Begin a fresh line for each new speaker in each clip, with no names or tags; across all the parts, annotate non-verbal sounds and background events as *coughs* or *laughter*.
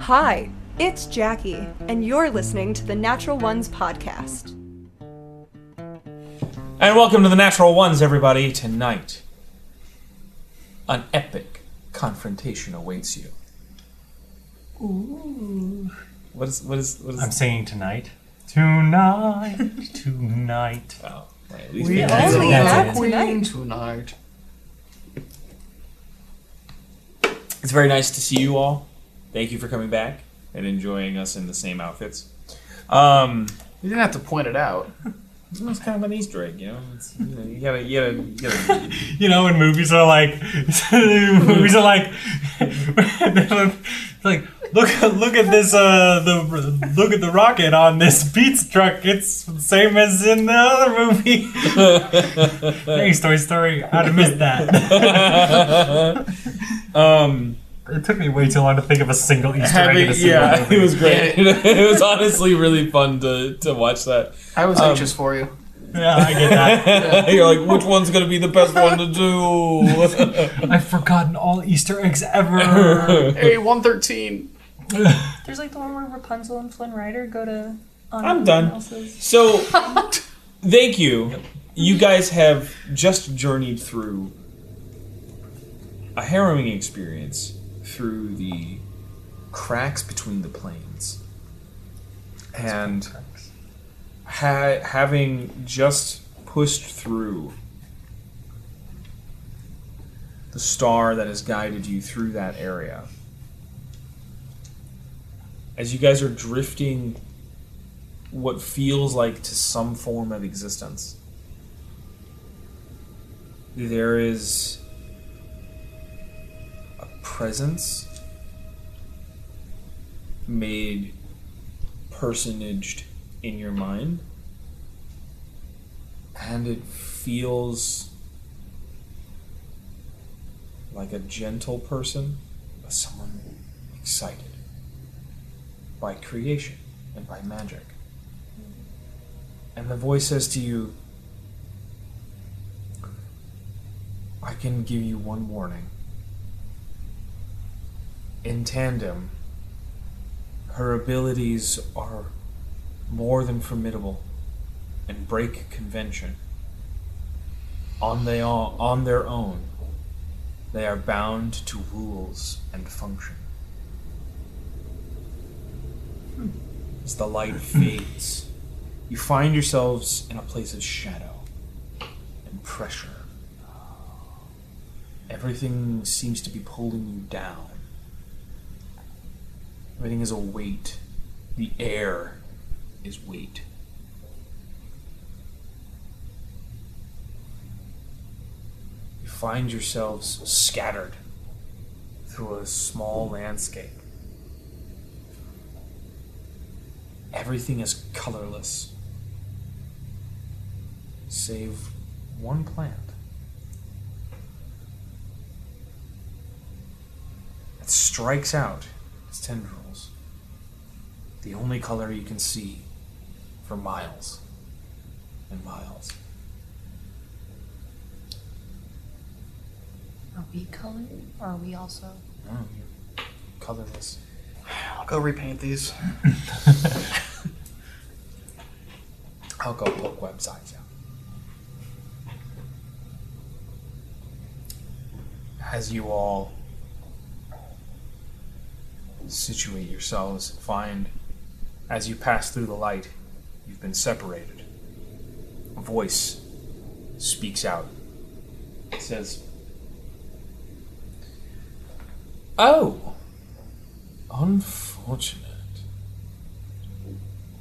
Hi, it's Jackie, and you're listening to the Natural Ones podcast.
And welcome to the Natural Ones, everybody. Tonight, an epic confrontation awaits you. Ooh. What is, what is, what is,
I'm singing tonight.
*laughs*
Tonight, tonight.
oh, right, at least
We
we
are
have
only
that.
have
queen
tonight.
tonight.
It's very nice to see you all. Thank you for coming back and enjoying us in the same outfits. Um,
You didn't have to point it out.
it's kind of an Easter egg, you know? It's, you, know, you gotta, you gotta, you gotta.
You know, when movies are like, *laughs* movies are like, *laughs* it's like look, look at this, uh, the look at the rocket on this Pete's truck. It's the same as in the other movie. Thanks, Toy Story. I'd have missed that.
*laughs* um,
It took me way too long to think of a single Easter egg
having,
in a single
yeah,
movie.
it was great. *laughs* it was honestly really fun to, to watch that. *laughs*
I was
Um,
anxious
*laughs*
for you.
Yeah, I get that.
You're like, which one's gonna be the best one to *laughs* do?
I've forgotten all Easter
*laughs*
eggs ever.
Hey, 113.
There's like the one where Rapunzel and Flynn Rider go to. um, On
I'm done.
everyone else's-
so, thank you. You guys have just journeyed through a harrowing experience through the cracks between the planes. And ha- having just pushed through the star that has guided you through that area, as you guys are drifting what feels like to some form of existence. There is a presence made personaged in your mind, and it feels like a gentle person, but someone excited by creation and by magic. And the voice says to you, I can give you one warning. In tandem, her abilities are more than formidable and break convention. On, they all, on their own, they are bound to rules and function. As the light fades, you find yourselves in a place of shadow and pressure. Uh, Everything seems to be pulling you down. Everything is a weight. The air is weight. You find yourselves scattered through a small landscape. Everything is colorless. Save one plant. It strikes out its tendrils. The only color you can see for miles and miles.
Are we colored? Or are we also?
Mm, you're Colorless.
I'll go repaint these.
I'll go poke websites out. As you all situate yourselves and find, as you pass through the light, you've been separated. A voice speaks out. It says, Oh, unfortunate.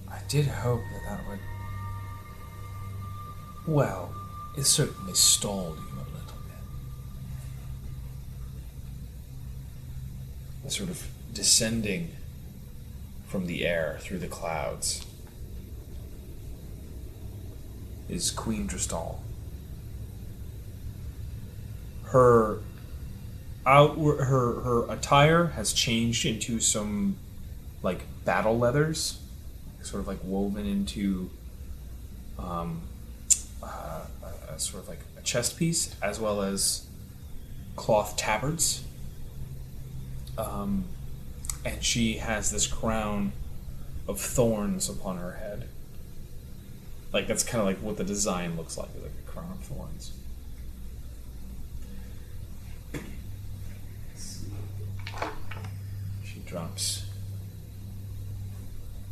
I did hope that that would well, it certainly stalled you a little bit. The sort of descending from the air through the clouds is Queen Dristal. Her outward, her her attire has changed into some like battle leathers, sort of like woven into um, uh, a- a sort of like a chest piece as well as cloth tabards. Um, and she has this crown of thorns upon her head. Like that's kind of like what the design looks like, is like a crown of thorns. She drops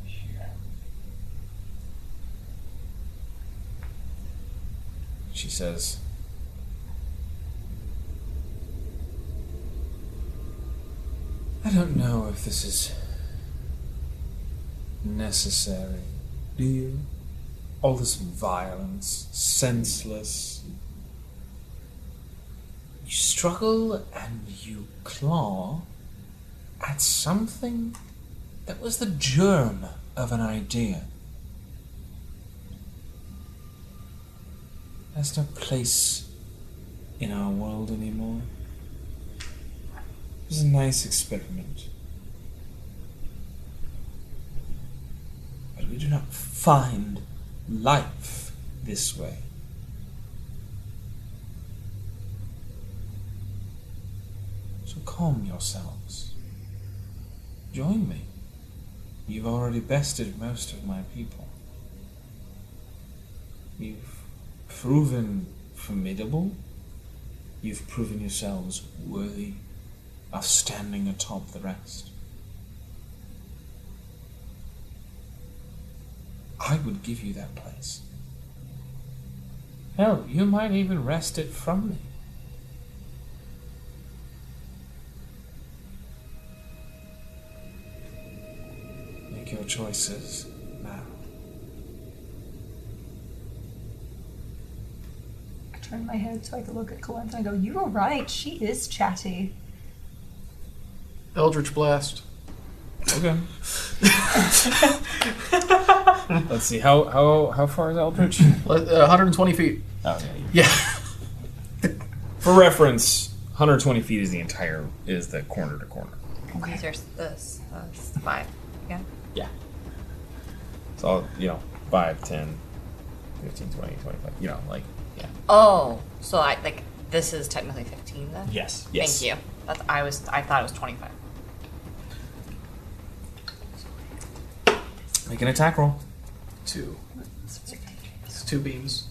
here. She says, I don't know if this is necessary. Do you? All this violence, senseless. You struggle and you claw at something that was the germ of an idea. Has no place in our world anymore. It was a nice experiment. But we do not find life this way. So calm yourselves. Join me. You've already bested most of my people. You've proven formidable. You've proven yourselves worthy of standing atop the rest. I would give you that place. Hell, you might even wrest it from me. Make your choices now.
I turn my head so I could look at Calenta and I go, You were right, she is chatty.
Eldritch Blast.
Okay. Let's see how how how far is Eldritch?
Let- uh, 120 feet.
Oh, yeah, you-
Yeah.
For reference, 120 feet is the entire is the corner to corner.
And These are s- this, this five. Yeah.
So you know, 5, 10, 15, 20, 25. You know, like yeah.
Oh, so I like this is technically fifteen then.
Yes.
Thank you. That's I was I thought it was twenty *laughs* five.
Make an attack roll.
*laughs* Two. It's two beams.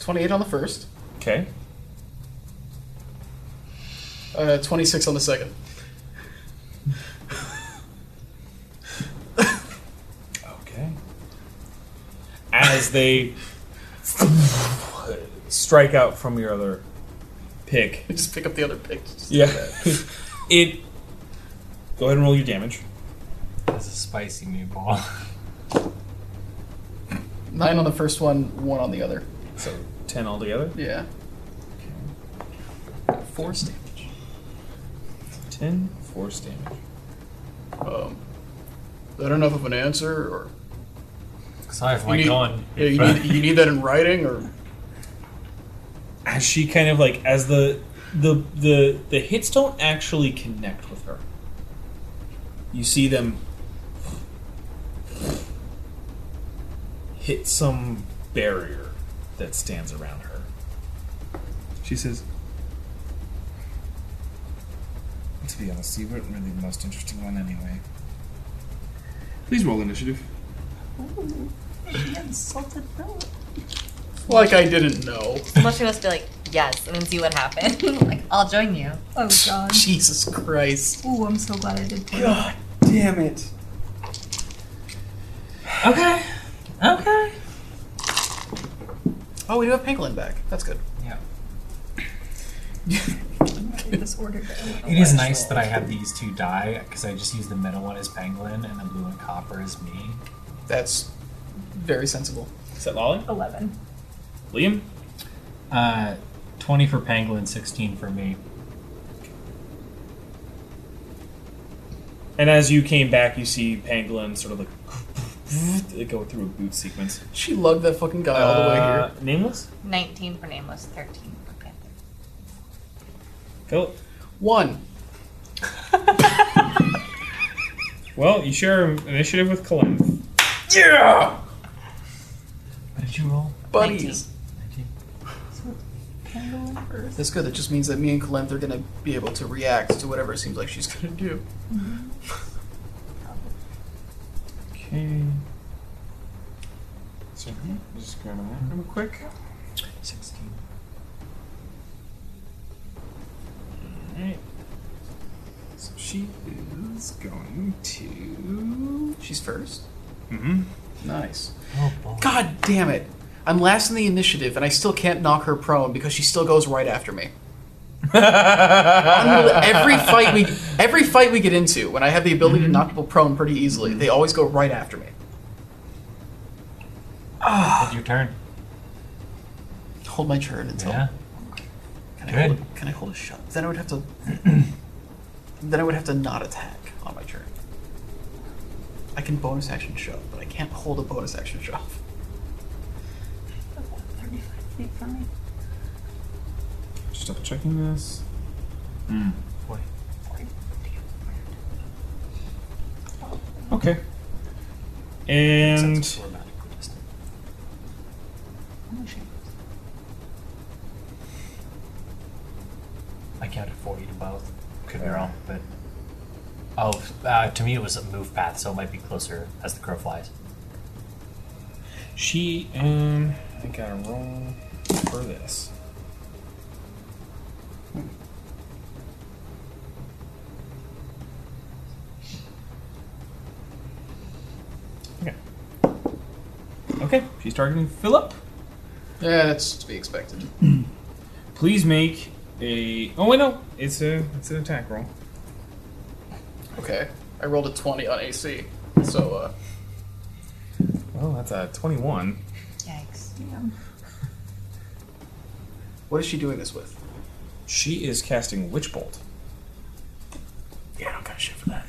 28 on the first,
Okay.
uh, 26 on the second. *laughs*
Okay. As they strike out from your other pick.
I just pick up the other pick. Just-
Yeah. *laughs* it. Go ahead and roll your damage.
That's a spicy meatball.
Nine on the first one, one on the other.
So ten altogether.
Yeah. Force
damage. Ten force damage.
Um, I don't know if I have an answer or.
Sorry for
You
my
need-
gun.
Yeah, you need, you need that in writing or.
As she kind of like as the the the the hits don't actually connect with her. You see them hit some barrier that stands around her. She says, "To be honest, you weren't really the most interesting one, anyway." Please roll initiative.
Insulted milk.
Like I didn't know.
Most of us be like yes, and then see what happened. like I'll join you.
Oh
*laughs*
god.
Jesus Christ.
Ooh, I'm so glad I did play.
Damn it. Okay. Okay.
Oh, we do have Pangolin back. That's good.
this order.
*laughs*
It is nice that I have these two die because I just use the metal one as pangolin and the blue and copper is me.
That's very sensible.
Is that Lolly?
Eleven.
Liam?
Uh, twenty for pangolin, sixteen for me.
And as you came back, you see Pangolin sort of like *laughs* they go through a boot sequence.
She lugged that fucking guy all the way here.
Uh, Nameless?
Nineteen for nameless, thirteen for Panther.
Philip.
One.
Well, you share initiative with Kalanth.
Yeah!
What did you roll?
Buddies.
Nineteen.
Pangolin or
That's good. That just means that me and Kalenth are going to be able to react to whatever it seems like she's going to do.
Okay.
So just go to that real quick.
16.
Alright. So she is going to.
She's first?
Mm-hmm.
Nice.
Oh, boy.
God damn it. I'm last in the initiative, and I still can't knock her prone because she still goes right after me. Unbel- every fight we every fight we get into, when I have the ability
Mm-hmm.
to knock people prone pretty easily, they always go right after me.
It's your turn.
Hold my turn until
Yeah.
can, I hold,
good.
can I hold a shot? Then I would have to *clears throat* then I would have to not attack on my turn. I can bonus action shove, but I can't hold a bonus action shove.
Oh, 35 feet from me.
Just double checking this. Mm.
Boy.
Okay.
Since
And
we're not equal distance.
I'm ashamed.
I counted 40 to both. Could be wrong, but. Oh, uh, to me it was a move path, so it might be closer as the crow flies.
she um I gotta roll for this. Okay. Okay, she's targeting Philip.
Yeah, that's to be expected.
Please make a Oh wait no, it's a it's an attack roll.
Okay. I rolled a twenty on AC. So uh
Well, that's a 21.
Yikes.
Damn.
what is she doing this with?
She is casting Witch Bolt.
Yeah, I don't got shit for that.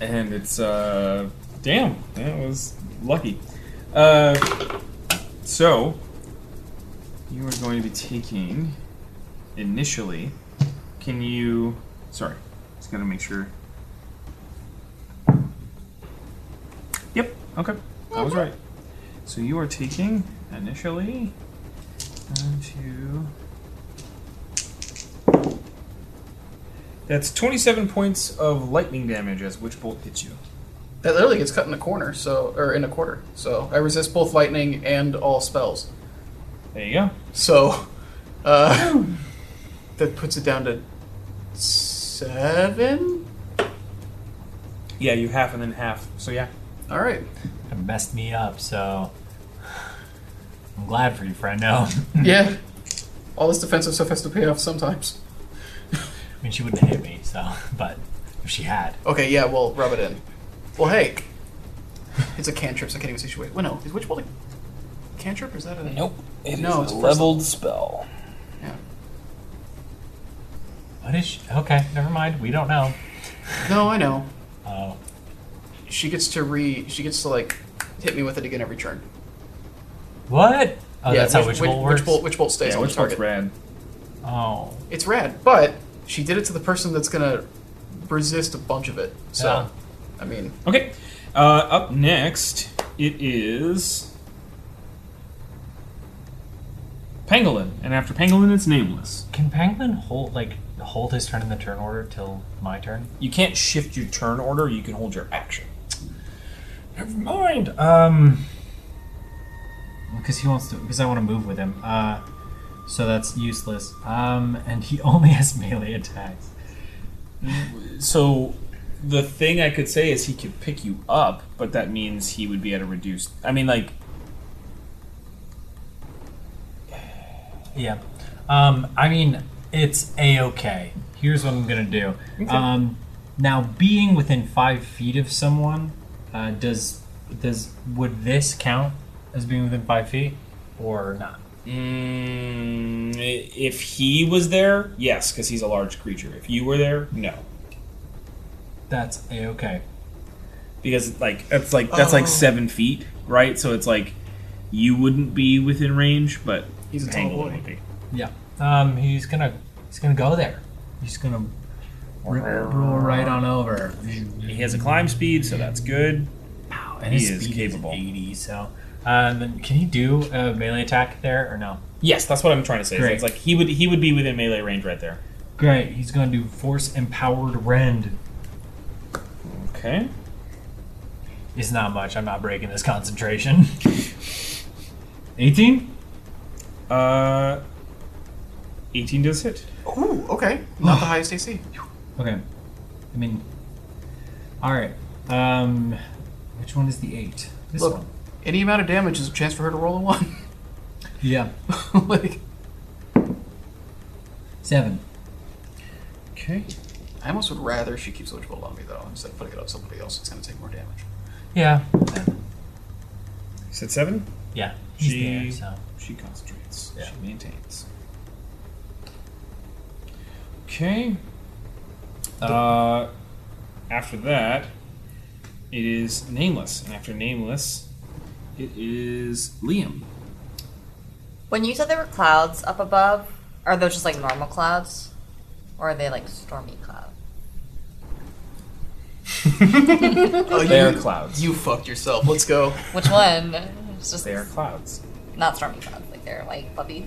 And it's uh damn, that was lucky. Uh so you are going to be taking initially can you sorry, just gotta make sure. Yep, okay. I was right. So you are taking initially one, two That's 27 points of lightning damage as Witch Bolt hits you.
That literally gets cut in a corner, so or in a quarter. So I resist both lightning and all spells.
There you go.
So uh, that puts it down to seven.
Yeah, you half and then half. So yeah.
All right.
It messed me up, so. *sighs* I'm glad for you, friend. No. *laughs*
Yeah. All this defensive stuff has to pay off sometimes.
I mean, she wouldn't have hit me, so. *laughs* But if she had.
Okay. Yeah. Well, rub it in. Well, hey, *laughs* it's a cantrip. So I can't even situate. Wait, no. Is witch bolt a cantrip? Or is that a
Nope. It is
No, it's
a
first-
leveled spell.
Yeah.
What is she? Okay, never mind. We don't know.
No, I know.
Oh.
She gets to re. She gets to like hit me with it again every turn.
What? Oh,
yeah,
that's how Witch Bolt works?
Witch bolt, witch bolt stays
yeah,
on
which
the target.
one's red?
Oh.
It's rad, but she did it to the person that's gonna resist a bunch of it. So,
Yeah.
I mean,
Okay. Uh, up next, it is Pangolin, and after Pangolin, it's Nameless.
Can Pangolin hold, like, hold his turn in the turn order till my turn?
You can't shift your turn order. You can hold your action.
Never mind. Um, because he wants to. Because I want to move with him. Uh, so that's useless. Um, and he *laughs* only has melee attacks.
So the thing I could say is he could pick you up, but that means he would be at a reduced. I mean, like
Yeah. Um, I mean, it's a okay. Here's what I'm gonna do. Um, now being within five feet of someone, uh, does does would this count as being within five feet or not?
Mm, i- if he was there, yes, because he's a large creature. If you were there, no,
That's a okay.
because like that's like that's like seven feet, right? So it's like you wouldn't be within range, but
He's a tall
Pangolin
boy.
would be.
Yeah. Um, he's gonna he's gonna go there. He's gonna ri- roll right on over.
He has a climb speed, so that's good.
Wow, and
He
his
is
speed
capable.
Is 80, so Um, and can he do a melee attack there or no?
Yes, that's what I'm trying to say. is
Great.
It's like he would he would be within melee range right there.
Great. He's going to do force empowered rend.
Okay.
It's not much. I'm not breaking this concentration. *laughs* 18?
Uh, 18 does hit.
Ooh, okay. Not the highest AC.
Okay. I mean, all right. Um, which one is the eight? This
Look.
one.
Any amount of damage is a chance for her to roll a one. *laughs*
Yeah.
like,
Seven.
Okay.
I almost would rather she keeps Witch Bolt on me though, instead of putting it on somebody else. It's gonna take more damage.
Yeah.
You said 7?
Yeah. He's
She-
there. So.
She concentrates.
Yeah.
She maintains. Okay. Uh, after that, it is nameless, and after nameless, it is Liam.
When you said there were clouds up above, are those just like normal clouds? Or are they like stormy clouds?
Oh,
They are
you,
clouds.
you fucked yourself. Let's go.
Which one? It's just
They are clouds.
not stormy clouds. Like they're like puppies.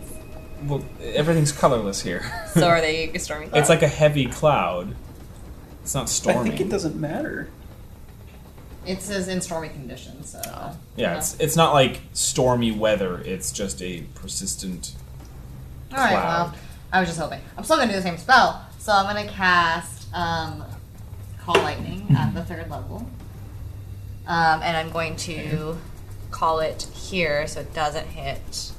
Well, everything's colorless here.
So are they stormy
*laughs*
clouds?
It's like a heavy cloud. It's not stormy.
I think it doesn't matter.
it says in stormy conditions. So
Yeah, it's it's not like stormy weather. It's just a persistent.
all right.
cloud.
Well, I was just hoping. I'm still gonna do the same spell. So I'm gonna cast um, call lightning at
Mm-hmm.
the third level, um, and I'm going to call it here so it doesn't hit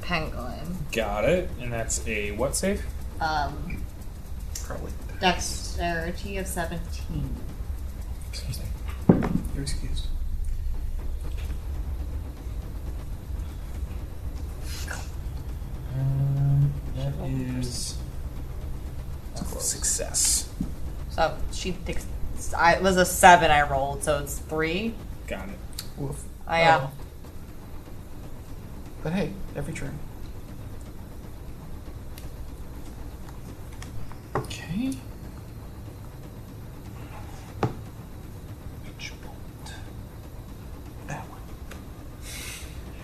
Pangolin.
Got it. And that's a what save?
Um,
Probably.
dexterity of 17.
Excuse me.
You're excused.
Um, that is success.
So she takes. I, it was a seven I rolled, so it's three.
Got it.
Woof.
I uh,
But hey, every turn.
Okay.
Witch Bolt. That one.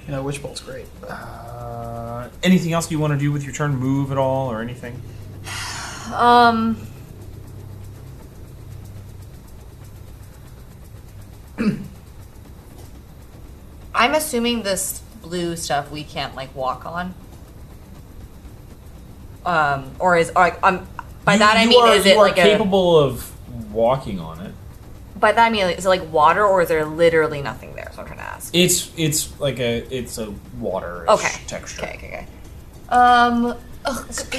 You know, Witch Bolt's great. But
Uh, anything else you want to do with your turn? Move at all or anything?
Um. *clears throat* I'm assuming this blue stuff we can't like walk on. Um, or is or, like um, by
You-
that I
you
mean
are,
is
you
it
are
like a
capable of walking on it?
by that I mean like, is it like water or is there literally nothing there? So I'm trying to ask.
It's it's like a it's a water
Okay.
texture.
Okay, okay, okay. Um. ugh,
just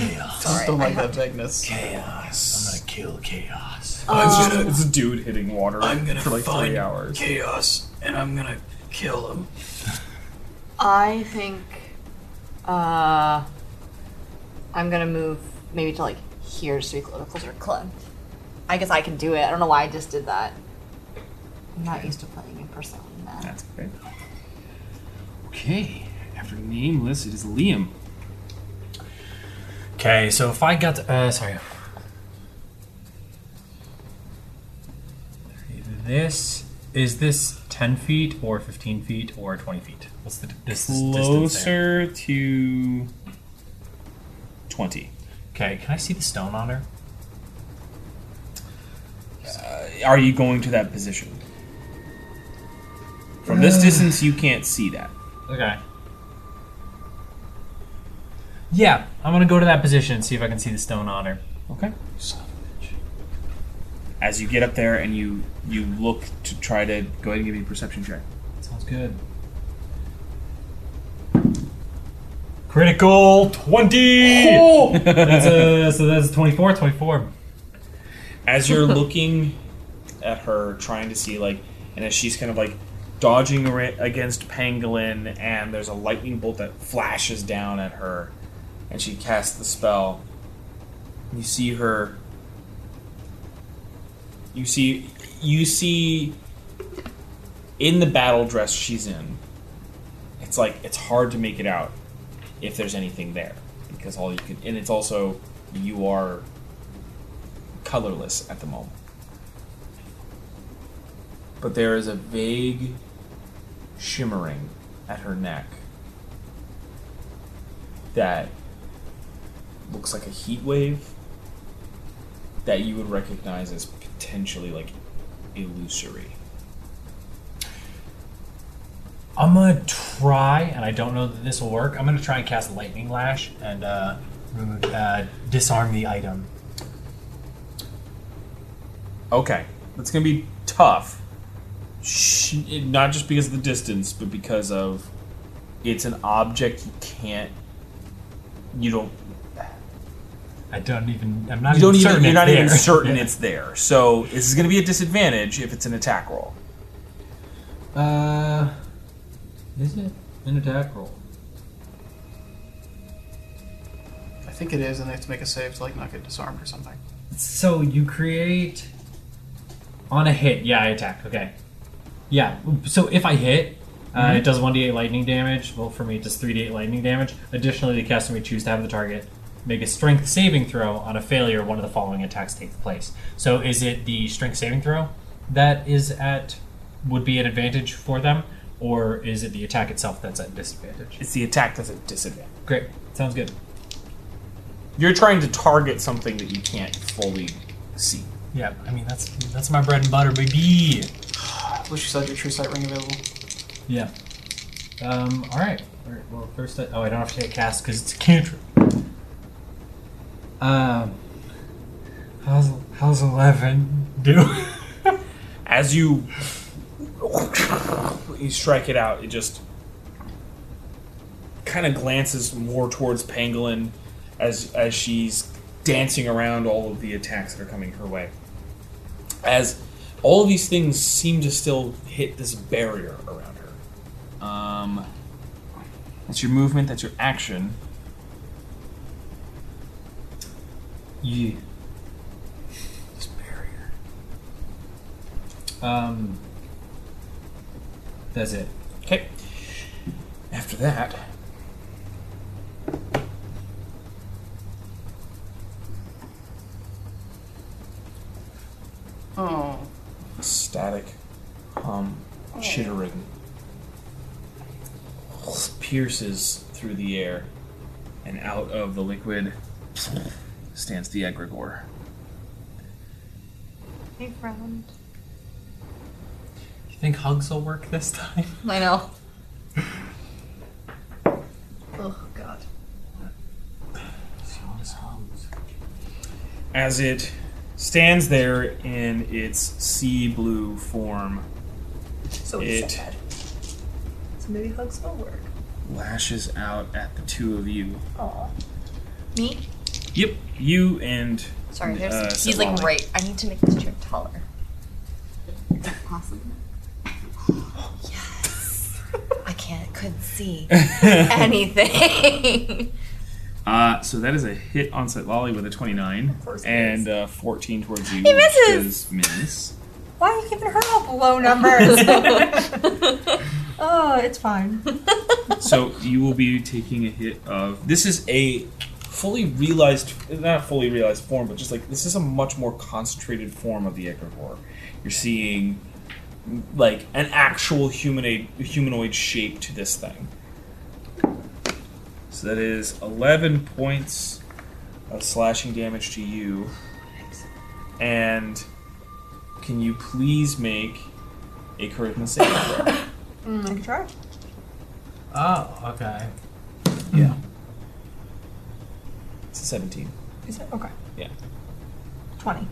Sorry,
don't
I
like
have
that vagueness.
Yes.
kill chaos.
it's,
Um,
just a, it's a dude hitting water for like three hours.
chaos, and I'm gonna kill him.
I think uh, I'm gonna move maybe to like here so we closer, closer to Clint. I guess I can do it. I don't know why I just did that. I'm not used to playing in person like that.
That's great. Okay, after nameless, it is Liam.
Okay, so if I got to, uh, sorry. This is this ten feet or fifteen feet or twenty feet? What's the d- this is distance there?
Closer to twenty.
Okay, can I see the stone on her?
Are you going to that position? From this distance, you can't see that.
Okay. Yeah, I'm gonna go to that position and see if I can see the stone on her.
Okay. As you get up there and you you look to try to go ahead and give me a perception check.
Sounds good. Critical 20! that's a, so that's 24, 24.
as you're looking at her trying to see like and as she's kind of like dodging ar- against pangolin and there's a lightning bolt that flashes down at her and she casts the spell you see her you see you see in the battle dress she's in it's like it's hard to make it out if there's anything there because all you can and it's also you are colorless at the moment. But there is a vague
shimmering at her neck that looks like a heat wave that you would recognize as potentially like illusory.
I'm gonna try, and I don't know that this will work. I'm gonna try and cast lightning lash and uh, remove, uh, disarm the item.
Okay, that's gonna be tough. She, not just because of the distance, but because of it's an object you can't. You don't.
I don't even. I'm not
You don't
even
even.
certain.
You're
it's
not even
there.
certain it's there. So this is gonna be a disadvantage if it's an attack roll.
Uh, is it an attack roll?
I think it is, and they have to make a save to like not get disarmed or something.
So you create on a hit. Yeah, I attack. Okay. Yeah. So if I hit, uh, it does one d8 lightning damage. Well, for me, it does three d8 lightning damage. Additionally, the caster may choose to have the target make a strength saving throw. On a failure, one of the following attacks takes place. So is it the strength saving throw that is at would be an advantage for them, or is it the attack itself that's at disadvantage?
It's the attack that's a disadvantage.
Great. Sounds good.
You're trying to target something that you can't fully see.
Yeah. I mean, that's that's my bread and butter, baby.
At least you said your true sight ring available.
Yeah. Um, all right. All right. Well, first, I, oh, I don't have to take a cast because it's a cantrip. Um, how's how's eleven do?
As you you strike it out, it just kind of glances more towards Pangolin as as she's dancing around all of the attacks that are coming her way. As all of these things seem to still hit this barrier around her. Um, that's your movement. That's your action.
yeah.
This barrier.
*laughs* Um. That's it.
Okay. After that,
Oh,
static hum chittering pierces through the air and out of the liquid stands the egregore
Hey, friend.
You think hugs will work this time?
I know. oh God.
as it stands there in its sea blue form
So
it
sad. So maybe hugs will work.
lashes out at the two of you
Aw.
Me?
yep you and
Sorry, there's.
Uh,
he's like
Savali.
right. I need to make this chair taller. Possible. yes. I can't. Couldn't see
*laughs*
anything. *laughs*
uh, so that is a hit on Lolly with a 29
course it
and uh, 14 towards you
He
which
misses!
is miss
Why are you giving her all low
*laughs*
numbers?
Oh, it's fine.
So you will be taking a hit of. This is a fully realized, not fully realized form, but just like this is a much more concentrated form of the egregore. You're seeing like an actual humanoid humanoid shape to this thing. So that is eleven points of slashing damage to you. And can you please make a charisma saving throw?
Mm, I can try.
*laughs* Oh, okay.
It's a seventeen.
Is it? Okay.
Yeah.
20.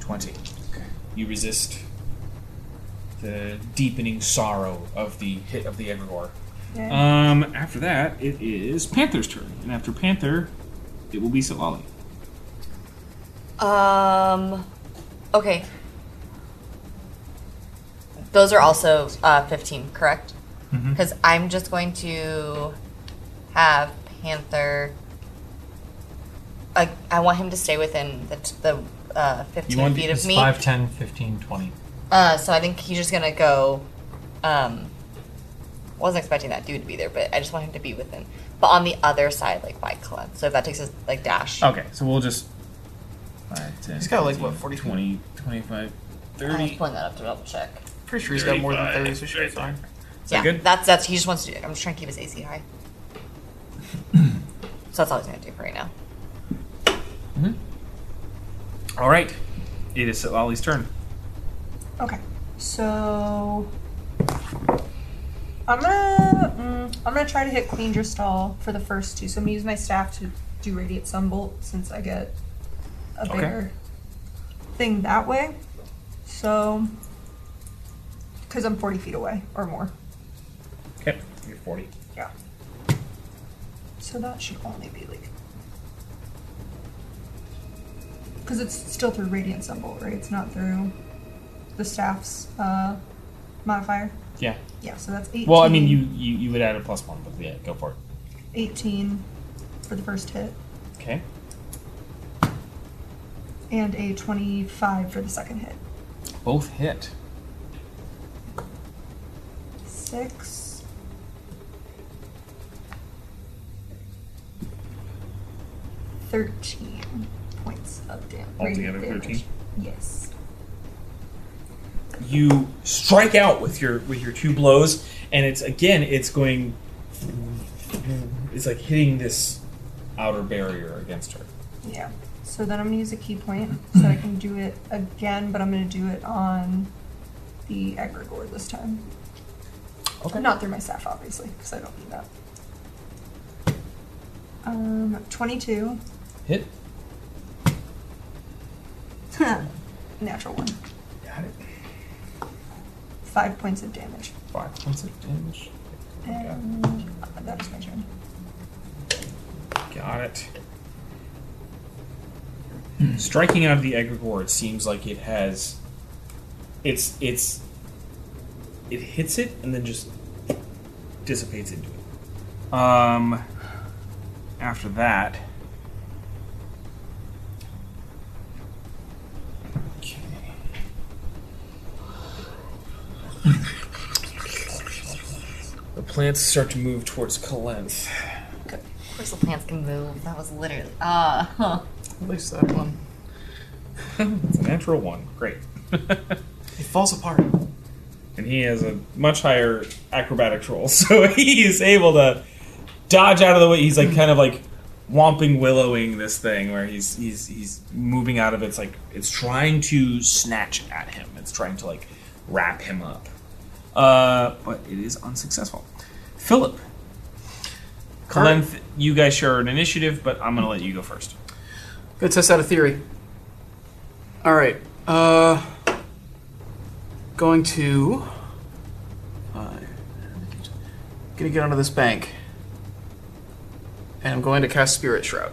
20. You resist the deepening sorrow of the hit of the egregore.
Yeah.
Um, after that, it is Panther's turn. And after Panther, it will be Silali.
Um. Okay. Those are also uh, 15, correct? Because I'm just going to have Panther. I, I want him to stay within the, t- the uh, 15
You want
feet of
it's
me.
5, 10, 15, 20.
Uh, so I think he's just gonna go. Um, wasn't expecting that dude to be there, but I just want him to be within. But on the other side, like by Colette. So if that takes us like dash.
Okay, so we'll just. 5, 10,
He's got, like, what,
40,
40?
20, 25,
I was
30.
pulling that up to double check.
pretty sure he's got more than
35,
thirty, so he should be fine.
yeah,
good?
that's that's he just wants to. do it. I'm just trying to keep his AC
*clears throat*
high. so that's all he's gonna do for right now.
All right. It is Lolly's turn.
Okay. So I'm gonna mm, I'm gonna try to hit Cleandra Stall for the first two. So I'm gonna use my staff to do Radiant Sunbolt since I get a
Okay.
bigger thing that way. So because I'm 40 feet away or more.
Okay. You're 40.
Yeah. So that should only be like. Because it's still through Radiant Sunbolt, right? It's not through the staff's uh, modifier.
Yeah.
Yeah, so that's 18.
Well, I mean, you, you you would add a plus one, but yeah, go for it.
18 for the first hit,
Okay.
and a 25 for the second hit.
Both hit.
Six. Thirteen points of dam- radiant
Altogether
damage.
13?
Yes.
you strike out with your with your two blows and it's again it's going it's like hitting this outer barrier against her
Yeah. So then I'm gonna use a key point so I can do it again, but I'm gonna do it on the egregore this time.
Okay.
Not through my staff, obviously, because I don't need that. Um, 22.
hit
*laughs* Natural one.
Got it.
Five points of damage.
five points of damage
And uh, that is my turn.
got it striking out of the egregore it seems like it has it's it's it hits it and then just dissipates into it um after that okay the plants start to move towards Kalenth.
Of course, the plants can move. That was literally ah. *laughs*
At least that one.
it's a natural one great
It falls apart.
and he has a much higher acrobatics roll, *laughs* so he is able to dodge out of the way. He's like kind of like womping willowing this thing where he's he's he's moving out of its like it's trying to snatch at him. It's trying to like wrap him up. Uh, but it is unsuccessful. Philip. Kalenth, you guys share an initiative, but I'm gonna let you go first.
Gonna test out a theory. All right. Uh, going to. Uh, gonna get onto this bank, and I'm going to cast Spirit Shroud.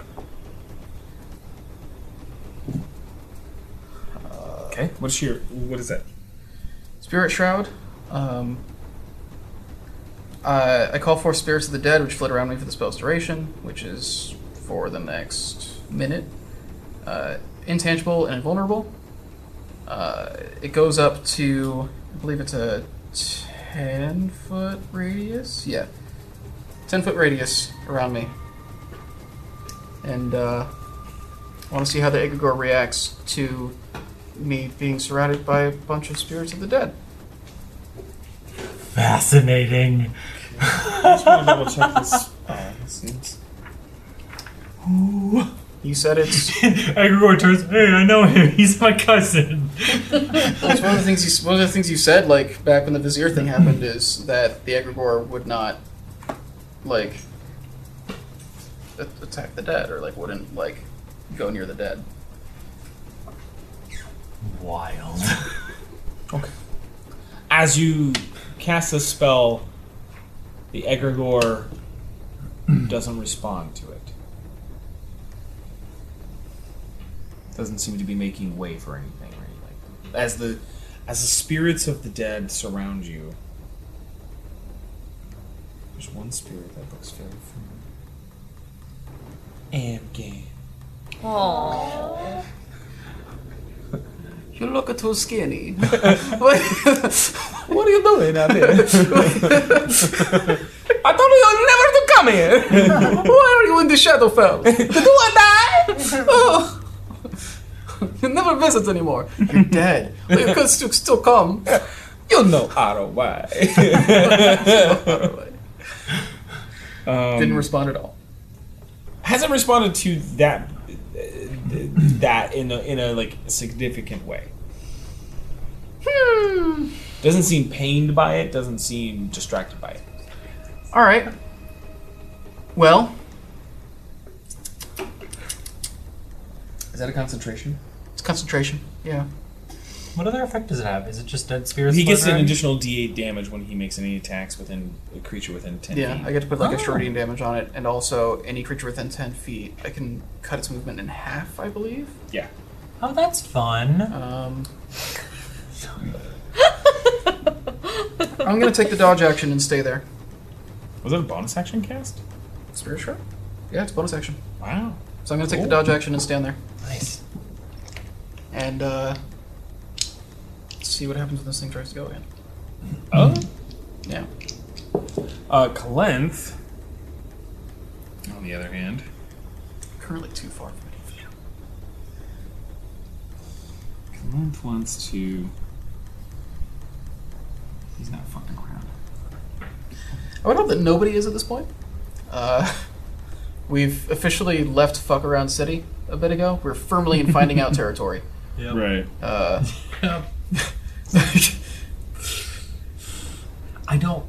Okay. What's your what is that?
Spirit Shroud. Um, uh, I call for spirits of the dead, which flit around me for the spell's duration, which is for the next minute. Uh, intangible and invulnerable. Uh, it goes up to, I believe it's a 10 foot radius? Yeah. 10 foot radius around me. And uh, I want to see how the Egregore reacts to me being surrounded by a bunch of spirits of the dead.
Fascinating. *laughs*
You said it's,
*laughs* Egregore turns. Hey, I know him. *laughs* He's my cousin.
it's one of the things you one of the things you said like back when the vizier thing happened is that the egregore would not like a- attack the dead or like wouldn't like go near the dead.
Wild.
as you cast this spell, the egregore doesn't respond to it. Doesn't seem to be making way for anything, right? Like as the as the spirits of the dead surround you. There's one spirit that looks very familiar. Am game.
oh.
You look too *laughs* skinny.
What are you doing out here?
I told you never to come here. Why are you in the Shadowfell? Did you die? Oh. You never visit anymore. You're dead. Well, you could still, still come.
You know how
*laughs*
to why.
Didn't respond at all.
Hasn't responded to that that in a, in a like significant way.
Hmm.
Doesn't seem pained by it. Doesn't seem distracted by it.
All right. Well,
Is that a concentration?
it's concentration. Yeah.
What other effect does it have? Is it just dead spirits?
He gets an
fluttering?
additional D8 damage when he makes any attacks within a creature within ten.
Yeah,
feet.
I get to put like extra radiant damage on it, and also any creature within ten feet, I can cut its movement in half, I believe.
yeah.
Oh, that's fun.
Um, I'm gonna take the dodge action and stay there.
Was it a bonus action cast?
Spirit shot. Yeah, it's bonus action.
Wow.
So I'm gonna take the
Cool.
dodge action and stand there,
Nice.
and uh, see what happens when this thing tries to go in.
Oh.
Yeah.
Uh, Kalenth, on the other hand,
Currently too far from any of you.
Kalenth wants to. He's not fucking around.
I would hope that nobody is at this point. Uh, *laughs* we've officially left fuck around city a bit ago. We're firmly in finding *laughs* out territory.
Right.
Uh,
I don't.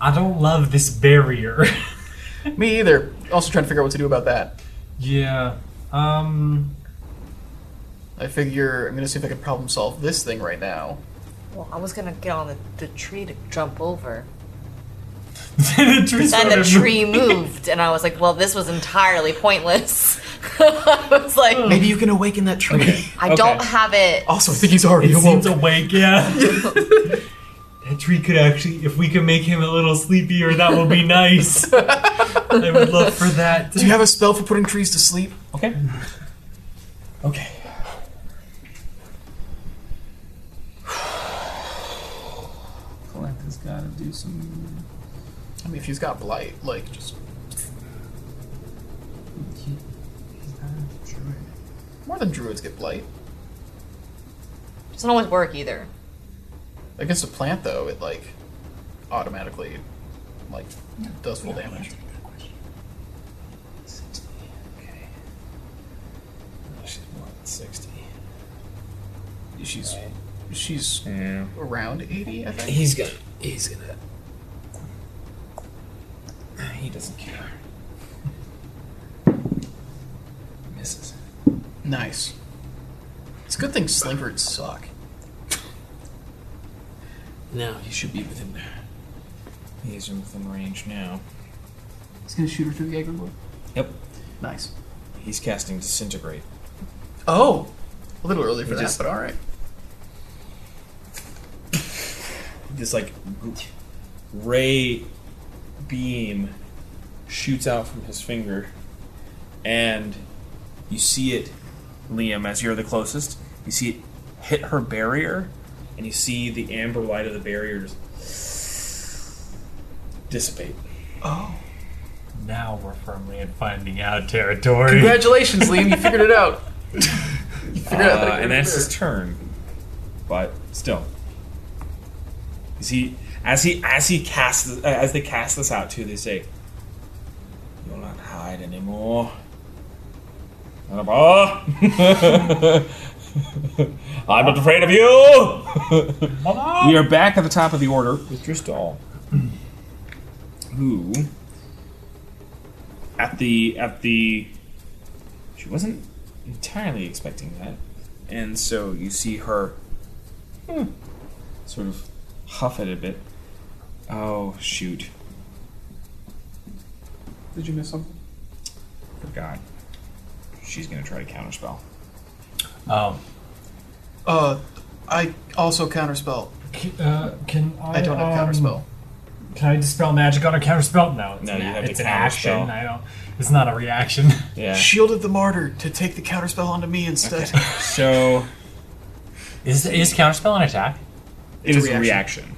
I don't love this barrier. *laughs*
me either. Also trying to figure out what to do about that.
yeah. Um. *laughs*
I figure I'm gonna see if I can problem solve this thing right now.
Well, I was gonna get on the, the tree to jump over.
the tree's
Then the
sort of-
*laughs*
tree moved, and I was like, well, this was entirely pointless. *laughs* I was like,
Maybe you can awaken that tree.
I don't have it.
*laughs* Also, I think he's already
It
awoke.
seems *laughs* awake, yeah. that tree could actually, if we could make him a little sleepier, that would be nice. I would love for that.
do you have a spell for putting trees to sleep?
Okay. Okay. Kalenth has got to do some.
I mean, if he's got blight, like just more than druids get blight.
Doesn't always work either.
Against a plant, though, it like automatically like does full damage.
Okay. Oh, She's more than 60.
She's she's
Yeah.
around eighty, I think.
He's gonna. He's gonna. He doesn't care. Misses.
Nice. It's a good thing slinkers suck.
Now he should be within there. He's within range now.
He's gonna shoot her through the aggro
Yep.
Nice.
He's casting disintegrate.
Oh, a little early for
He
that,
just-
but all right.
This like g- ray beam shoots out from his finger, and you see it, Liam, as you're the closest. You see it hit her barrier, and you see the amber light of the barrier just dissipate.
Oh,
Now we're firmly in finding out territory.
congratulations, Liam! You figured it
*laughs*
out. you figured out
Uh,
that it
and
was
that's
there.
his turn. But still, you see, as he as he casts as they cast this out too, they say, "You'll not hide anymore." Son of a- *laughs* I'm not afraid of you. *laughs* we are back at the top of the order with Drisdall, who at the at the she wasn't entirely expecting that. And so you see her hmm, sort of huff it a bit. Oh, shoot.
Did you miss something?
Forgot. She's going to try to counterspell.
oh.
Uh, I also counterspell.
C- uh, can I?
I don't have
um,
counterspell.
Can I dispel magic on a counterspell? No, it's
No,
an,
you
a-
have to
it's an
counterspell.
action. I don't. It's not a reaction.
Yeah.
Shield of the Martyr to take the counterspell onto me instead. *laughs*
So
*laughs* Is is counterspell an attack?
it
a
is a
reaction.
reaction.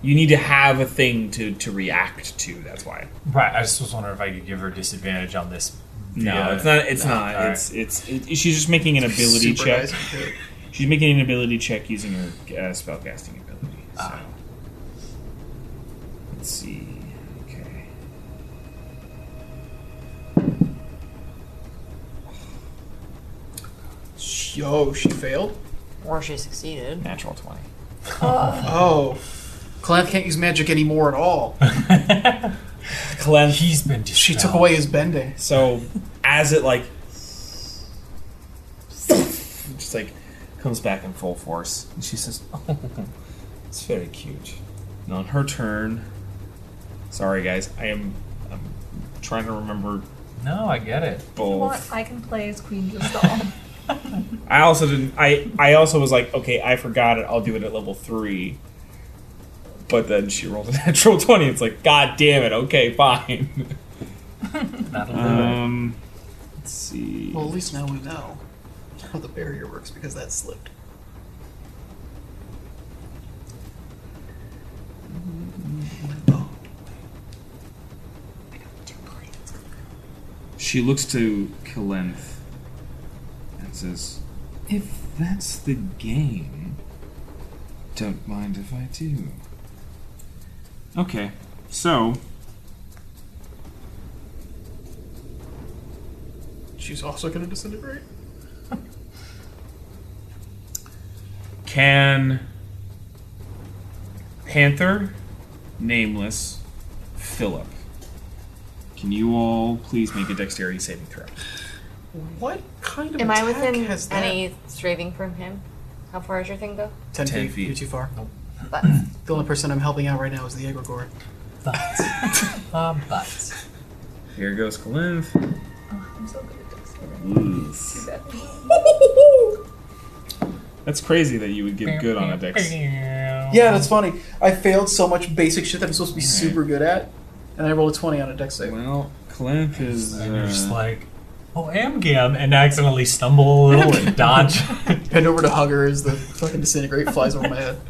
You need to have a thing to, to react to. That's why.
Right. I just was wondering if I could give her disadvantage on this.
No,
Yeah.
it's not. It's not.
alright.
It's it's. It, she's just making an ability
Super
check.
nice.
She's making an ability check using her uh, spellcasting ability. So. Let's see. Okay.
Yo, she failed.
Or she succeeded.
Natural 20.
Oh, Clef can't use magic anymore at *laughs* all.
Clem.
He's been dispelled.
She took away his bending.
So as it like just like comes back in full force, and she says, "Oh, it's very cute." And on her turn, sorry guys, I am I'm trying to remember
No, I get it.
both.
want, I can play as Queen *laughs* Drisdall.
I also didn't. I I also was like, okay, I forgot it. I'll do it at level three. But then she rolled a *laughs* natural twenty. It's like, god damn it. Okay, fine. *laughs*
Not a little
Um, let's see.
Well, at least now we know how the barrier works because that slipped.
She looks to Kalenth and says, If that's the game, don't mind if I do. Okay, so.
She's also going to disintegrate.
Can. Panther, nameless, Philip. Can you all please make a dexterity saving throw?
What kind of
Am I
attack
within
has that?
any straving from him? How far is your thing go?
Ten,
10
feet.
feet.
You're too far.
But
The only person I'm helping out right now is the egregore.
but, uh, but.
Here goes Kalenth.
Oh, I'm so good at dexterity.
Ooh. That's crazy that you would get good on a dex.
*laughs*
Yeah, that's funny. I failed so much basic shit that I'm supposed to be super good at, and I rolled a twenty on a dex save.
Well, Kalenth is.
And you're just
uh,
like, oh, Amgam, and accidentally stumble a little and dodge.
Head over to hug her as the fucking disintegrate flies over my head.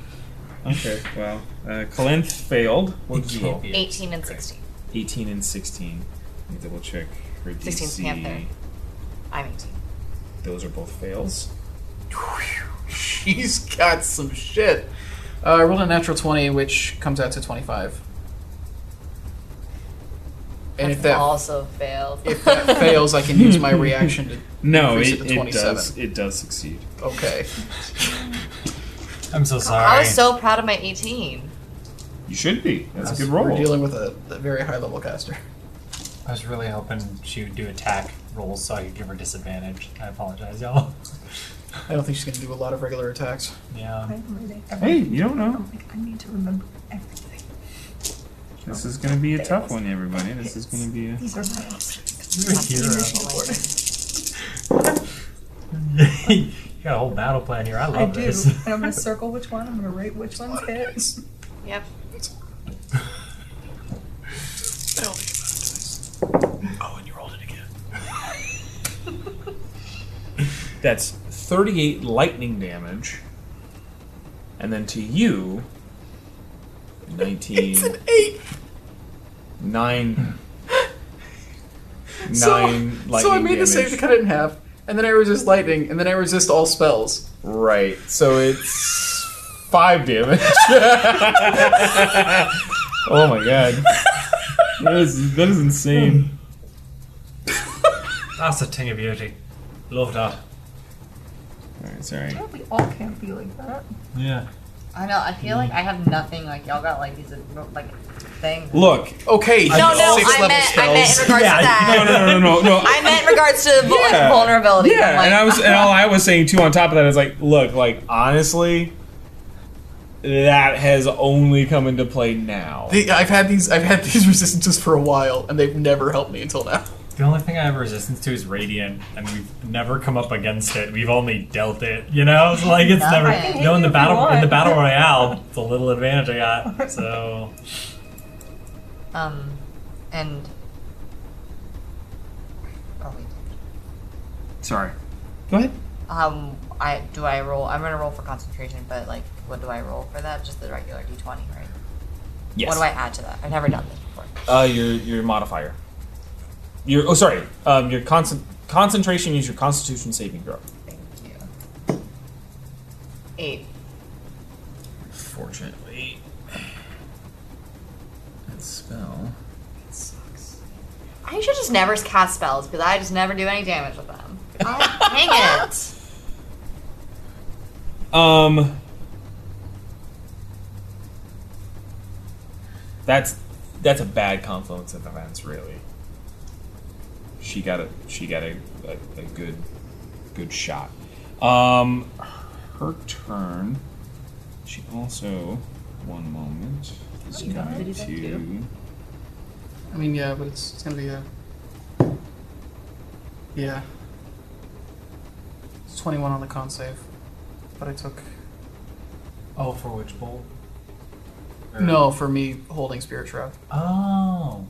Okay, well, uh, Kalenth failed. *laughs* What
It
did you
can't
roll?
be.
18 and 16.
18 and 16. Let me double check her
16 's
DC.
Panther. I'm 18.
Those are both fails.
*laughs* She's got some shit. Uh, I rolled a natural 20, which comes out to 25. And if that,
also failed.
if
*laughs*
that fails, I can use my reaction to.
No,
Increase
it,
it to
it
27.
does. It does succeed.
Okay.
I'm so
I
sorry.
was so proud of my 18.
You should be. That's a good
We're
roll.
dealing with a, a very high level caster.
I was really hoping she would do attack rolls so I could give her disadvantage. I apologize, y'all. *laughs*
I don't think she's going to do a lot of regular attacks.
Yeah.
I'm reading
hey,
everything.
you don't know.
Like, Oh I need to remember everything.
This is going to be a tough one, everybody. This is going to be a.
These are my options.
You're a hero. *laughs* you got a whole battle plan here. I
I
love
do.
this. *laughs*
And I'm gonna circle which one. I'm gonna rate which one's hit.
Yep.
Oh, and you rolled it again.
*laughs* That's 38 lightning damage. And then to you, 19.
8!
Nine. Nine
So-
lightning
So I made
damage.
the save to cut it in half, and then I resist lightning, and then I resist all spells.
Right. So it's five *laughs* damage. oh my god. That is that is insane.
That's a thing of beauty. Love that.
Alright, sorry.
We all can't be like that.
Yeah.
I know. I feel like I have nothing. Like y'all got like these like things.
Look.
Okay,
No, no.
six
I
level
meant. I
spells.
meant in regards
Yeah,
to that.
No no no no no. no.
I meant in regards to vul- like,
Yeah.
vulnerability. I'm
yeah,
like,
and I was and all I was saying too on top of that is like, look, like honestly, that has only come into play now.
The- I've had these I've had *laughs* these resistances for a while, and they've never helped me until now.
The only thing I have resistance to is radiant, and we've never come up against it. We've only dealt it, you know. It's like it's never.
I can
You know, in the
hit you if
battle
you want.
in the
*laughs*
battle royale, it's a little advantage I got. So
um, and oh wait,
Sorry. Go ahead.
um, I do I roll? I'm gonna roll for concentration, but like, what do I roll for that? Just the regular d20, right?
Yes.
What do I add to that? I've never done this before.
Uh, your your modifier. Your oh sorry. Um, your concent- concentration is your Constitution saving throw.
Thank you. Eight.
Fortunately, that spell.
I should just never cast spells because I just never do any damage with them. *laughs* Oh, hang it.
Um. That's that's a bad confluence of events, really. She got a she got a, a, a good good shot. Um, her turn. She also one moment is going to.
I mean, yeah, but it's, it's gonna be a. Yeah. It's 21 on the con save, but I took.
Oh, for which bowl? Or-
No, for me holding Spirit Shroud,
Oh,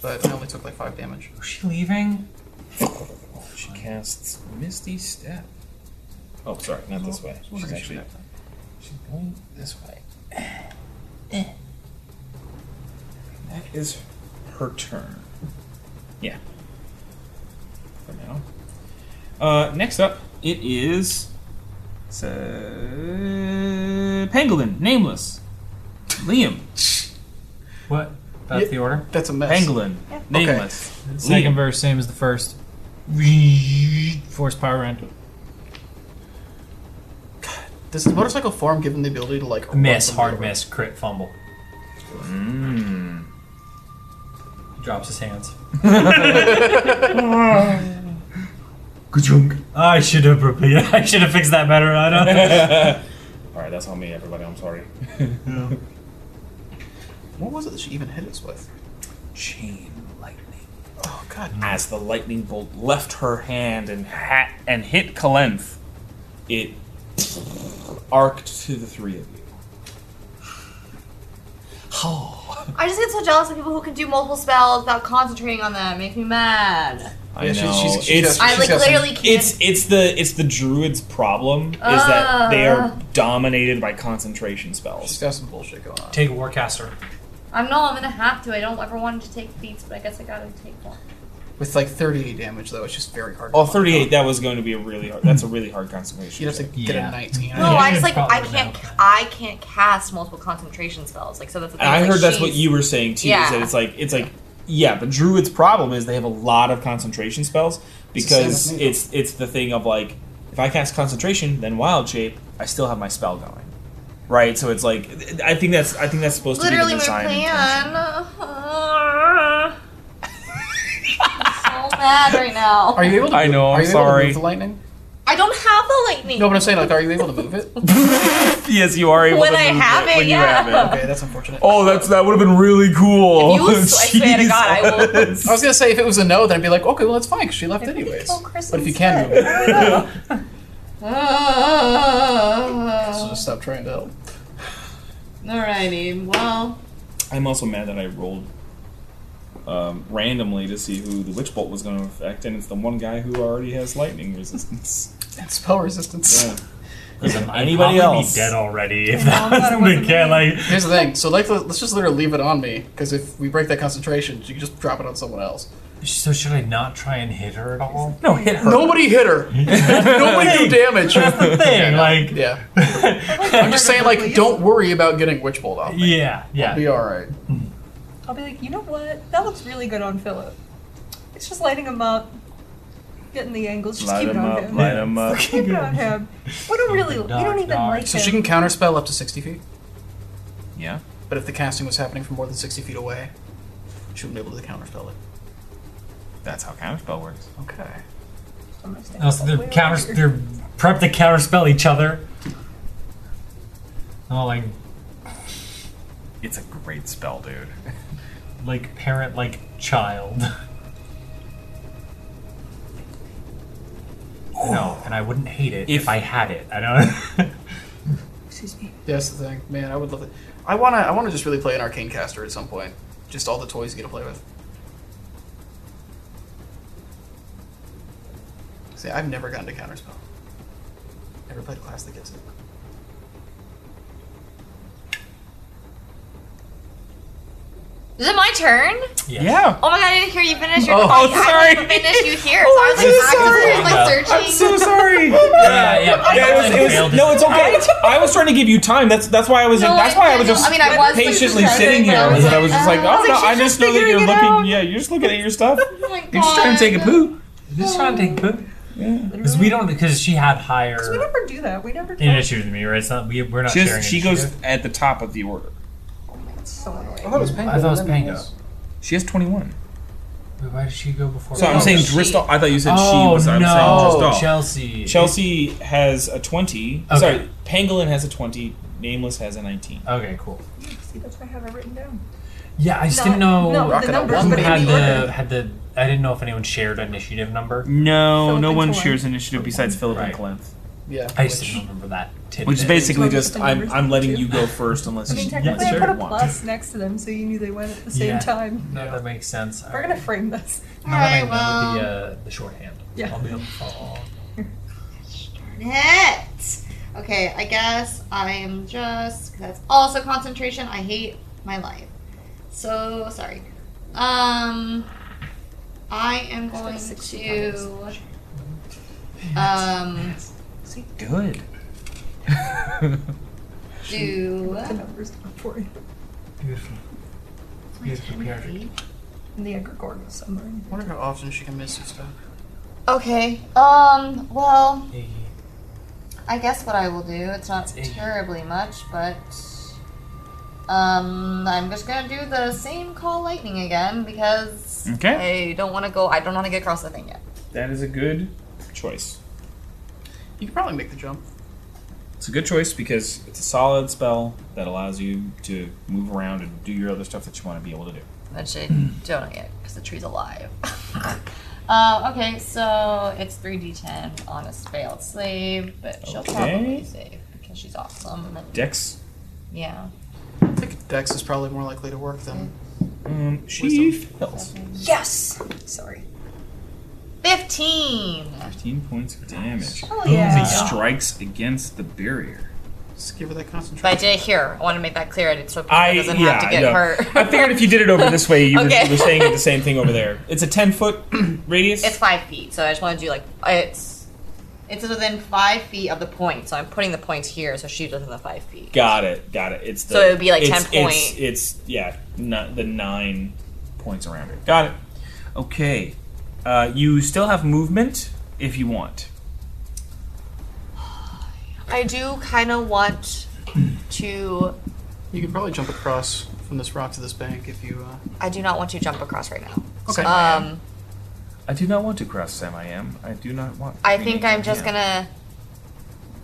but I only took like 5 damage.
is she leaving?
She casts Misty Step. Oh, sorry, not this way. She's actually she's going this way. That is her turn. Yeah. For now. Uh, next up, it is it's, uh, Pangolin, nameless. Liam,
What? That's
Yeah.
the order.
That's a mess.
Pangolin, nameless.
Second
Liam.
verse, same as the first. Force power round.
Does the motorcycle form give him the ability to like run
Miss,
somebody
hard
over?
miss, crit, fumble.
Hmm.
He drops his
*laughs*
hands. I should have prepared. I should have fixed that better. I don't.
All right, that's on me, everybody. I'm sorry.
What was it that she even hit us with?
Chain lightning.
Oh god.
As the lightning bolt left her hand and hat and hit Kalenth, it arced to the three of you. Oh,
I just get so jealous of people who can do multiple spells without concentrating on them. Makes me mad.
I
Yeah, she-
know.
she's- she
it's
does-
I like
got some-
literally can't.
it's it's the it's the druid's problem is that they are
Ah.
dominated by concentration
She's
spells.
got some bullshit going on.
Take a warcaster.
I'm no. I'm gonna have to. I don't ever want to take feats, but I guess I gotta take one.
With like 38 damage though, it's just very hard.
Oh,
find
38,
out.
that was going to be a really hard. That's a really hard concentration.
You'd have to
check.
get
Yeah.
a 19.
No,
Yeah,
Oh, I just
it's
like I
probably
can't.
about
I can't cast multiple concentration spells. Like so. That's the thing.
And I
like,
heard that's what
she's-
you were saying too. Is
Yeah.
that it's like it's like yeah, but Druid's problem is they have a lot of concentration spells
It's the same
because
with me, though.
it's it's the thing of like if I cast concentration, then Wild Shape, I still have my spell going, right? So it's like I think that's I think that's supposed
Literally
to be
my
the design.
plan.
intention.
*laughs* I'm so mad right now.
*laughs*
Are you able to?
I know,
Are
I'm
you
sorry.
Able to move the lightning?
I don't have the lightning.
No, but I'm saying like, are you able to move it?
Yes, you are able
When
to
I
move
have it,
when
yeah.
you have it.
Okay, that's unfortunate.
Oh, that's that would have been really cool. *laughs*
If you was- I swear to God, I will-
Jesus.
I was gonna say if it was a no, then I'd be like, okay, well that's fine because she left
Maybe we
anyways.
kill Chris
But if you can move
instead.
it, so
Ah.
just stop trying to help.
Alrighty, well,
I'm also mad that I rolled um, randomly to see who the witch bolt was going to affect, and it's the one guy who already has lightning resistance.
And spell resistance.
Yeah.
I'd probably Be dead already if that
I'm glad it
was the
wasn't
case. Like,
Here's the thing. So like, let's just literally leave it on me because if we break that concentration, you can just drop it on someone else.
so should I not try and hit her at all?
No, hit her.
Nobody hit
*laughs*
her. Nobody do damage.
That's the thing. Like,
Yeah. I'm just saying, like, don't worry about getting witch bolt off. me.
yeah, yeah.
Be all right.
I'll be like, you know what? That looks really good on Philip. It's just lighting him up, getting the angles, just
Light
keep it
him
on
up,
him.
light him up.
Keep it on him. We don't really, we
Dark,
don't even
dark.
like
So
him.
she can counterspell up to 60 feet,
Yeah.
but if the casting was happening from more than 60 feet away, she wouldn't be able to counterspell it.
That's how counterspell works.
Okay.
I'm gonna stand
Also,
up
they're
way
counter.
over here.
They're prep to counter spell each other. Oh, like
It's a great spell, dude.
like parent like child. no, and I wouldn't hate it if,
If-
I had it. I don't.
Excuse me.
Yeah, That's the thing, man. I would love it. I wanna, I wanna just really play an arcane caster at some point. Just all the toys you get to play with. See, I've never gotten to counterspell. Never played a class that gets it.
is it my turn?
yeah.
Oh my god, I didn't hear you finish your
Oh,
call. I
sorry.
didn't finish you here,
Oh,
so I was like,
I'm so
actively,
sorry.
like searching.
sorry.
*laughs*
*laughs*
Yeah,
Yeah,
yeah.
it was- it was-
Failed
no,
his-
it's okay. I was trying to give you time. That's that's why I was.
No,
that's why I was
no,
just.
I mean, I was
patiently
like,
sitting here.
I
Was
was
that I
like,
was just
uh,
like,
I
oh
was
no,
like,
I
she's
just
just
know that you're
figuring it
looking.
out.
Yeah, you're just looking at your stuff.
*laughs* oh my God.
You're just trying to take a poo.
Just trying to take a poop. Because we don't. Because she had higher
We never do that. We never do that.
initiative than me, right? It's not. We, we're not
She,
sharing.
has, she goes
initiative.
at the top of the order.
Oh
So annoying.
I thought it was Pango.
I thought
Oh,
it was Pango.
She has 21.
Wait, why did she go before?
So I'm
Oh,
saying
she-
Dristal. I thought you said
oh,
she was. I'm
no,
saying Dristal.
Chelsea.
Chelsea has a 20.
Okay.
Sorry, Pangolin has a 20. Nameless has a 19.
Okay, cool.
See, that's why I have it written down.
Yeah, I just
Not-
didn't know
no,
Rocket
the numbers,
One
but
had
in the order.
the had the. I didn't know if anyone shared initiative number.
No,
Philip
no
and
one
Colin.
shares initiative besides Philip
Right.
and Calanth.
Yeah.
I just
which-
didn't remember that. Tidbit.
Which is basically
Do you want
just
me to
I'm
put
I'm letting
numbers
you go first unless
I mean,
you
technically,
sure.
I put a
want.
plus next to them so you knew they went at the same
Yeah.
time.
No, that makes sense.
We're gonna frame this.
Now that I
Alright,
know
well-
the uh, the shorthand.
Yeah.
I'll be able to follow.
It. Okay, I guess I am just. That's also concentration. I hate my life. So sorry. Um, I am going to. Um,
Good.
do.
*laughs*
*laughs*
The numbers down for you.
Beautiful. Beautiful character.
And the Egregore was somewhere. in
I wonder how often she can miss this stuff.
Okay. Um. Well,
Iggy.
I guess what I will do. It's not
It's eight.
terribly much, but. Um, I'm just gonna do the same call lightning again because
Okay.
I don't want to go. I don't want to get across the thing yet.
That is a good choice.
You could probably make the jump.
It's a good choice because it's a solid spell that allows you to move around and do your other stuff that you want to be able to do.
Which I
Hmm.
don't get because the tree's alive. *laughs* um, okay, so it's 3d10 on a failed save, but she'll
Okay.
probably save because she's awesome. and-
Dex.
yeah.
I think Dex is probably more likely to work than.
Um, she
Wisdom.
fails.
Yes! Sorry.
15!
15 points of damage.
Oh,
He
yeah.
strikes against the barrier.
Just give her that
But I
concentration.
did hear. I want to make that clear. I did so people
I
doesn't
yeah,
have to get
I know.
hurt.
I figured if you did it over this way, you, were,
Okay.
you were saying the same thing over there. It's a 10
*clears throat*
foot radius.
*laughs* It's five feet, so I just want to do like it's it's within five feet of the point. So I'm putting the points here, so she's within the five feet.
Got it. Got it. It's the,
So it would be like
it's-
10 point.
It's, it's yeah, not the nine points around it. Got it. Okay, uh, you still have movement if you want.
I do kind of want to.
You could probably jump across from this rock to this bank if you. Uh,
I do not want to jump across right now.
Okay.
Um,
I do not want to cross Sam. I am. I do not want.
I think I'm just gonna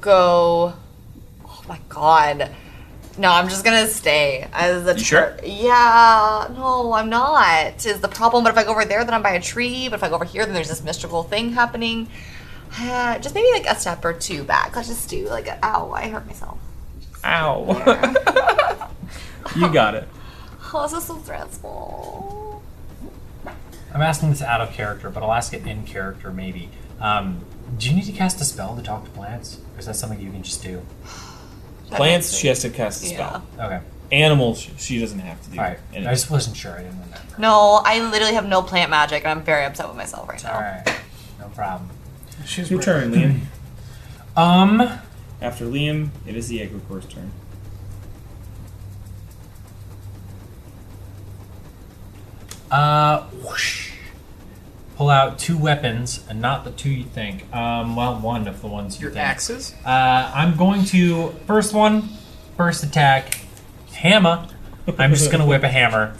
go. Oh my god. No, I'm just gonna stay as the.
You sure?
Yeah. No, I'm not. Is the problem? But if I go over there, then I'm by a tree. But if I go over here, then there's this mystical thing happening. *sighs* Uh, just maybe like a step or two back. Let's just do like, a, ow, I hurt myself.
Ow. you got it.
*laughs* Oh, this is so stressful.
I'm asking this out of character, but I'll ask it in character maybe. Um, do you need to cast a spell to talk to plants, or is that something you can just do?
Plants, she has to cast a
Yeah.
spell.
Okay.
Animals, she- she doesn't have to do.
All right.
anything.
I just wasn't sure. I didn't remember.
No, I literally have no plant magic, and I'm very upset with myself right
All
now.
right. No problem.
she's
Your turn, Liam.
Um.
After Liam, it is the Agricor's turn.
Uh. Whoosh. Pull out two weapons, and not the two you think. Um. Well, one of the ones you
Your
think.
axes?
Uh, I'm going to first one, first attack, hammer. I'm just gonna whip a hammer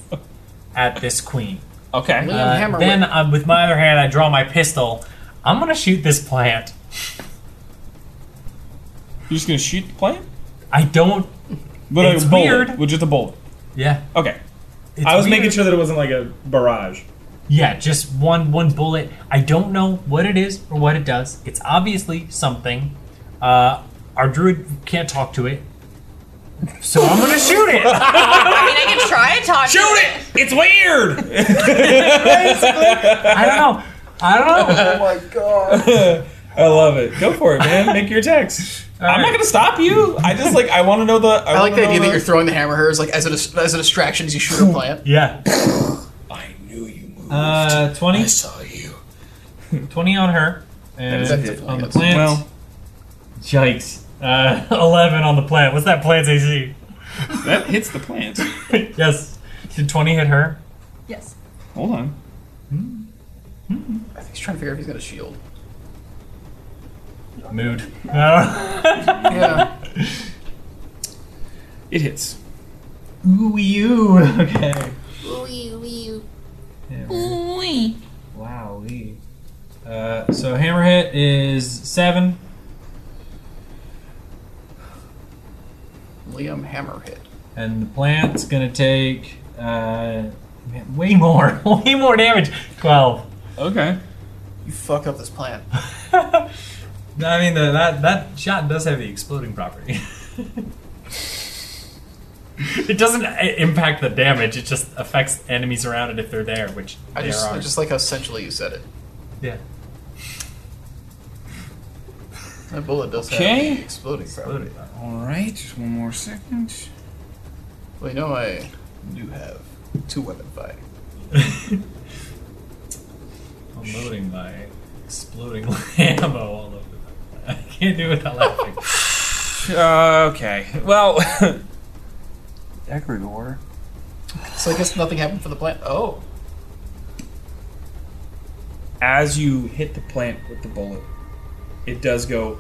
at this queen.
Okay.
Liam
Uh,
Hammer.
then
whip.
uh, with my other hand, I draw my pistol. I'm gonna shoot this plant.
You're just gonna shoot the plant?
I don't.
But
It's
a bullet.
weird.
With just a bullet.
Yeah.
Okay.
it's
I was
weird.
making sure that it wasn't like a barrage.
Yeah, just one one bullet. I don't know what it is or what it does. It's obviously something. Uh, our druid can't talk to it, so I'm gonna shoot it.
I mean, I can try and talk. Shoot it.
It's weird.
I don't know. I don't know.
I love it. Go for it, man. Make your attacks. I'm not
right.
gonna stop you. I just like I want to know the. I,
I like
wanna
the
know
idea
*laughs*
that you're throwing the hammer at her as like as a dis- as a distraction as you shoot a plant.
Yeah.
I knew you moved.
Uh, 20,
saw you.
20 on her, and
That is a hit.
on the
Yes.
plant.
Well,
Yikes. Uh, *laughs* 11 on the plant. What's that plant's AC?
*laughs* That hits the plant.
*laughs* yes. Did 20 hit her?
Yes.
Hold on.
I think he's trying to figure out if he's got
*laughs*
a shield.
Mood. *laughs* Oh.
Yeah.
It hits.
Ooh, you. *laughs* Okay.
Ooh, wee,
Yeah.
ooh, wee.
Wow. Uh, so hammer hit is 7.
Liam Hammerhead.
And the plant's gonna take uh, man, way more, *laughs* way more damage. Twelve.
Okay.
You fuck up this plant.
I mean, the, that that shot does have the exploding property. *laughs* it doesn't i- impact the damage; it just affects enemies around it if they're there, which
I
there
just,
are.
I just like how essentially you said it.
yeah,
That bullet does
Okay.
have the exploding property.
exploded.
All right. Just one more second.
Well, you know I do have two weapon fighting.
I'm loading my exploding *laughs* ammo all over. the- *laughs* I can't do it without laughing.
Uh, okay. Well, *laughs* Egregore.
So I guess nothing happened for the plant. Oh,
As you hit the plant with the bullet, it does
*laughs*
go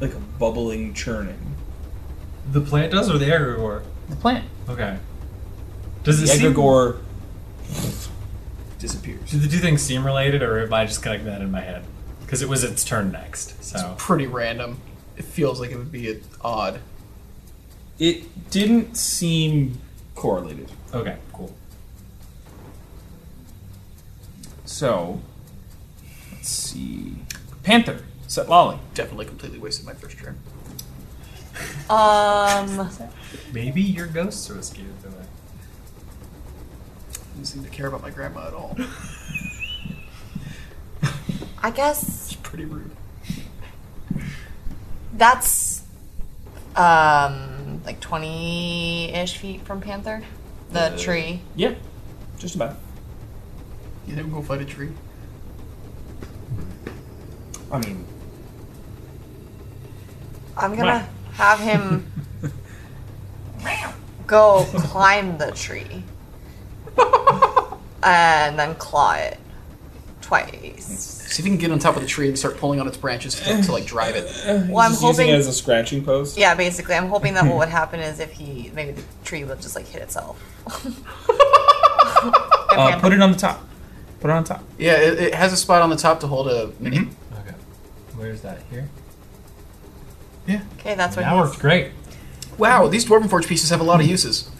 like a bubbling churning.
*laughs* the plant does, or the egregore?
the plant.
Okay. Does
The
it seem-
Egregore disappears.
Do the two things seem related, or am I just connecting that in my head? Because it was its turn next, so
Pretty random. It feels like it would be odd.
It didn't seem correlated.
okay, cool.
So, let's see. Panther, set Lolly.
Definitely completely wasted my first turn.
Um,
Maybe your ghosts are scared away.
Didn't seem to care about my grandma at all.
I guess
It's pretty rude.
that's um like twenty ish feet from Panther, the tree.
Yeah, just about.
You never go fight a tree.
I mean,
I'm gonna
*laughs*
have him go climb the
*laughs*
tree and then claw it twice.
See if you can get on top of the tree and start pulling on its branches to, to like drive it.
Well, I'm
just using
hoping.
it as a scratching post.
yeah, basically, I'm hoping that what
*laughs*
would happen is if he maybe the tree would just like hit itself. *laughs*
Uh, put it on the top. Put it on top.
Yeah, it, it has a spot on the top to hold a mini.
Okay, where's that here?
okay, that's what.
That worked great.
Wow, these Dwarven Forge pieces have a lot of uses.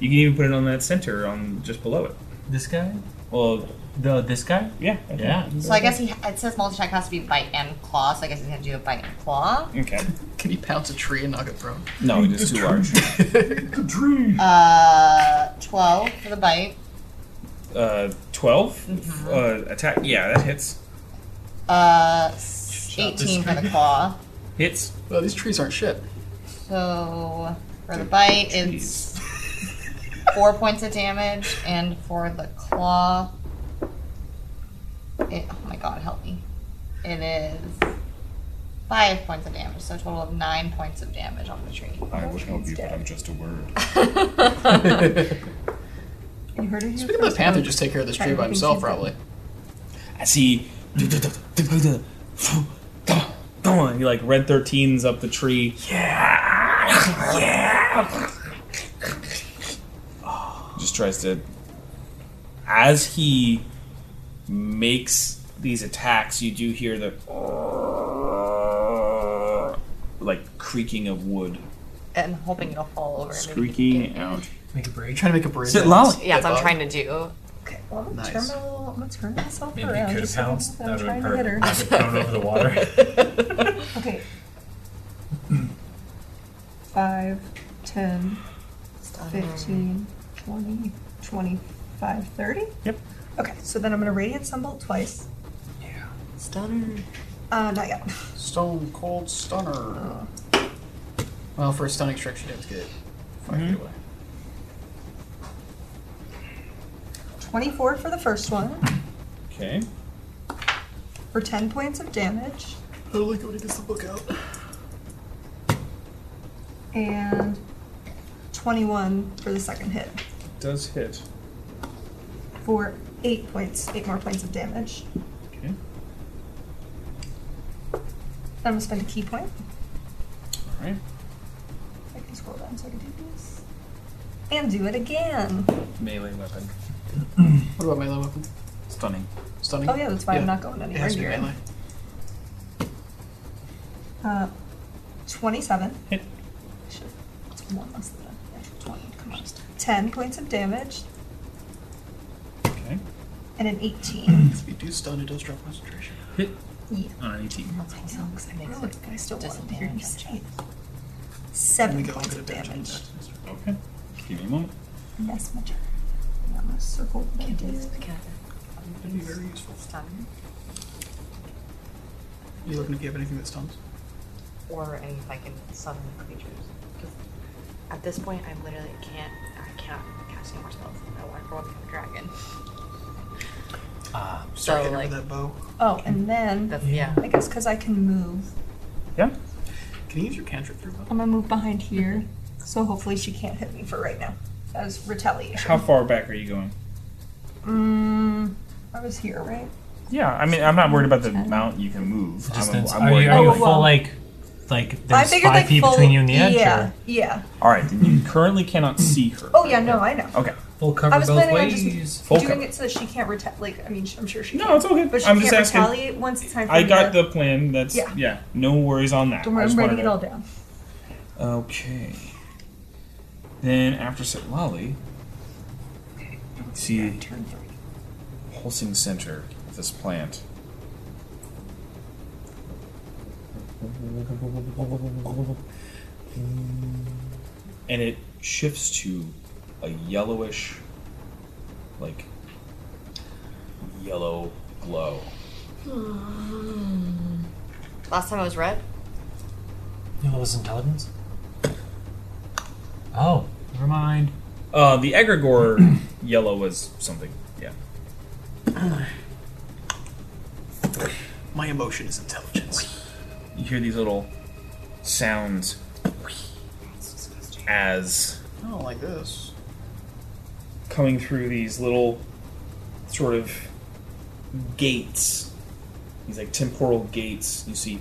You can even put it on that center, on just below it.
This guy,
Well,
the this guy.
yeah. I think-
Yeah.
So I guess he it says multi attack has to be bite and claw. So I guess he's gonna do a bite and claw.
*laughs* Okay.
Can you pounce a tree and knock it prone?
No, it is too large.
Mm-hmm.
Uh, twelve for the bite.
Uh, 12 Uh, attack. Yeah, that hits.
Uh, s- eighteen for the claw.
Hits.
Well, these trees aren't shit.
So for the bite, it's four points of damage, and for the claw, it, oh my god, help me! It is five points of damage, so a total of nine points of damage on the tree.
I would help you, but I'm just a word.
You heard it here
Speaking of the
first,
panther,
folks.
just take care of this tree by himself, probably.
I see. He like red 13s up the tree. Yeah. Yeah. Just tries to. As he makes these attacks, you do hear the. Like creaking of wood.
And hoping it'll fall over. and maybe-
Creaking out.
Make a break.
Trying to make a bridge.
Sit lolly.
Yeah, that's what I'm
Above.
trying to do.
Okay, well, I'm gonna
Nice.
turn my little, I'm gonna turn myself
Maybe you
around.
could have
just so I
pounced.
don't know
That
if
would
I'm
have
trying to hit her.
hurt. That would have thrown over the
*laughs*
water.
Okay. Five, ten, fifteen, twenty, twenty-five, thirty.
Yep.
Okay, so then I'm gonna radiant sunbolt twice.
Stunner.
Uh, not yet.
Stone Cold Stunner. Oh. Well, for a stunning strike, she does get 5 feet away.
Twenty-four for the first one
Okay.
for ten points of damage,
I like when he gets the book out.
and 21 for the second hit
Does hit.
for eight points, eight more points of damage.
Okay.
I'm gonna spend a key point.
All right.
I can scroll down so I can do this. And do it again.
Melee weapon.
What about melee weapon?
Stunning.
Stunning.
Oh yeah, that's why
Yeah.
I'm not going
It
anywhere
has to be
near it.
melee.
Uh, 27.
Hit.
Shit, It's one less than the actual 20. Come on. 10 points of damage
Okay.
and an 18.
If you do stun, it does drop concentration.
Hit
Yeah.
on an 18.
I know, 'cause I
Makes
know it,
it
but I still want to hear you
disadvantage
say
on
it.
And we
Seven
get all
points
good
of
advantage on
damage.
that.
Okay. Give me a moment.
Yes, my turn. And I'm gonna circle what I did.
That'd be very useful.
Stun
You looking to give anything that stuns?
or any if I can summon creatures. 'Cause At this point, I literally can't. I cannot cast any more spells. I want to grow up to a dragon.
Ah,
Start
So
hitting
like,
with that bow.
Oh, and then
that's, yeah.
I guess because I can move,
Yeah.
Can you use your cantrip through bow?
I'm gonna move behind here. So hopefully she can't hit me for right now. That was retaliation.
How far back are you going?
Mm, I was here, right?
Yeah, I mean, I'm not worried about the
Ten.
amount you can move.
distance.
I'm,
are
I'm worried.
you, are you
Oh,
full
well.
like like there's five feet
full-
between you and the edge?
Yeah,
Or
yeah.
All right, then
*laughs*
you currently cannot see her.
Oh yeah, no, I know.
Okay.
full cover
I was
both
planning
ways.
on just
Full
doing
cover.
it so that she can't retaliate. Like, I mean, sh- I'm sure she.
No,
can.
it's okay.
But she
I'm
can't
just asking.
retaliate once it's time for
I
me
got
to-
the plan. That's
Yeah.
yeah. No worries on that.
Don't worry,
I
I'm
just
writing
wanted
it all down.
to- Okay. Then after Sitlali, see
Turn three.
pulsing center of this plant. And it shifts to a yellowish, like yellow glow.
Last time I was red.
Yellow is intelligence. Oh, never mind.
Uh, the egregore yellow was something. Yeah.
My emotion is intelligence.
You hear these little sounds as
I don't like this.
coming through these little sort of gates. These like temporal gates. You see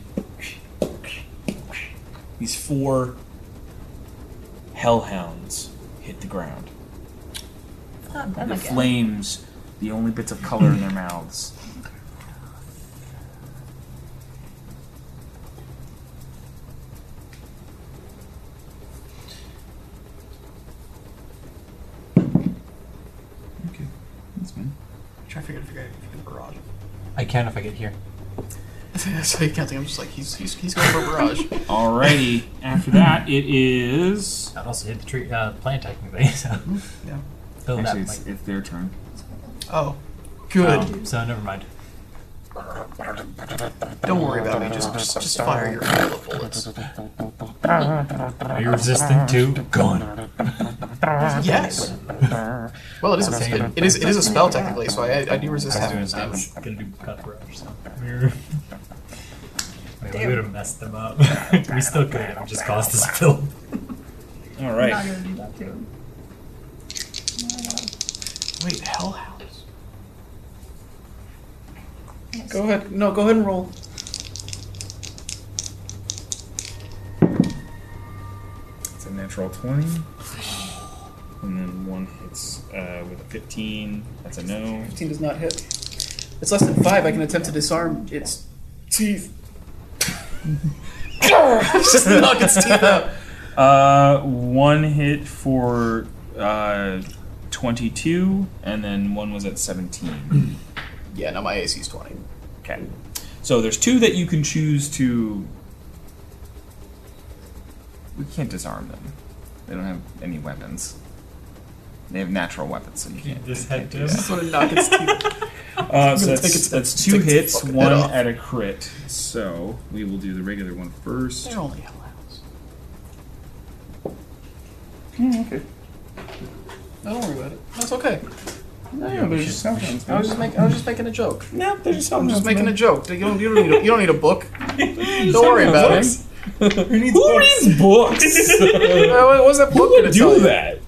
these four hellhounds hit the ground.
It's not done
The
again.
flames, the only bits of color in their mouths. Okay, that's fine.
Try to figure out if you can- if you can *laughs* barrage. it.
I can if I get here.
so you can't think. I'm just like he's he's, he's going for a
*laughs*
barrage.
Alrighty, after that, it is.
That also hit the tree uh, plant technically. *laughs* So
yeah.
though that
Actually,
might.
it's, it's their turn.
Oh, good.
Oh, so never mind.
Don't worry about me. Just just, just fire your bullet bullets.
Are you resistant to gun?
Yes. Well, it is a it, it is it is a spell technically, so I I do resist half
I
damage.
was, I was gonna do cut brush. So. Wait, we would have messed them up. *laughs* we still could have just caused this spill. *laughs*
I'm not
Alright.
gonna do that to him.
Wait, hellhounds.
Go
ahead. No, go ahead and roll.
It's a natural 20. And then one hits uh, with a 15. That's a no.
Fifteen does not hit. It's less than five. I can attempt to disarm its teeth. *laughs* just knock its teeth out.
Uh, one hit for uh, 22, and then one was at 17.
Yeah, no, my AC is twenty.
Okay. So there's two that you can choose to. We can't disarm them. They don't have any weapons. They have natural weapons, so you can't.
This
can't
head
do
does.
Just want to knock its teeth.
Uh, so that's,
gonna take its-
that's
take
two
its
hits,
fucking
one
head off.
at a crit. So we will do the regular one first.
They're only hellhounds.
okay.
Hmm,
No, don't worry about it. That's okay. No,
Yeah, we
there's
should-
just-
we should-
I was just making. I was just making a joke.
No, they're just
I'm just making a joke. You don't. You don't need. A, you don't need a
*laughs*
book. Don't worry about it.
Who reads books?
*laughs*
Uh, what was that book gonna
Who would
tell
do
you?
that?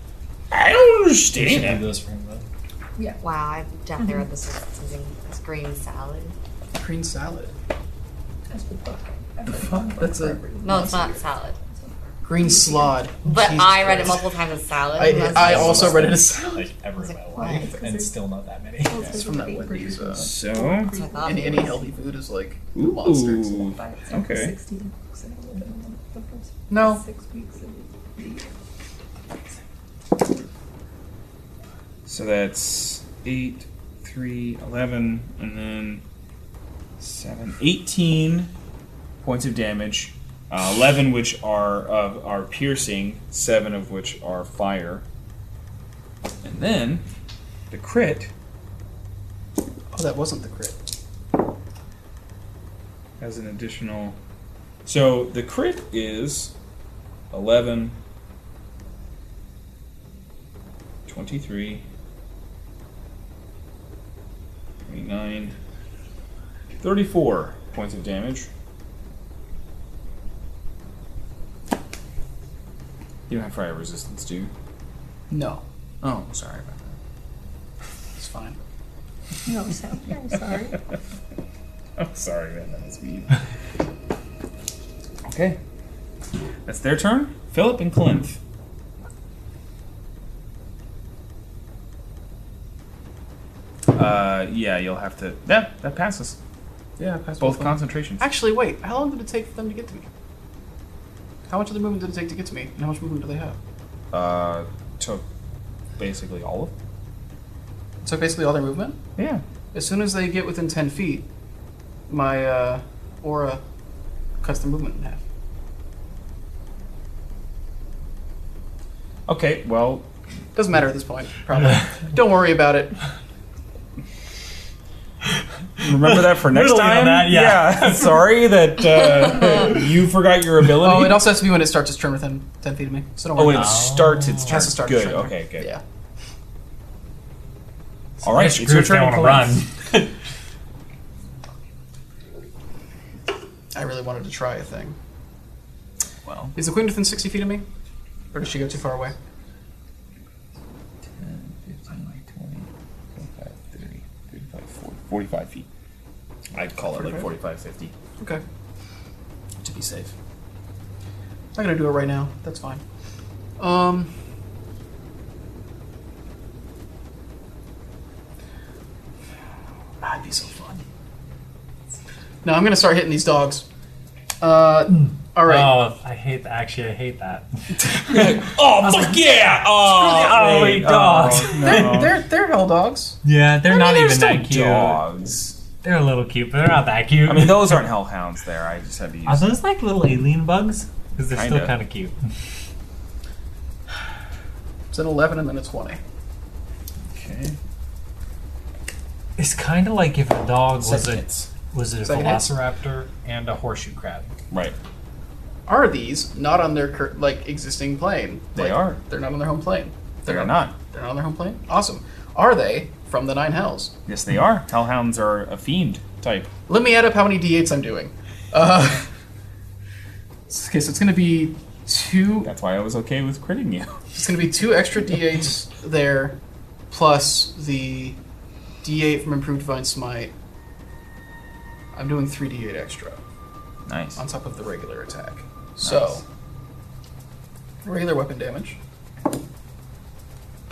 I don't
We should do
understand it.
those for him, though.
Wow, I've definitely read this as something as green salad.
Green salad.
That's the book.
The fuck? That's a
No, it's not salad.
green slod.
But
Jesus
I read it
Christ.
multiple times as salad. and
I,
that's
I
like-
also read it as *laughs* salad.
Like, ever in my
like, why?
life, and still not that many.
It's from that Wendy's. Uh,
So,
that's what I thought.
any any healthy food is like monsters.
ooh, okay.
No,
So that's 8, 3, 11, and then 7, 18 points of damage. Uh, 11 which are of are piercing, 7 of which are fire. And then the crit
oh, that wasn't the crit.
has an additional. So the crit is 11, 23, 29, 34 points of damage. You don't have fire resistance, do you?
No,
Oh, sorry about that.
it's fine.
No, I'm sorry. I'm sorry.
I'm sorry, man. That was mean. *laughs* okay. That's their turn. Philip and Clint. Uh, yeah, you'll have to. Yeah, that passes.
Yeah, I passed
Both
con-
concentrations.
Actually, wait. How long did it take for them to get to me? How much of the movement did it take to get to me? And how much movement do they have?
Uh, took basically all of. Them.
So basically, all their movement.
Yeah.
As soon as they get within ten feet, my uh, aura cuts their movement in half.
Okay. Well,
Doesn't matter at this point.
*laughs*
Probably. Don't worry about it.
remember that *laughs* for next
Riddling on
time.
that, yeah.
*laughs* sorry that *laughs* uh, you forgot your ability.
Oh, it also has to be when it starts its turn within ten feet of me. So don't
Oh,
worry.
it starts its
it
turn.
has to start.
good.
Its turn.
okay. Good.
Yeah.
All right. It's your turn.
I
Clint.
run.
I really wanted to try a thing. Well, is the queen within sixty feet of me, or does she go too far away?
15, 20, 25, 30, 35, 40, 45 feet. I'd call it like 45, 50.
Okay. To be safe. I'm not gonna do it right now. That's fine. Um. That'd Ah, be so fun. No, I'm gonna start hitting these dogs. Uh, all right.
Oh, I hate that. Actually, I hate that.
Oh, fuck yeah!
Oh, wait, dogs.
They're, they're they're hell dogs.
Yeah, they're not
they're
even
still
that cute.
dogs.
They're a little cute, but they're not that cute.
I mean, those aren't hellhounds there. I just have to
are
use.
those like little alien bugs? Because they're still
Kinda.
kind of cute.
It's an eleven and then a twenty.
Okay.
It's kind of like if a dog was
Second
a
hits.
was it a
Second hits.
velociraptor and a horseshoe crab.
Right.
Are these not on their cur- like existing plane?
They
Like,
are.
They're not on their home plane.
They're not.
They're not on their home plane. Awesome. Are they from the nine hells?
Yes, they are. Hellhounds are a fiend type.
Let me add up how many d8s I'm doing. Uh, okay, so it's gonna be two.
That's why I was okay with critting you. *laughs*
It's gonna be two extra d8s there, plus the d8 from improved divine smite. I'm doing three d8 extra
Nice.
on top of the regular attack. So regular weapon damage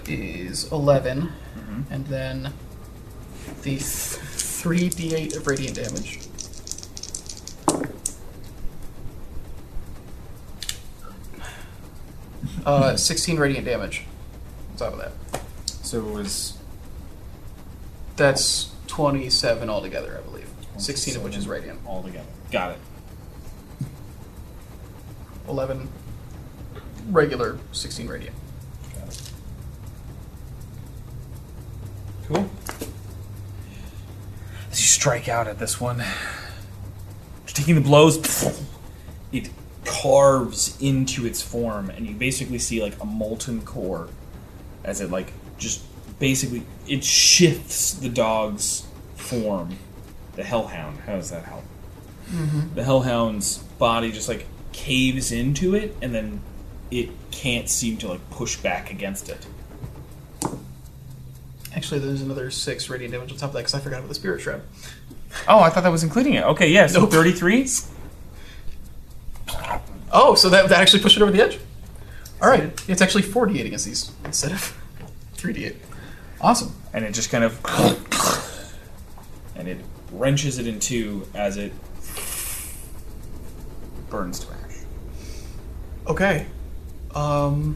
is 11,
Mm-hmm.
and then the th- three d8 of radiant damage. Uh, 16 radiant damage on top of that.
So it was.
That's 27 altogether, I believe. 16 of which is radiant.
All together. Got it.
11 regular, 16 radiant.
Got it. Cool. As you strike out at this one, taking the blows, it carves into its form, and you basically see like a molten core as it like just basically it shifts the dog's form. The hellhound. How does that help? The hellhound's body just like caves into it, and then it can't seem to like push back against it.
Actually, there's another six radiant damage on top of that because I forgot about the spirit shroud.
Oh, I thought that was including it. Okay, yeah. So
Nope.
thirty-three.
Oh, so that, that actually pushed it over the edge? All right. It's actually 4d8 against these instead of *laughs* 3d8. Awesome.
and it just kind of *coughs* and it wrenches it in two as it burns to ash.
Okay. Um,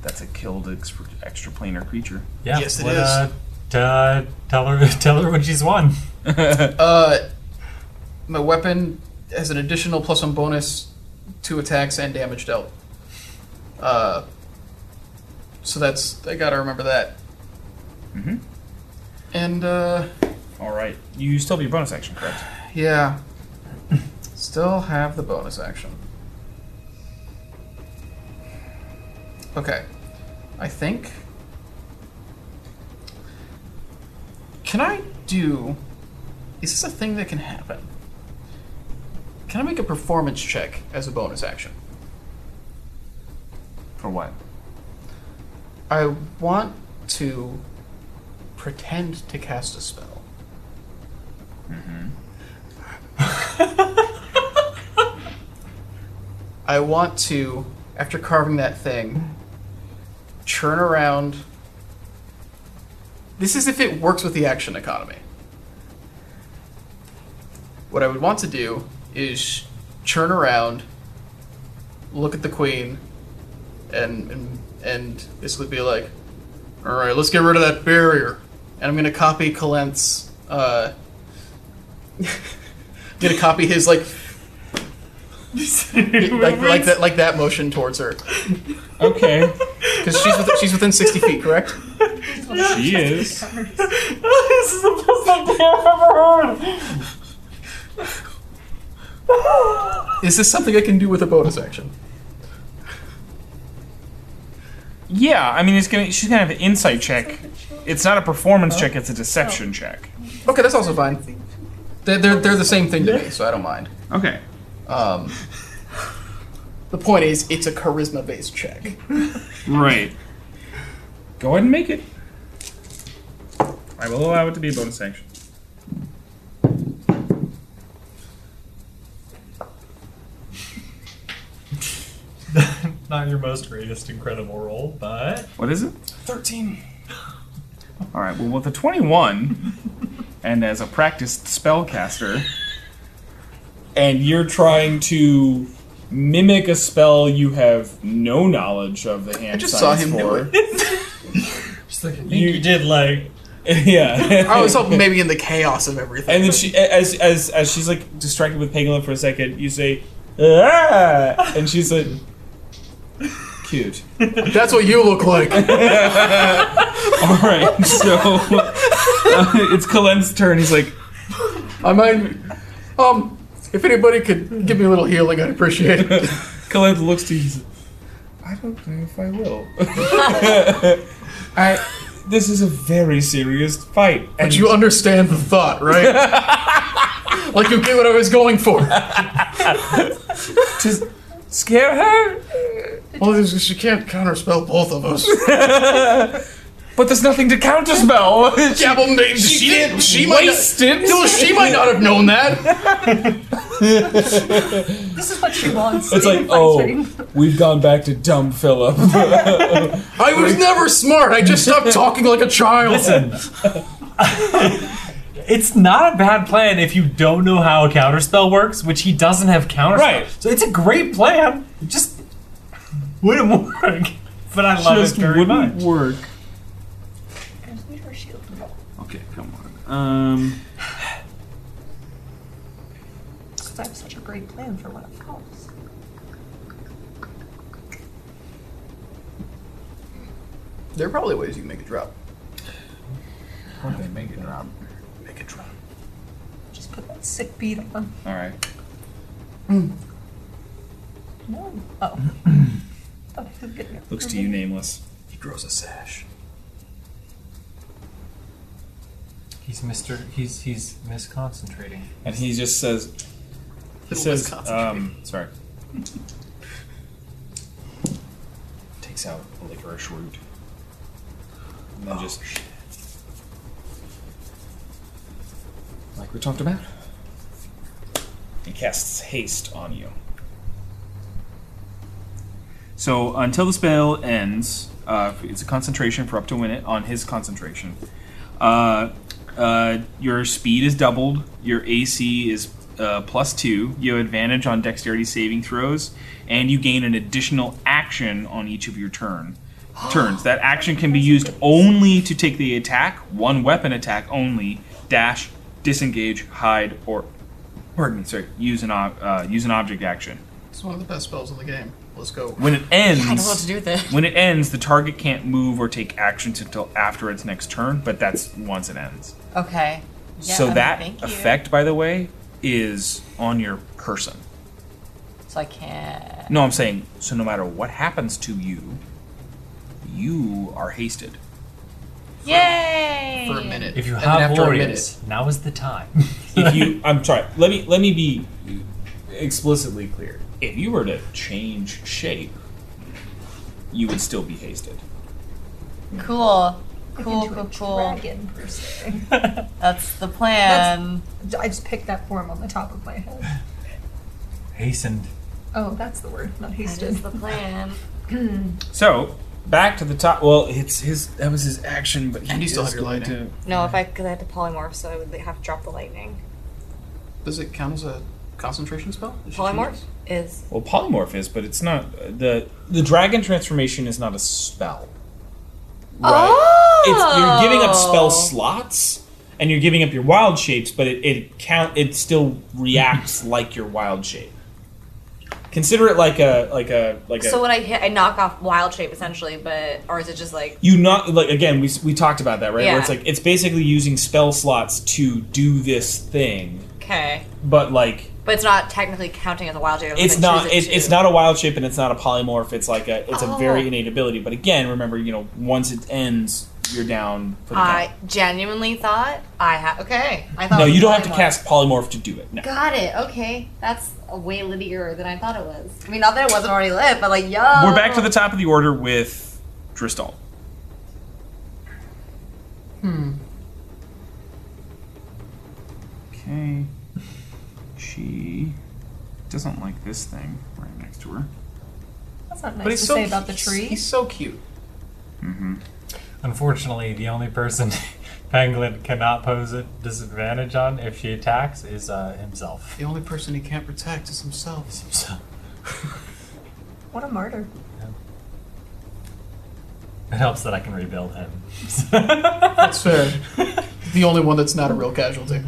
That's a killed extra, extraplanar creature.
Yeah.
Yes, it
what,
is.
Uh, t- uh, tell her, *laughs* tell her when she's won.
uh, my weapon has an additional plus one bonus to attacks and damage dealt. Uh, so that's, I gotta remember that. Mm-hmm.
Mhm.
And, uh,.
All right, you still have your bonus action, correct?
Yeah. Still have the bonus action. Okay. I think. Can I do. Is this a thing that can happen? Can I make a performance check as a bonus action?
For what?
I want to pretend to cast a spell. I want to, after carving that thing, turn around. This is if it works with the action economy. What I would want to do is turn around, look at the queen, and and, and basically be like, "All right, let's get rid of that barrier." And I'm gonna copy Kalent's. Uh, *laughs* gonna copy his like like, like that like that motion towards her
Okay,
because she's within, she's within sixty feet, correct?
she is.
this is the best idea I've ever heard.
Is this something I can do with a bonus action?
Yeah, I mean it's gonna. She's gonna have an insight check. It's not a performance check; it's a deception check.
Okay, that's also fine. They're they're, they're the same thing to me, so I don't mind.
Okay.
Um, the point is, it's a charisma based check.
Right. Go ahead and make it. I will allow it to be a bonus action.
Not your most greatest incredible role, but
What is it? 13. All right, well, with a *laughs* 21, and as a practiced spellcaster, and you're trying to mimic a spell you have no knowledge of the hand
I just saw
signs
him
for.
do it.
just like you, did like
*laughs* yeah.
I was hoping maybe in the chaos of everything.
And then she, as, as, as she's like distracted with Pangolin for a second, you say, ah! And she's like, cute. *laughs*
That's what you look like.
All right, so uh, it's Kalen's turn. He's like,
I might. Um, if anybody could give me a little healing, I'd appreciate it.
Kaleb looks to you. He's like, I don't know if I will. I. This is a very serious fight. And
But you understand the thought, *laughs* right? like you get what I was going for.
to scare her,
Well, this is- she can't counterspell both of us.
but there's nothing to counterspell. *laughs*
yeah, well, maybe she, didn't. She might. Not,
wasted.
no, she might not have known that.
*laughs* This is what she wants.
It's like, oh, we've gone back to dumb Philip.
I was never smart. I just stopped talking like a child.
listen. *laughs* It's not a bad plan if you don't know how a counterspell works, which he doesn't have counterspell.
Right.
So it's a great plan. It just wouldn't *laughs* work. But I love
Just
it very
wouldn't
much.
work. Okay, come on.
*sighs*
Um,
I have such a great plan for when it falls.
There are probably ways you can make it drop.
make it drop.
Make it drop.
Just put that sick beat on.
All right.
No. Oh. Thought I was getting it.
Looks to you, nameless.
grows a sash.
He's Mister. He's he's misconcentrating.
and he just says, he
Little
says,
Wisconsin
um, sorry. Takes out a licorice root, and then just like we talked about, and casts haste on you. So until the spell ends, uh, it's a concentration for up to a minute on his concentration. Uh, uh, your speed is doubled. Your AC is uh, plus two. You have advantage on dexterity saving throws, and you gain an additional action on each of your turn turns. That action can
*gasps*
be used only to take the attack, one weapon attack only. Dash, disengage, hide, or pardon me, sorry, use an ob- uh, use an object action.
It's one of the best spells in the game. Let's go.
uh, When it ends,
*laughs* I don't know what to do with it.
when it ends, the target can't move or take actions until after its next turn, but that's once it ends.
Okay. Yeah,
so
um,
that
thank you.
effect, by the way, is on your person.
So I can't.
No, I'm saying, so no matter what happens to you, you are hasted.
Yay!
For a minute.
If you
And then
have
after a
warriors, now is the time. *laughs*
if you i'm sorry let me let me be explicitly clear if you were to
Change shape, you would still be hasted.
Cool. Cool,
Into a
cool, cool.
Dragon per se.
That's the plan.
I just picked that form on the top of my head.
Hastened.
Oh, that's the word, not
That
hasted.
is the plan.
So back to the top. Well, it's his. That was his action, but he
And you still
is
have your
going
lightning.
to-
No, if I because I had to polymorph, so I would have to drop the lightning.
minute. Does it count as a concentration spell? Does she
Polymorph
choose?
is
Well, polymorph is, but it's not the the dragon transformation is not a spell.
Oh!
it's you're giving up spell slots and you're giving up your wild shapes but it, it count it still
*laughs*
reacts like your wild shape
Consider it like a like a like a.
So when I hit, I knock off wild shape essentially, but or is it just like
you not like again we, s- we talked about that right where it's
Yeah.
like it's basically using spell slots to do this thing
okay,
but like
but it's not technically counting as a wild shape. unless
it's
I
not
choose it
it, it's
to.
not a wild shape and it's not a polymorph it's like a it's a
Oh.
very innate ability but again remember you know once it ends you're down for the
I
count.
genuinely thought I had okay. I thought
no
it was
you don't have to
polymorph.
cast polymorph to do it no.
Got it. Okay, that's way littier than I thought it was. I mean, not that it wasn't already lit, but like yo.
we're back to the top of the order with Dristal hmm okay she *laughs* doesn't like this thing right next to her Uh,
That's not nice
But
to
he's so
say about the
he's-
tree.
He's so cute.
Unfortunately, the only person *laughs* Pangolin cannot pose a disadvantage on if she attacks is uh, himself. *laughs*
The only person he can't protect is himself.
So,
What a martyr.
it helps that I can rebuild him.
That's fair. *laughs* the only one that's not a real casualty.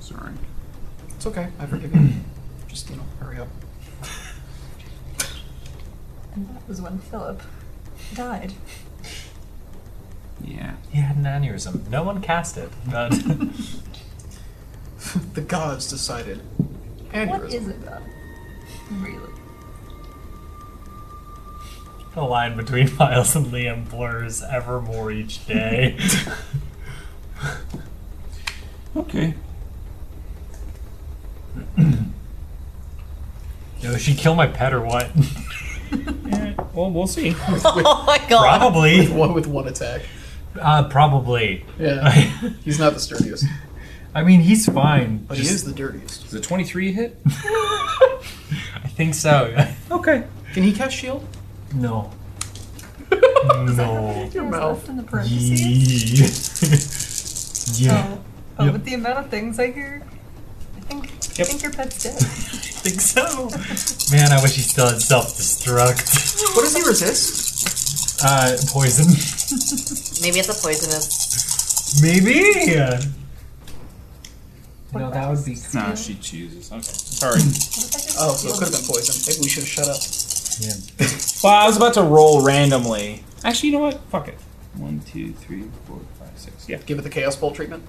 sorry
It's okay. I forgive you. *clears throat* Just you know, hurry up.
And that was when Philip died.
yeah
He had an aneurysm. No one cast it, but *laughs*
The gods decided.
What
Aneurysm.
is it though? Really?
the line between *laughs* Miles and Liam blurs ever more each
*laughs*
day.
okay
*clears throat* Yo, she kill my pet or
*laughs*
what?
well we'll see
*laughs* Oh my god.
probably.
One with one attack.
Uh, probably. *laughs*
*laughs* Yeah. He's not the sturdiest,
I mean, he's fine.
but he is
just-
the dirtiest.
Is a 23 hit?
I think so. *laughs*
Okay.
Can he cast shield? *laughs*
No. no.
Your
mouth.
left in the parentheses.
yeah. *laughs* yeah.
Oh, oh
Yep.
with the amount of things I hear, I think I
Yep.
think your pet's dead.
I think so. Man, I wish he still had self-destruct.
What does he resist?
Uh, poison.
Maybe it's a poisonous.
Maybe. No, that would be.
No, she chooses. Okay. Sorry.
Oh, so it could have been poison. Maybe we should have shut up.
Yeah.
Well, I was about to roll randomly. Actually, you know what? Fuck it. One, two, three, four, five, six. Yeah.
Give it the chaos bolt treatment.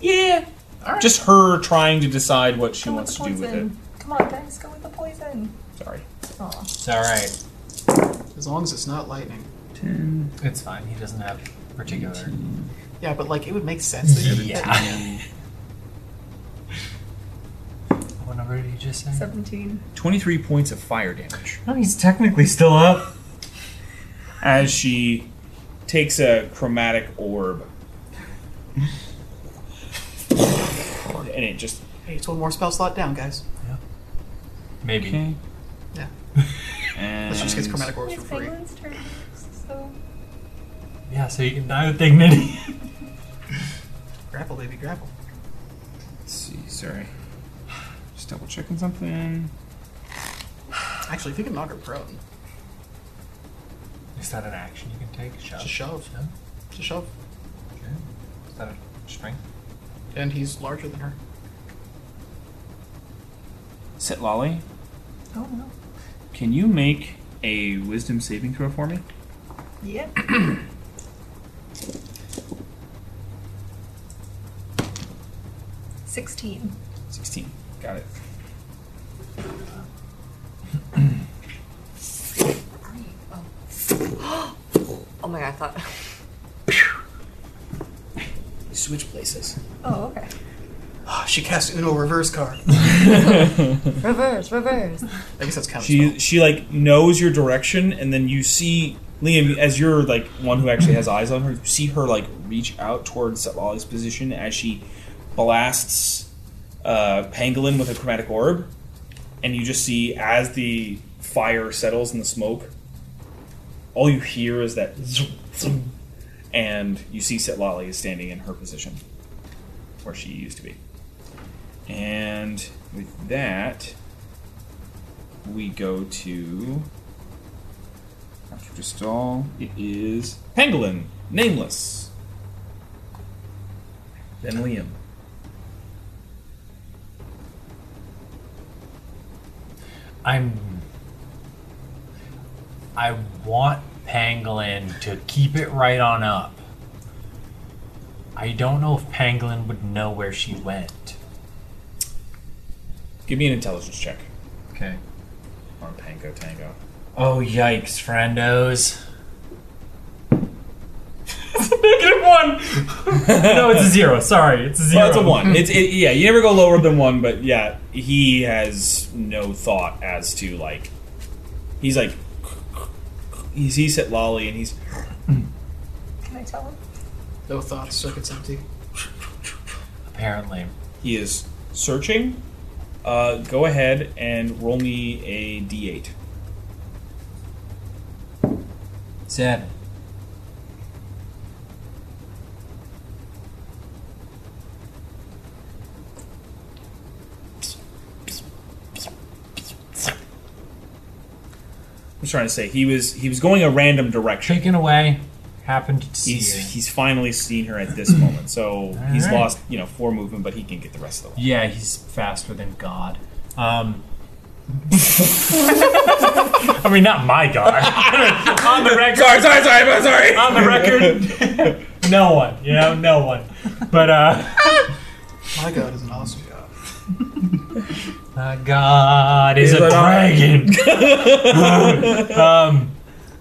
Yeah.
All right.
Just her trying to decide what she
Go with
wants
the
to do with it.
poison. Come on, guys, go with the poison.
Sorry.
Aw.
It's all right.
As long as it's not lightning.
10,
It's fine. He doesn't have particular.
Yeah, but like it would make sense. *laughs* that it would-
*laughs* what number did you just say?
17.
23 points of fire damage.
No, he's technically still up.
as she takes a chromatic *laughs* orb. and it just
Hey, it's one more spell slot down, guys.
Maybe.
*laughs* Yeah.
And
Let's just get chromatic orbs for
It's
free.
Penguin's turn next, so.
Yeah, so you can, I would think Minnie.
Grapple, baby, grapple.
Let's see, sorry. Just double checking something.
Actually, if you can knock her prone,
*laughs* Is that an action you can take? Shove.
just shove.
Yeah.
Just shove.
Okay. Is that a strength?
And he's larger than her.
Sit Lolly,
Oh no.
can you make a wisdom saving throw for me?
Yeah. Sixteen.
16. Got it.
Oh my god, I thought. *laughs*
Switch places.
Oh, okay.
Ah, she cast Uno reverse card.
*laughs* reverse, reverse.
I guess that's counter
She she like knows your direction and then you see Liam as you're like one who actually has eyes on her, you see her like reach out towards Sit Lolly's position as she blasts uh, Pangolin with a chromatic orb, and you just see as the fire settles in the smoke, all you hear is that, zoom, zoom, and you see Sitlali is standing in her position, where she used to be. And with that, we go to after Distal. It is Pangolin, nameless. Then Liam.
I'm. I want Pangolin to keep it right on up. I don't know if Pangolin would know where she went.
Give me an intelligence check
Okay.
on Pango Tango.
Oh, yikes, friendos. it's a negative one! *laughs* no, it's a zero. Sorry, it's a zero.
Well, it's a one. It's it, yeah. You never go lower than one, but yeah, he has no thought as to like. He's like, he sees at Lolly, and he's
Can I tell
spell.
him?
No thoughts, circuit's empty.
Apparently.
he is searching. Uh, go ahead and roll me a d8.
Seven.
I'm trying to say he was he was going a random direction.
Taken away. Happened to see
He's
you.
he's finally seen her at this moment, so he's
right.
lost you know four movement, but he can get the rest of the way.
Yeah, he's faster than God. Um, *laughs* I mean, not my God. *laughs* on the record,
Sorry, sorry, sorry, sorry.
on the record, *laughs* no one. You know, no one. But uh,
My god is an awesome god.
my God is a dragon. *laughs* um,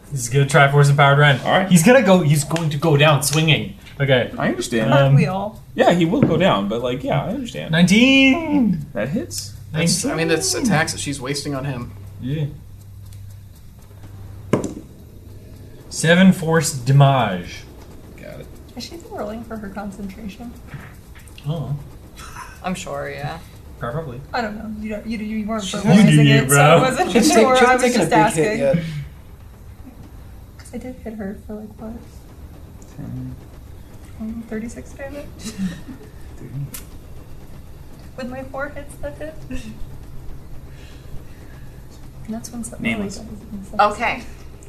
he's gonna try force empowered run.
All right.
he's gonna go. He's going to go down swinging. Okay,
I understand.
Aren't
Um,
we all?
yeah, he will go down, but like, yeah, I understand.
nineteen.
That hits.
That's, I mean, that's attacks that she's wasting on him.
Yeah.
Seven force damage.
Got it.
Is she still rolling for her concentration?
Oh,
I'm sure, yeah.
probably.
I don't know. You don't. You, you weren't
She's-
verbalizing
You do you,
it, so
bro.
I wasn't
She's
sure. I was
taking a
just
big
asking.
hit yet.
I did hit her for like what? Um,
*laughs*
36 damage? With my four hits that hit? And that's when something
Nameless. Ah.
Okay.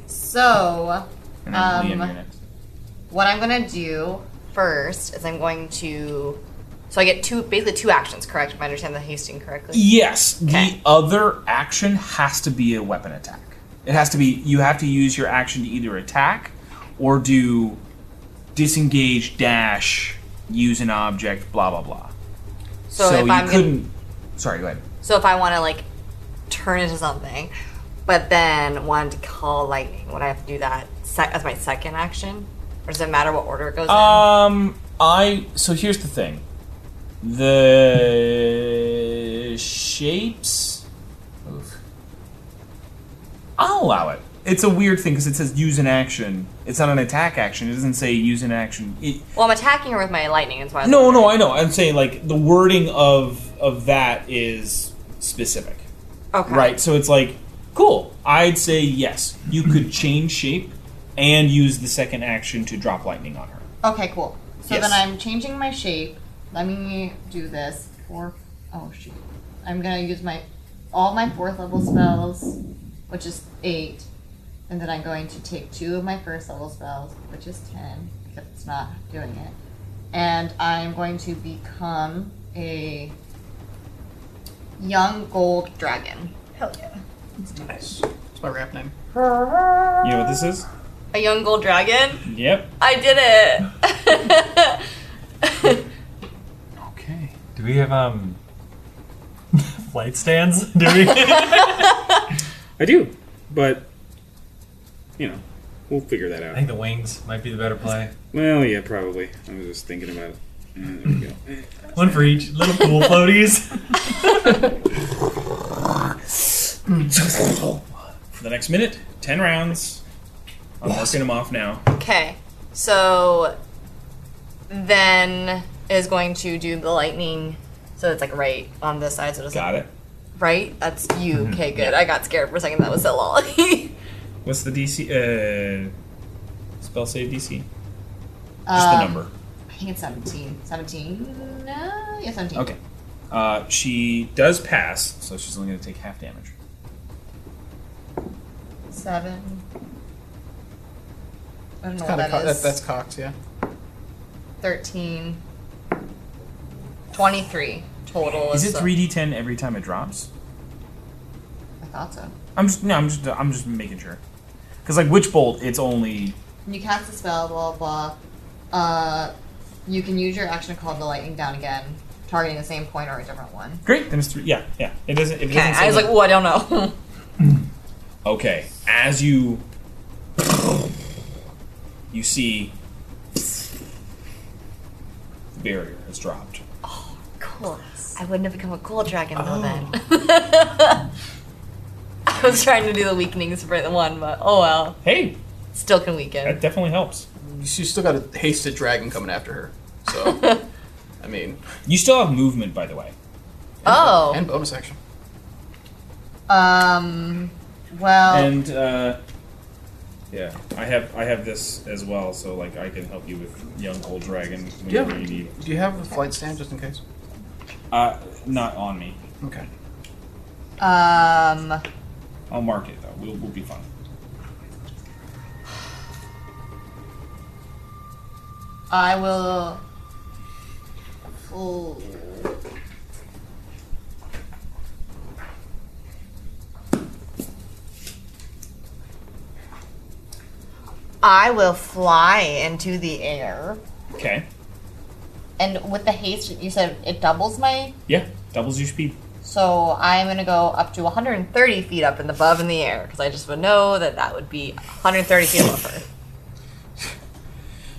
So,
And then
Um,
Liam, you're next.
what I'm gonna do first is I'm going to. So I get two, basically two actions, correct? If I understand the hasting correctly.
Yes,
Okay.
the other action has to be a weapon attack. It has to be. You have to use your action to either attack or do disengage, dash, use an object, blah blah blah.
So, if
you
I'm gonna,
couldn't. Sorry, go ahead.
so if I want to like turn into something, but then wanted to call lightning. Would I have to do that sec- as my second action, or does it matter what order it goes
Um, I so here's the thing. The shapes. Oof. I'll allow it. It's a weird thing because it says use an action. It's not an attack action. It doesn't say use an action. It,
in? Well, I'm attacking her with my lightning, and so I was
no,
wondering.
no, I know. I'm saying like the wording of of that is specific,
Okay.
right? So it's like cool. I'd say yes. You could change shape and use the second action to drop lightning on her.
Okay, cool. So
Yes.
then I'm changing my shape. Let me do this. Four oh shoot. I'm gonna use my all my fourth level spells, which is eight, and then I'm going to take two of my first level spells, which is ten, because it's not doing it. And I'm going to become a young gold dragon.
Hell yeah.
Nice. It's my rap name.
You know what this is?
A young gold dragon?
Yep.
I did it.
Okay. Do we have um *laughs* flight stands? *laughs* Do we?
I do, but you know, we'll figure that
I
out.
think the wings might be the better play.
Well, yeah, probably. I was just thinking about it. And there we go. Eh.
*laughs* One for each. Little *laughs* pool floaties.
For the next minute, ten rounds. I'm marking them off now.
Okay, so then is going to do the lightning. So it's like right on this side. So it's
Got it.
right. That's you. Okay, good. I got scared for a second. That was so *laughs* lolly.
What's the DC? Uh, spell save DC. Just the number.
Uh, I think it's 17. 17? No, yeah, 17.
Okay. Uh, she does pass, so she's only going to take half damage.
Seven. I don't know what
Kinda
that
co-
is.
that, that's cocked, yeah.
13. 23 total.
Is it
so-
three D10 every time it drops?
I thought so.
I'm just no. I'm just I'm just making sure. Because like witch bolt, it's only
When you cast a spell, blah blah. blah. Uh, you can use your action to call the lightning down again, targeting the same point or a different one.
Great. Then it's three. Yeah, yeah. It doesn't. It
Okay,
doesn't say
I was like,
that-
oh, I don't know.
okay. As you, you see, the barrier has dropped.
cool. I wouldn't have become a cool dragon though *laughs* then. Oh. I was trying to do the weakening for the one, but oh well,
Hey,
still can weaken.
that definitely helps.
She's still got a hasted dragon coming after her.
*laughs*
So, I mean,
You still have movement, by the way.
Oh,
and bonus action.
um, well,
And uh, yeah, I have I have this as well, so like I can help you with young old dragon whenever
Yeah.
you need.
Do you have a flight stand just in case?
Uh, not on me.
Okay.
um,
I'll mark it though. We'll we'll be fine.
I will. Ooh. I will fly into the air.
Okay.
And with the haste, you said it doubles my.
Yeah. Doubles your speed.
So I'm gonna go up to 130 feet up and above in the air because I just would know that that would be 130 feet above her.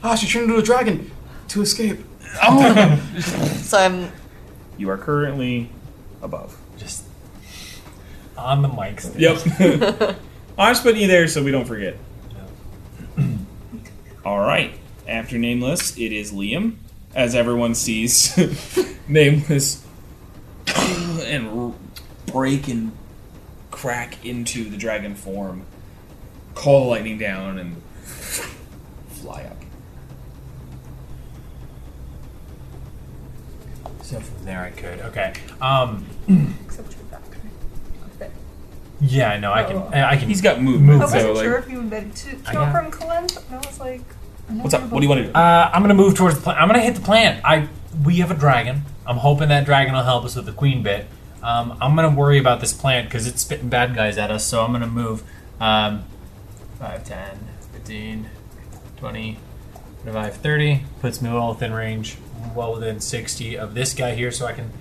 Ah, she turned into a dragon to escape.
So I'm
You are currently above.
Just on the mics. there.
Yep. *laughs* I'm just putting you there so we don't forget. All right. After Nameless, it is Liam. As everyone sees, *laughs* Nameless *clears throat* and r- break and crack into the dragon form, call the lightning down, and fly up.
So from there I could. Okay. Um.
Except your back. Okay.
Yeah, I know. I can. I can.
Oh. He's got movement,
I
Move.
so
wasn't
like,
sure if you would been to
I
go
got-
from Kalent, and I was like,
what's up? What do you want to do?
Uh, I'm gonna move towards the plant. I'm gonna hit the plant. I we have a dragon. I'm hoping that dragon will help us with the queen bit. Um, I'm gonna worry about this plant because it's spitting bad guys at us. So I'm gonna move um, 5, 10, 15, 20, 25, 30. Puts me well within range, well within 60 of this guy here, so I can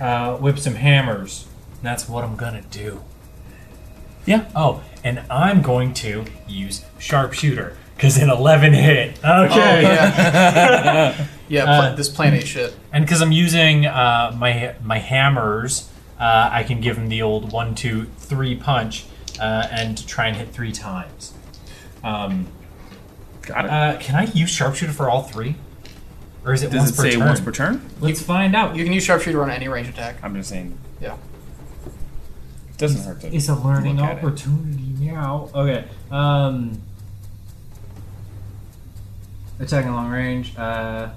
uh, whip some hammers. And that's what I'm gonna do. Yeah. Oh, and I'm going to use sharpshooter because an 11 hit. Okay.
Oh, yeah. *laughs* yeah, pla-
Uh,
this plan ain't shit.
And because I'm using uh, my my hammers, uh, I can give him the old one, two, three punch, uh, and try and hit three times. Um,
Got it.
uh, can I use sharpshooter for all three, or is it
Does
once
it
per
say
turn?
once per turn?
Let's find out.
You can use sharpshooter on any range attack.
I'm just saying.
Yeah.
It doesn't hurt to.
It's a learning
Look at it.
opportunity now. Okay. Um, attacking long range. Uh,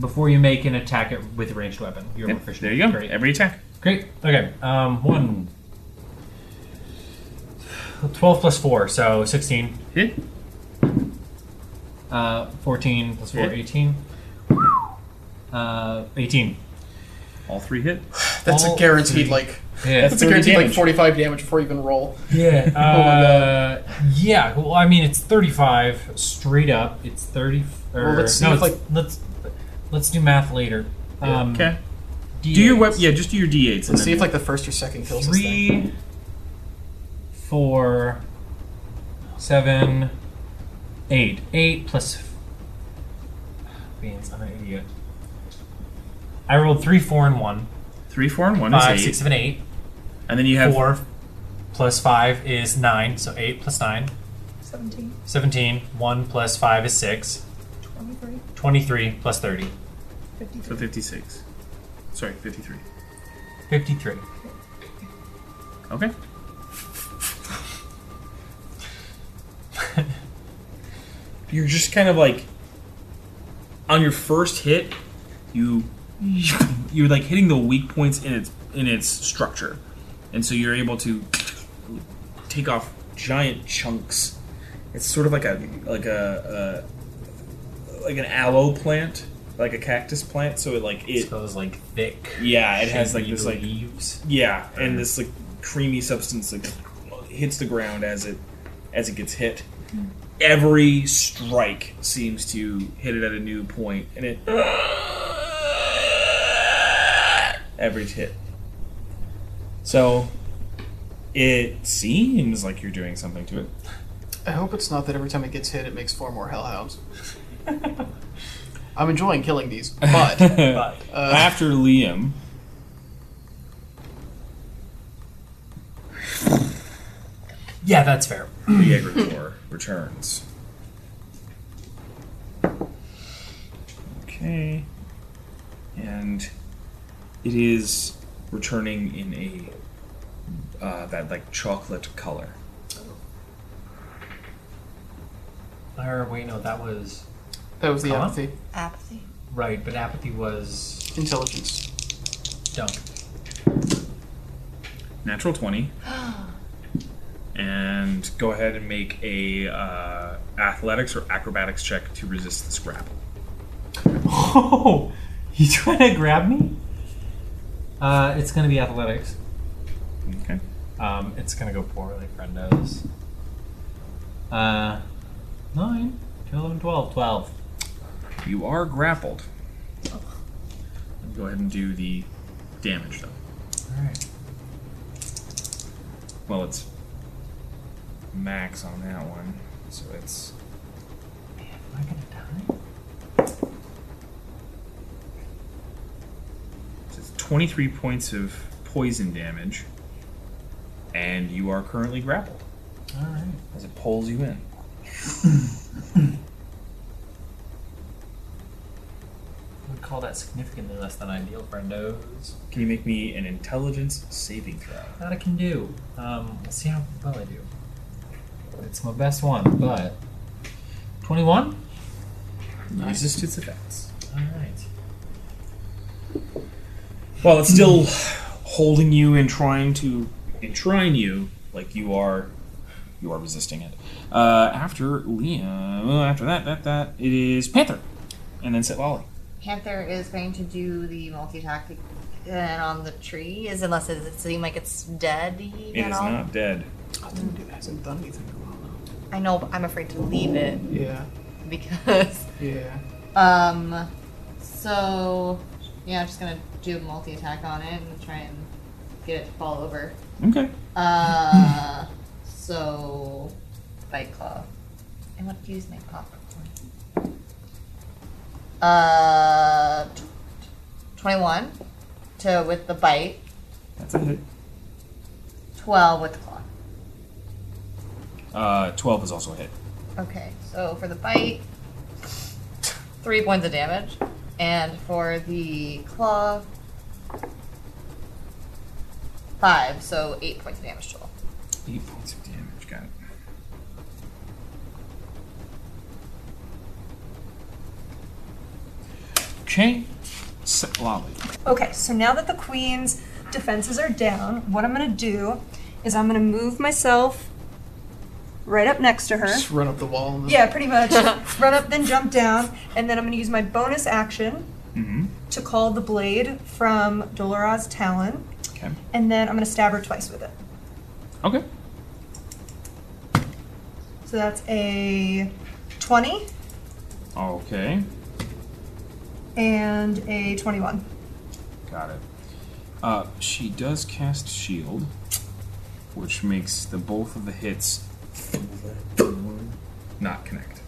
before you make an attack at, with a ranged weapon, you're
Yep,
more efficient.
there you go.
Great.
Every attack.
Great. Okay. Um, one. 12 plus 4, so 16.
Hit.
Uh, 14 plus 4,
Hit.
18. Uh, 18.
All three hit.
That's
All
a guaranteed like
Yeah.
that's a
30
guaranteed like
damage.
45 damage before you even roll.
*laughs* Yeah.
Oh God.
Uh, yeah. Well, I mean, it's thirty-five straight up. It's thirty. Or,
Well, let's see
no,
if,
it's-
like-
let's let's do math later. Um,
Okay. Do your wep- Yeah, just do your d8s. and
Let's see
then
if like the first or second kills this thing.
Three, four, seven, eight. Eight plus. f- Beans, I'm an idiot. I rolled three, four, and one.
three, four, and one
Five,
is eight.
six, seven, eight.
and then you have
Four plus five is nine, so eight plus nine.
17,
17. 1 plus 5 is 6.
23,
23 plus 30.
53.
so 56. Sorry, 53.
53.
Okay. *laughs* You're just kind of like on your first hit, you you're like hitting the weak points in its in its structure, and so you're able to take off giant chunks. It's sort of like a like a uh, like an aloe plant, like a cactus plant. So it like it
so it's like thick.
yeah, it has like
shaggy
this like
leaves.
yeah, and this like creamy substance like hits the ground as it as it gets hit. Every strike seems to hit it at a new point, and it *sighs* every hit. So it seems like you're doing something to it.
I hope it's not that every time it gets hit it makes four more hellhounds. I'm enjoying killing these, but uh,
After Liam,
Yeah, that's fair.
the egregore returns. Okay. And it is returning in a uh, that like chocolate color.
Or wait, no, that was.
that was the
Huh?
apathy.
Apathy.
Right, but apathy was
Intelligence.
dumb.
Natural *gasps* twenty. and go ahead and make a uh, athletics or acrobatics check to resist the scrap.
*laughs* Oh! You trying to grab me? Uh, it's gonna be athletics.
Okay.
Um, it's gonna go poorly, friendos. Uh, 9, 11, 12, 12.
You are grappled. Go ahead and do the damage though.
Alright.
Well, it's max on that one, so it's
Am I gonna die?
it's 23 points of poison damage, and you are currently grappled
Alright.
as it pulls you in.
I would call that significantly less than ideal, friendos.
Can you make me an intelligence saving throw?
That I can do. Um, we'll see how well I do. It's my best one, but 21.
Resist its effects.
All right.
While it's still holding you and trying to enshrine you, like you are, you are resisting it. Uh, after Liam, well, after that, that, that, it is Panther, and then Sitlali.
Panther is going to do the multi attack and on the tree, is unless it seems like it's dead.
It is not dead.
Oh, dude, it hasn't done anything in a while
I know, but I'm afraid to leave it *laughs*
now. Yeah,
because.
yeah.
Um. So yeah, I'm just gonna do a multi attack on it and try and get it to fall over.
*laughs* Okay.
Uh. So, Fight Claw. I want to use my popcorn. Uh, tw- 21 to with the bite.
That's a hit.
12 with the claw.
Uh, Twelve is also a hit.
Okay, so for the bite, three points of damage, and for the claw, five, so eight points of damage total.
Eight points of damage. Got it.
Okay.
S- Lolly.
Okay, so now that the queen's defenses are down, what I'm gonna do is I'm gonna move myself right up next to her.
Just run up the wall. And
Yeah,
*laughs*
pretty much. Run up, then jump down, and then I'm gonna use my bonus action
Mm-hmm.
to call the blade from Doloraz's talon,
Okay.
and then I'm gonna stab her twice with it.
Okay.
So that's a 20
Okay.
and a 21.
Got it. Uh, she does cast shield, which makes the both of the hits not connect.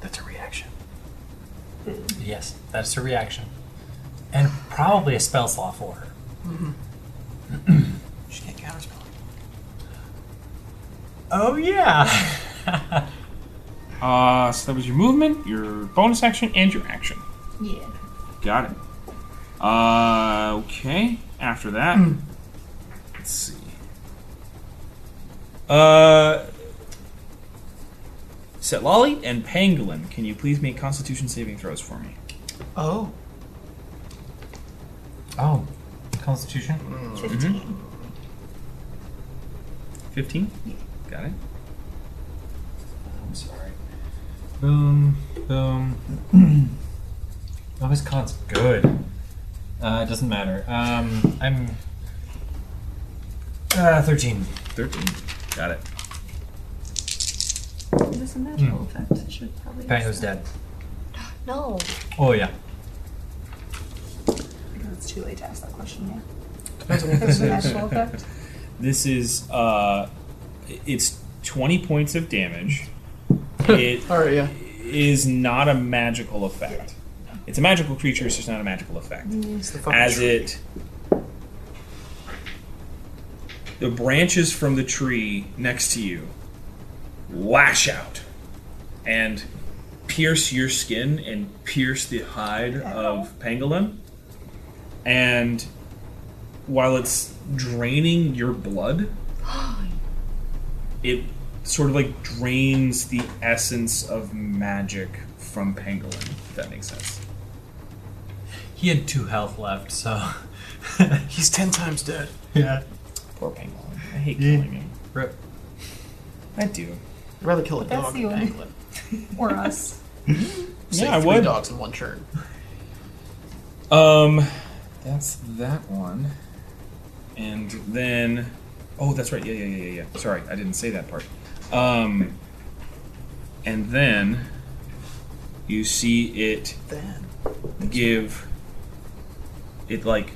That's a reaction.
Yes, that's her reaction. And probably a spell slot for her.
She can't counterspell.
Oh, yeah.
Uh, so that was your movement, your bonus action, and your action.
Yeah.
Got it. Uh, okay. After that, let's see. Uh, Setlali and Pangolin, can you please make Constitution saving throws for me?
Oh, *laughs*
oh, Constitution?
15.
Mm-hmm. 15? Got it.
I'm sorry. Boom, boom. *clears throat* oh, his con's good. Uh, it doesn't matter. Um, I'm. Uh, 13.
13. Got it.
There's a magical
Hmm.
effect that should probably.
Pango's dead.
No.
Oh, yeah.
Because it's too late to ask that question now. Depends on what the natural effect.
This is uh, it's twenty points of damage. It
all right, yeah.
is not a magical effect. It's a magical creature, it's just not a magical effect.
It's the fucking
As
tree.
it, the branches from the tree next to you lash out and pierce your skin and pierce the hide of Pangolin. And while it's draining your blood, it sort of like drains the essence of magic from Pangolin, if that makes sense.
He had two health left, so.
He's ten times *laughs* dead.
yeah.
Poor Pangolin. I hate killing him.
Rip.
I do.
I'd rather kill a
That's
dog
the
than
only-
an pangolin.
Or us.
Yeah,
Save
I
three
would.
dogs in one turn.
Um, that's that one. And then, oh, that's right. Yeah, yeah, yeah, yeah, yeah. Sorry, I didn't say that part. Um, and then you see it
Then
give it like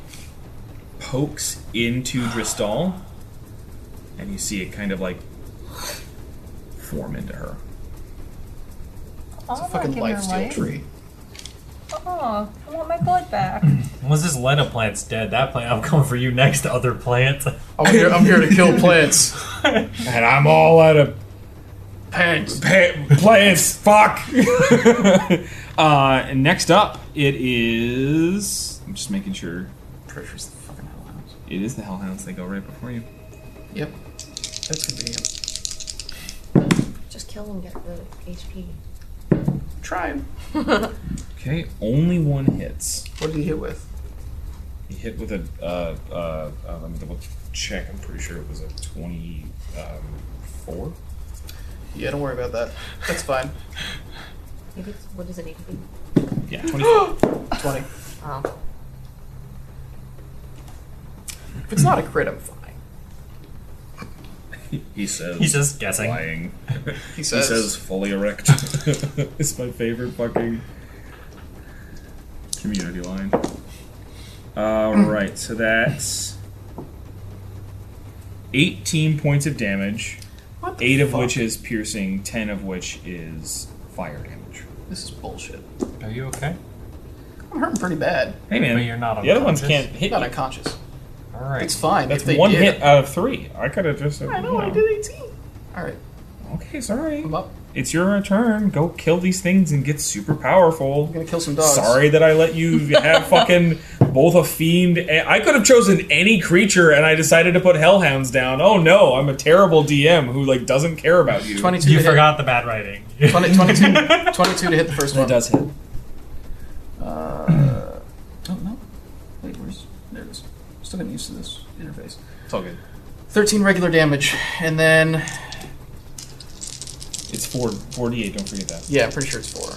pokes into Dristal, and you see it kind of like form into her.
I'll not
fucking
give
life
her
steal tree.
Aw, I want my blood back.
Once this Lena plant's dead, that plant, I'm coming for you next, other plant. *laughs*
I'm here. I'm here to kill plants.
And I'm all out of
Pants.
plants. Fuck. *laughs* uh, and next up, it is. I'm just making sure
Pretty sure it's the fucking hellhounds.
it is the Hellhounds. They go right before you.
Yep. That's gonna be him.
Just kill him, get rid of HP.
Try him.
Okay, only one hits.
What did he hit with?
He hit with a. Uh, uh, uh, let me double check. I'm pretty sure it was a um, 24.
Yeah, don't worry about that. That's fine.
Maybe it's, what does it need to be?
Yeah, 24.
*gasps* Twenty.
Oh.
If it's not a crit, I'm fine.
he says.
He's just guessing.
lying.
He
He
says.
says fully erect. *laughs* it's my favorite fucking community line. Alright, so that's
18 points of damage,
What the
eight of
fuck?
which is piercing, 10 of which is fire damage.
This is bullshit.
Are you okay?
I'm hurting pretty bad.
Hey man,
But you're not
the other ones
unconscious?
can't hit.
not
you.
unconscious.
All right.
It's fine.
That's
if they
one
did,
hit out of three. I could have just.
I know. I did 18. All right.
Okay, sorry.
I'm up.
It's your turn. Go kill these things and get super powerful.
I'm gonna kill some dogs.
Sorry that I let you have fucking both a fiend. And I could have chosen any creature, and I decided to put hellhounds down. Oh no, I'm a terrible DM who like doesn't care about you.
22.
You
to
forgot the bad writing. *laughs*
Hit. 20, 22, 22 to hit the first one.
It does hit.
Uh, oh no. Wait, where's? There it is. Still getting used to this interface.
It's all good.
13 regular damage, and then
It's four, 48, Don't forget that.
yeah, I'm pretty sure it's four.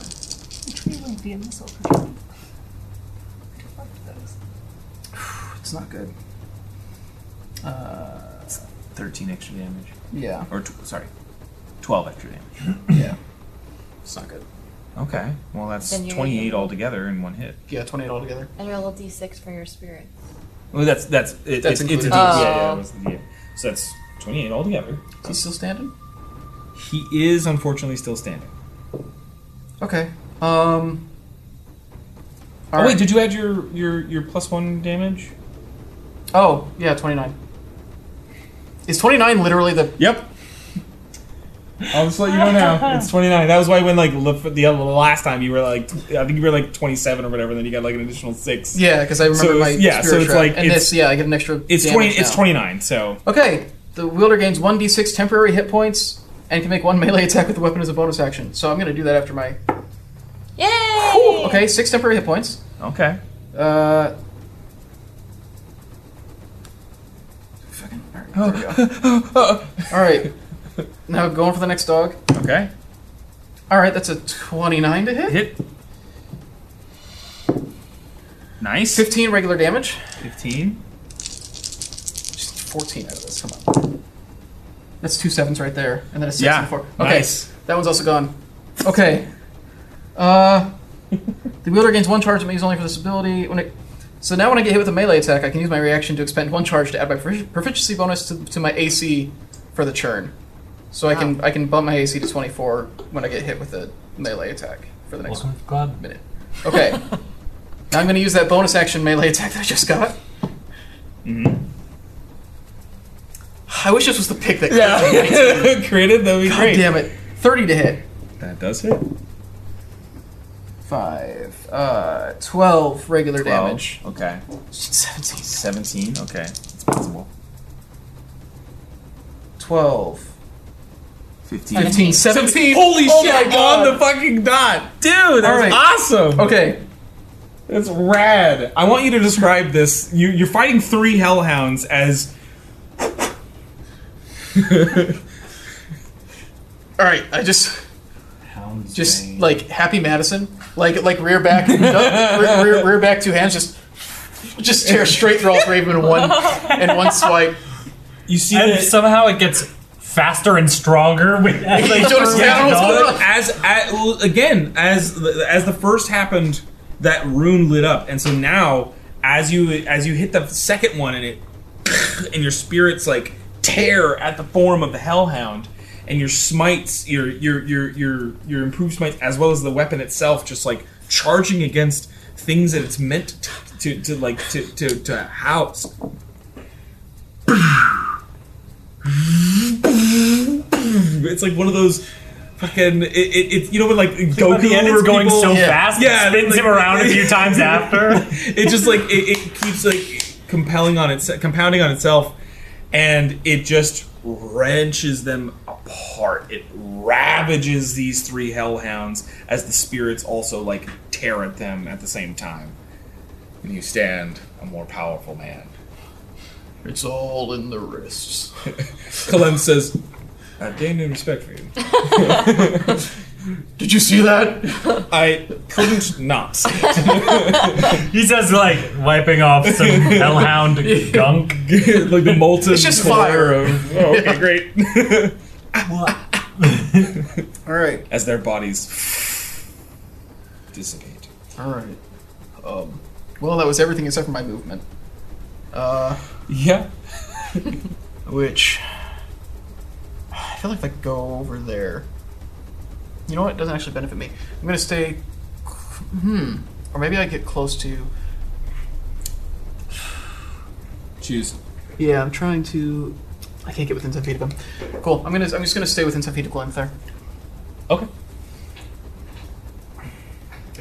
*sighs*
be a missile projectile. Fuck those.
It's not good. Uh,
Thirteen extra damage,
yeah,
or tw- sorry, twelve extra damage.
yeah. It's not good.
Okay, well that's
Then you're-
twenty-eight altogether in one hit.
Yeah, 28 altogether.
And roll a d6 for your spirit.
Well, that's that's it,
That's
it's, it's a
included.
D- yeah, yeah,
Oh.
it was the D- So that's twenty-eight altogether.
Is he still standing?
He is unfortunately still standing.
Okay. Um.
oh wait, did you add your your your plus one damage?
Oh yeah, 29. Is 29 literally the?
Yep. I'll just let you know now. It's 29. That was why when like lef- the other- last time you were like, t- I think you were like 27 or whatever, and then you got like an additional six.
Yeah, because I remember
So it's-
my
yeah,
spirit
so it's
trap.
like-
and
it's-
this yeah, I get an extra.
It's
damage
20. It's
now.
29. So
Okay, the wielder gains 1d6 temporary hit points and can make one melee attack with the weapon as a bonus action. So I'm gonna do that after my.
Yay!
Okay, six temporary hit points.
okay.
Uh. Fucking. All right, there we go. All right. Now going for the next dog.
okay.
All right, that's a 29 to hit.
Hit. Nice.
15 regular damage.
15.
Just 14 out of this. Come on. That's two sevens right there, and then a six
Yeah,
and a four. Okay,
nice.
that one's also gone. Okay. Uh, *laughs* the wielder gains one charge, but used only for this ability. When it, so now when I get hit with a melee attack, I can use my reaction to expend one charge to add my profic- proficiency bonus to, to my AC for the churn. So I can I can bump my AC to 24 when I get hit with a melee attack for the next
Welcome to the club.
minute. Okay. now I'm going to use that bonus action melee attack that I just got.
Mm-hmm.
I wish this was the pick
*laughs*
that.
Yeah. Created. That'd be
God
great.
damn it. 30 to hit.
That does hit.
5, uh, 12 regular damage.
Well, okay.
17.
17. Okay. It's possible.
12.
15.
15. 17.
Holy
Oh
shit!
my God.
On the fucking dot, dude. That's
right.
awesome.
Okay.
That's rad. I want you to describe this. You, you're fighting three hellhounds as.
Alright, I just.
Hounds
Just
Bane.
like Happy Madison. Like like rear back. *laughs* rear, rear, rear back two hands. Just. Just tear straight through all three of them in one, in one swipe.
You see
and
the-
somehow it gets faster and stronger with *laughs* as they
You don't
throw it
understand what's
on.
going
*laughs*
on.
as, as well, again as the- as the first happened, that rune lit up, and so now as you as you hit the second one, and it *laughs* and your spirits like tear at the form of the hellhound, and your smites, your your your your your improved smites, as well as the weapon itself, just like charging against things that it's meant to to, to like to to, to house. It's like one of those fucking it, it, it's you know when like Goku
At the end, it's
or
going
people-
so
Yeah.
fast,
Yeah,
it spins
like-
him around a few
*laughs*
times after.
it just like it, it keeps like compelling on its compounding on itself and it just wrenches them apart it ravages these three hellhounds as the spirits also like tear at them at the same time and you stand a more powerful man
It's all in the wrists.
Kalem says I gained in respect for you
Did you see that?
I couldn't not *laughs*
He says, like, wiping off some
*laughs*
hellhound gunk.
like the molten
It's just fire.
core of oh, okay great
All right.
as their bodies dissipate
All right. Um, well, that was everything except for my movement. Uh,
yeah
Which I feel like if I go over there, you know what? It doesn't actually benefit me. I'm gonna stay. Hmm. Or maybe I get close to.
Choose.
Yeah, I'm trying to. I can't get within ten feet of him. Cool. I'm gonna. I'm just gonna stay within ten feet of Glenfair.
Okay.
I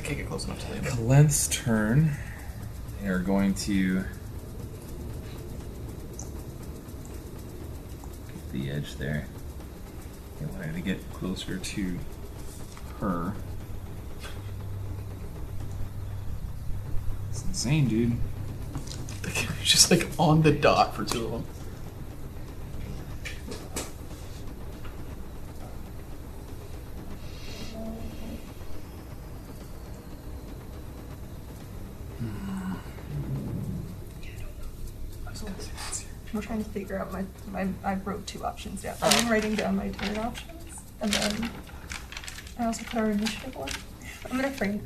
can't get close enough to leave.
Glenn's turn. They are going to. Get the edge there. They wanted to get closer to her. It's insane, dude.
*laughs* just like on the dot for two of them.
I'm trying to figure out my, my I wrote two options down.
Oh.
I'm writing down my turn options, and then I also put our initiative one. I'm gonna frame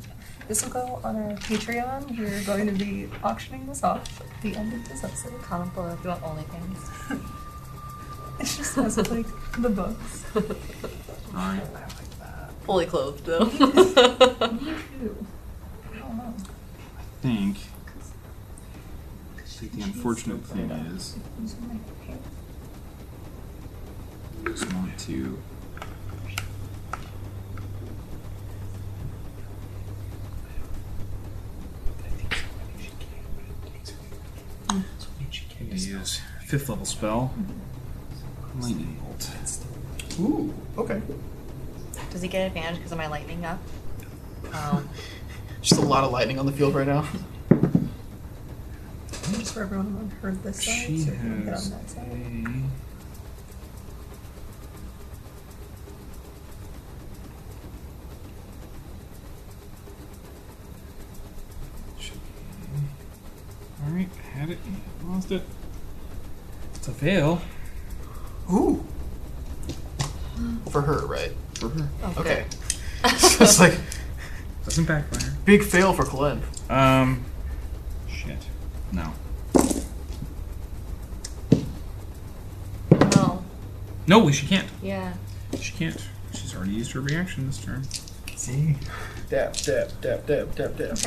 this will go on our Patreon. We're going to be auctioning this off at the end of this episode.
Comment below if you want OnlyFans.
*laughs* It just has like the
*laughs*
books.
Fully
*laughs*
clothed though. *laughs*
think. I think the unfortunate thing is. I just want to. I'm gonna use fifth level spell. Lightning bolt.
Ooh. Okay.
Does he get advantage because of my lightning up?
Just a lot of lightning on the field right now.
Just for everyone who heard this side,
She
so we can get
has
on that
a.
side.
Alright, had it, lost it. It's a veil.
Ooh. For her, right?
For her.
Okay. *laughs* so it's like
Doesn't backfire.
big fail for Glenn.
Um. Shit. No.
No.
No, she can't.
Yeah.
She can't. She's already used her reaction this turn.
See?
Dab, dab, dab, dab, dab, dab.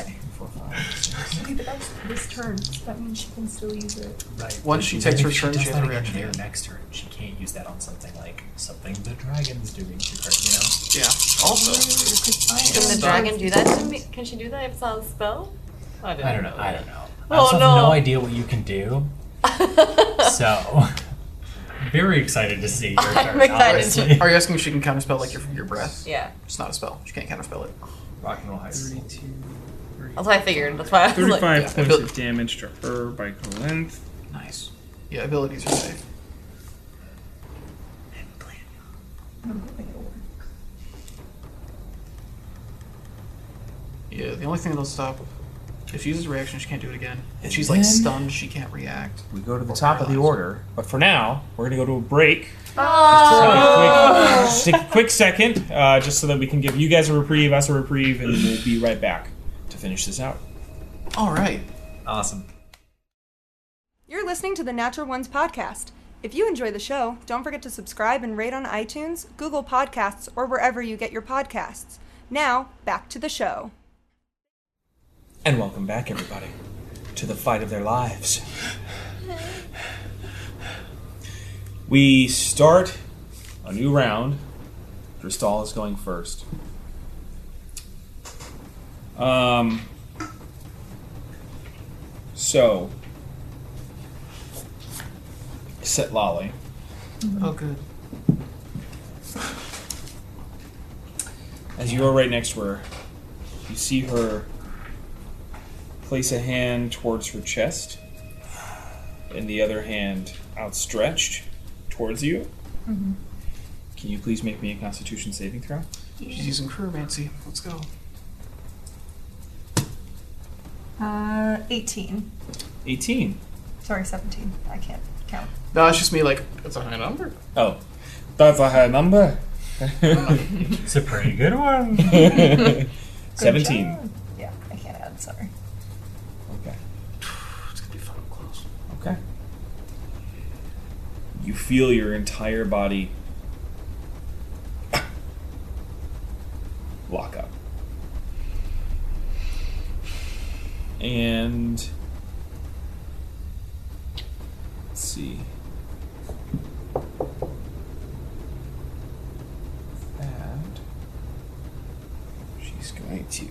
Okay, but that's this turn. so That means she can still use it.
Right.
Once she takes her turn, she
does
has
that
a
again
reaction
There
again.
next turn, she can't use that on something like something the dragon's doing to her. You know,
Yeah. Also,
Can the dragon do that to me? Can she do that if it's not a spell?
I don't know. I don't know. I
Oh,
also have
no.
no idea what you can do. so, very excited to see your turn.
I'm excited to-
honestly.
are you asking if she can counterspell like your your breath?
Yeah.
It's not a spell. She can't counterspell it.
Rock and roll high school.
That's what I figured. That's why I was like,
35
yeah.
points of damage to her by Colenth.
Nice.
Yeah, abilities are safe. Yeah, the only thing that'll stop if she uses a reaction, she can't do it again. If she's like
Then-
stunned, she can't react.
We go to the
Or
top of the
paralyzed.
order, but for now, we're gonna go to a break.
Oh. Just
*laughs*
take a quick, just take a quick second, uh, just so that we can give you guys a reprieve, us a reprieve, and then we'll be right back to finish this out.
All right.
Awesome.
You're listening to the Natural Ones podcast. If you enjoy the show, don't forget to subscribe and rate on iTunes, Google Podcasts, or wherever you get your podcasts. Now, back to the show.
And welcome back, everybody, to the fight of their lives. We start a new round. Dristal is going first. Um. So, set Lolly.
Oh, good.
As you are right next to her, you see her place a hand towards her chest and the other hand outstretched towards you. Can you please make me a constitution saving throw?
She's using Pyromancy. Let's go.
Uh, 18.
18.
Sorry, 17. I can't count.
No, it's just me. Like it's a high number.
Oh, that's a high number. *laughs*
It's a pretty good one.
17.
Yeah, I can't add. Sorry.
Okay.
It's gonna be fucking close.
Okay. you feel your entire body *coughs* lock up. And let's see. And she's going to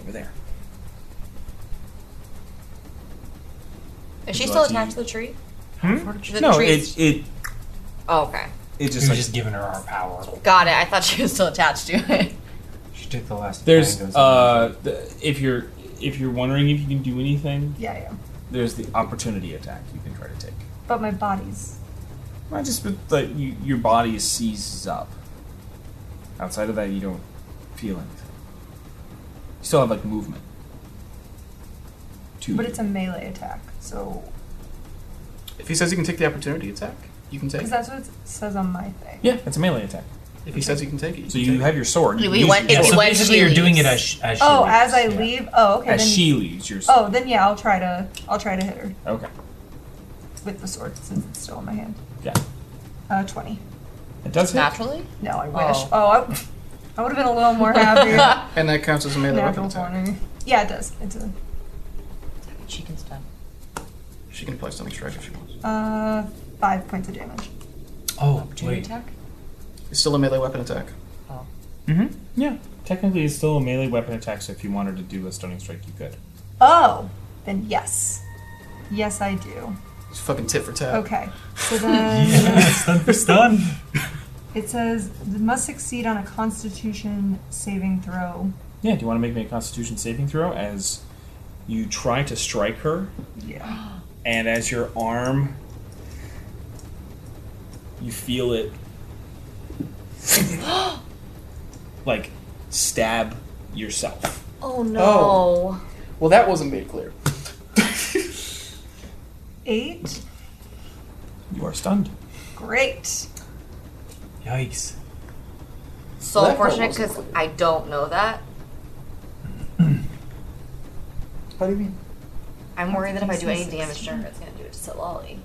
over there.
Is she
Would you
still
like to
attached
use-
to the tree?
Hmm?
The
no,
trees-
it it
Oh, okay.
it
We
just
were
like
just giving her our power.
Got it. I thought she was still attached to it.
She took the last.
There's
mangoes.
uh, the, if you're if you're wondering if you can do anything,
Yeah, I am.
there's the opportunity attack you can try to take.
But my body's.
I just but like you, your body seizes up. Outside of that, you don't feel anything. You still have like movement. Two.
But it's a melee attack, so.
If he says he can take the opportunity attack, you can take
Because
it.
that's what it says on my thing.
yeah, it's a melee attack.
If he says he can take it, you
So
can
you
take
have your sword. You
We
use
went-
your
if
so
you
sword.
went-
basically,
she
you're doing it
leaves.
as, sh- as she
Oh,
leaves.
as I
Yeah.
leave. Oh, okay.
as
then,
she leaves. Your
Oh, then yeah, I'll try to. I'll try to hit her
Okay.
with the sword since it's still in my hand.
Yeah.
Uh, twenty.
It does hit.
Naturally?
No, I wish. Oh, I, I would have been a little more happy.
it. And that counts as a melee weapon
Natural
attack.
twenty. Yeah, it does. It's a
Chicken stuff.
She can apply stunning strike if she wants.
uh, five points of damage.
Oh,
Opportunity
wait.
attack?
It's still a melee weapon attack.
Mm-hmm. Yeah. Technically, it's still a melee weapon attack. So if you wanted to do a stunning strike, you could.
Oh, then yes, yes I do.
It's fucking tit for tat.
Oh,
Okay, so then
stun for stun.
it says must succeed on a Constitution saving throw.
Yeah. Do you want to make me a Constitution saving throw as you try to strike her,
Yeah.
and as your arm, you feel it, like stab yourself.
Oh no.
Oh. Well, that wasn't made clear.
Eight.
You are stunned.
Great.
Yikes.
So
That part
unfortunate
wasn't
because I don't know that.
How do you mean?
I'm worried that if I do any damage to her, it's gonna do it to Lolly.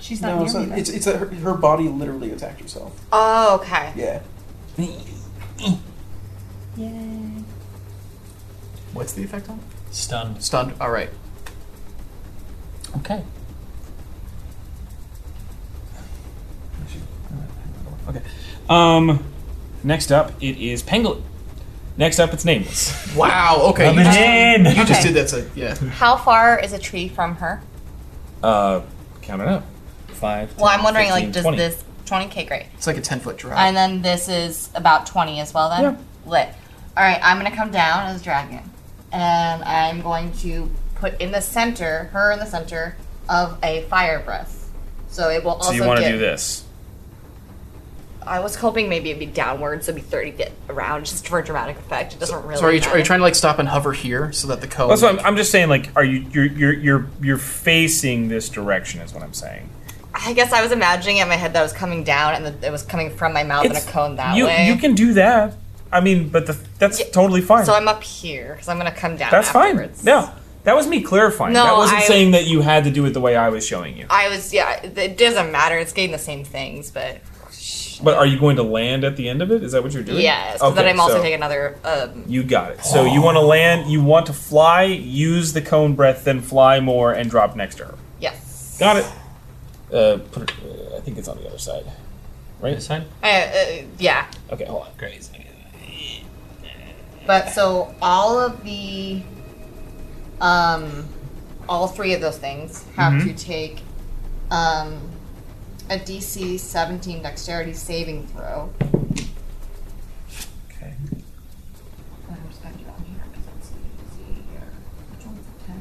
She's not
No,
near
it's,
me.
not,
then.
it's, it's that her, her body literally attacked herself.
Oh, okay.
Yeah.
Yay.
What's the effect on?
Stunned.
Stunned. All right.
Okay.
Okay. Um. Next up, it is Pangolin. Next up, it's Nameless.
Wow. Okay. You,
Coming
just,
in.
you just
Okay.
did that. So yeah.
How far is a tree from her?
Uh, count it up. Five.
Well,
10,
I'm wondering,
15,
like, does
20.
this 20k great?
It's like a ten foot drop.
And then this is about 20 as well, then? Lit. All right, I'm going to come down as a dragon. And I'm going to put in the center, her in the center, of a fire breath. So it will also
So you want to
get-
do this?
I was hoping maybe it'd be downwards, so it'd be 30 get around, just for dramatic effect. It doesn't really
so are you,
matter.
are you trying to like stop and hover here so that the cone?
That's what I'm, I'm just saying. Like, are you you're you're you're you're facing this direction? Is what I'm saying.
I guess I was imagining in my head that it was coming down and that it was coming from my mouth
It's-
in a cone that
you
way.
you can do that. I mean, but the, that's
Yeah.
totally fine.
So I'm up here, because I'm going to come down
that's
afterwards.
fine. Yeah, that was me clarifying.
No,
that wasn't
I-
saying that you had to do it the way I was showing you.
I was, yeah, it doesn't matter. It's getting the same things, but.
But are you going to land at the end of it? Is that what you're doing?
Yes, but then I'm also
so-
taking another. Um,
You got it. So you want to land, you want to fly, use the cone breath, then fly more and drop next to her.
yes.
Got it. Uh, put it uh, I think it's on the other side.
This side.
Uh, uh, yeah,
Okay, hold on.
Great.
but so all of the, um, all three of those things have
Mm-hmm.
to take, um, a DC 17 Dexterity saving throw.
Okay.
And I'm just gonna do it on here 'cause it's easy here. Which one's the 10?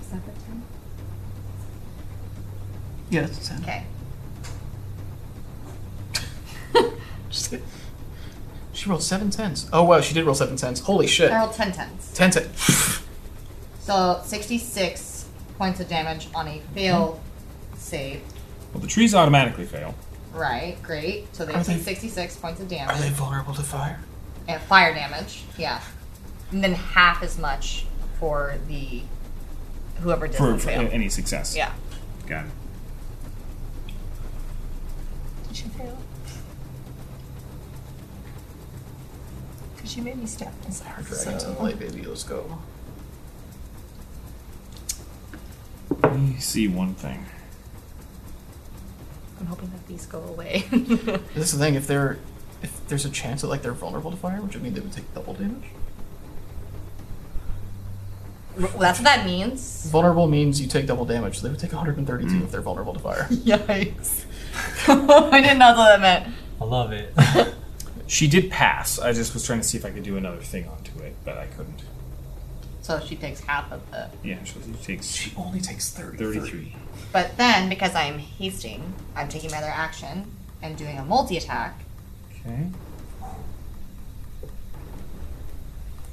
Is that the 10?
Yeah, that's ten.
Okay.
Just kidding. She rolled seven tens. Oh wow, she did roll seven tens. Holy shit.
I rolled 10 tens.
Ten *sighs* ten.
So 66 points of damage on a fail save.
Well, the trees automatically fail.
Right, great. So they
Are
take
they-
66 points of
Are
damage.
they vulnerable to fire?
and fire damage. Yeah, and then half as much for the whoever did
for,
the
for
fail.
any success.
yeah.
Got it.
Did she fail? Because she made me stab myself.
Dragon's in the
So.
light, baby. Let's go.
Let me see one thing.
I'm hoping that these go away.
This is the thing. If they're if there's a chance that like they're vulnerable to fire, which would mean they would take double damage.
*laughs* well, that's what that means.
Vulnerable means you take double damage. So they would take 132 if they're vulnerable to fire.
*laughs* Yikes! *laughs* I didn't know what that meant.
I love it.
She did pass. I just was trying to see if I could do another thing onto it, but I couldn't.
So she takes half of the.
Yeah, so she takes
She only takes 30.
33.
But then, because I'm hasting, I'm taking my other action and doing a multi attack.
Okay.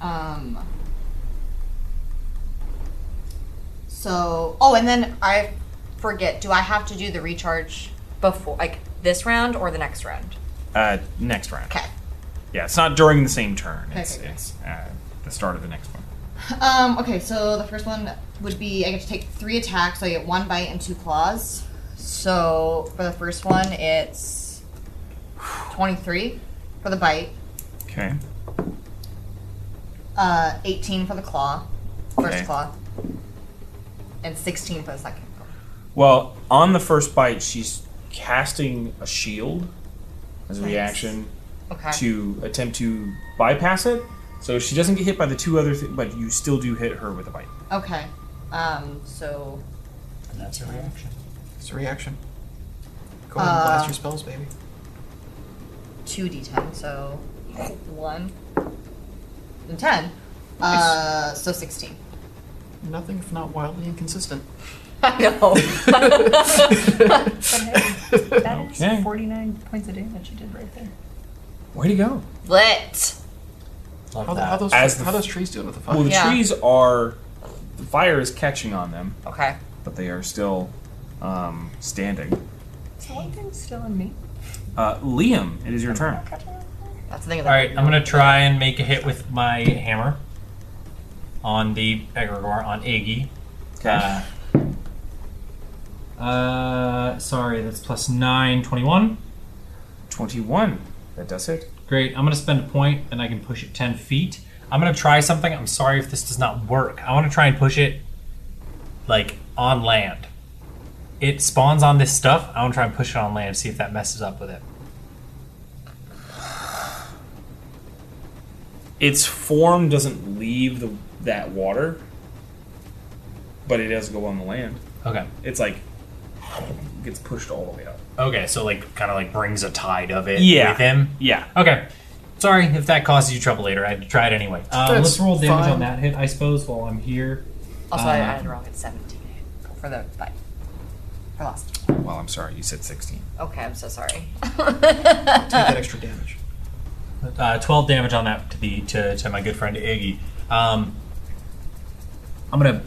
Um. So, oh, and then I forget. Do I have to do the recharge before, like this round or the next round?
Uh, next round.
Okay.
Yeah, it's not during the same turn. It's,
Okay, okay.
it's uh, the start of the next one.
Um. Okay. So the first one would be I get to take three attacks. So I get one bite and two claws. So for the first one, it's twenty-three for the bite,
Okay.
uh, eighteen for the claw, first
Okay.
claw, and sixteen for the second. claw.
Well, on the first bite, she's casting a shield as a reaction
Okay.
to attempt to bypass it. So she doesn't get hit by the two other, th- but you still do hit her with a bite.
Okay. Um. So
and that's her reaction.
It's a reaction. Go ahead and blast your spells, baby.
two d10, so one and ten. Uh, so sixteen.
Nothing if not wildly inconsistent.
I know.
But hey, that is
Okay.
49 points of damage you did right there.
Way to go!
Lit.
Love
How, the,
that.
how those
As the
how
f-
those trees doing with the fire?
Well, the
Yeah.
trees are. The fire is catching on them,
Okay.
but they are still um, standing.
So one thing's still in me.
Uh, Liam, it is your
Oh,
turn.
That's the thing.
All right, I'm gonna try and make a hit with my hammer on the egregore on Iggy. Uh, uh, sorry, that's plus nine, 21.
21. That does it.
Great. I'm gonna spend a point, and I can push it ten feet. I'm gonna try something. I'm sorry if this does not work. I want to try and push it like on land. It spawns on this stuff. I want to try and push it on land. See if that messes up with it.
Its form doesn't leave the, that water, but it does go on the land.
Okay.
It's like gets pushed all the way up.
Okay. So like, kind of like brings a tide of it
Yeah.
with him.
Yeah.
Okay. Sorry if that causes you trouble later. I had to try it anyway. Um, let's
That's
roll damage
fine.
on that hit, I suppose, while I'm here.
Also, Oh, I
Uh,
added wrong. It's 17 for the bite. For last.
Well, I'm sorry. You said 16.
Okay, I'm
*laughs*
so sorry.
Take that extra damage.
Uh, 12 damage on that to the to, to my good friend Iggy. Um, I'm gonna,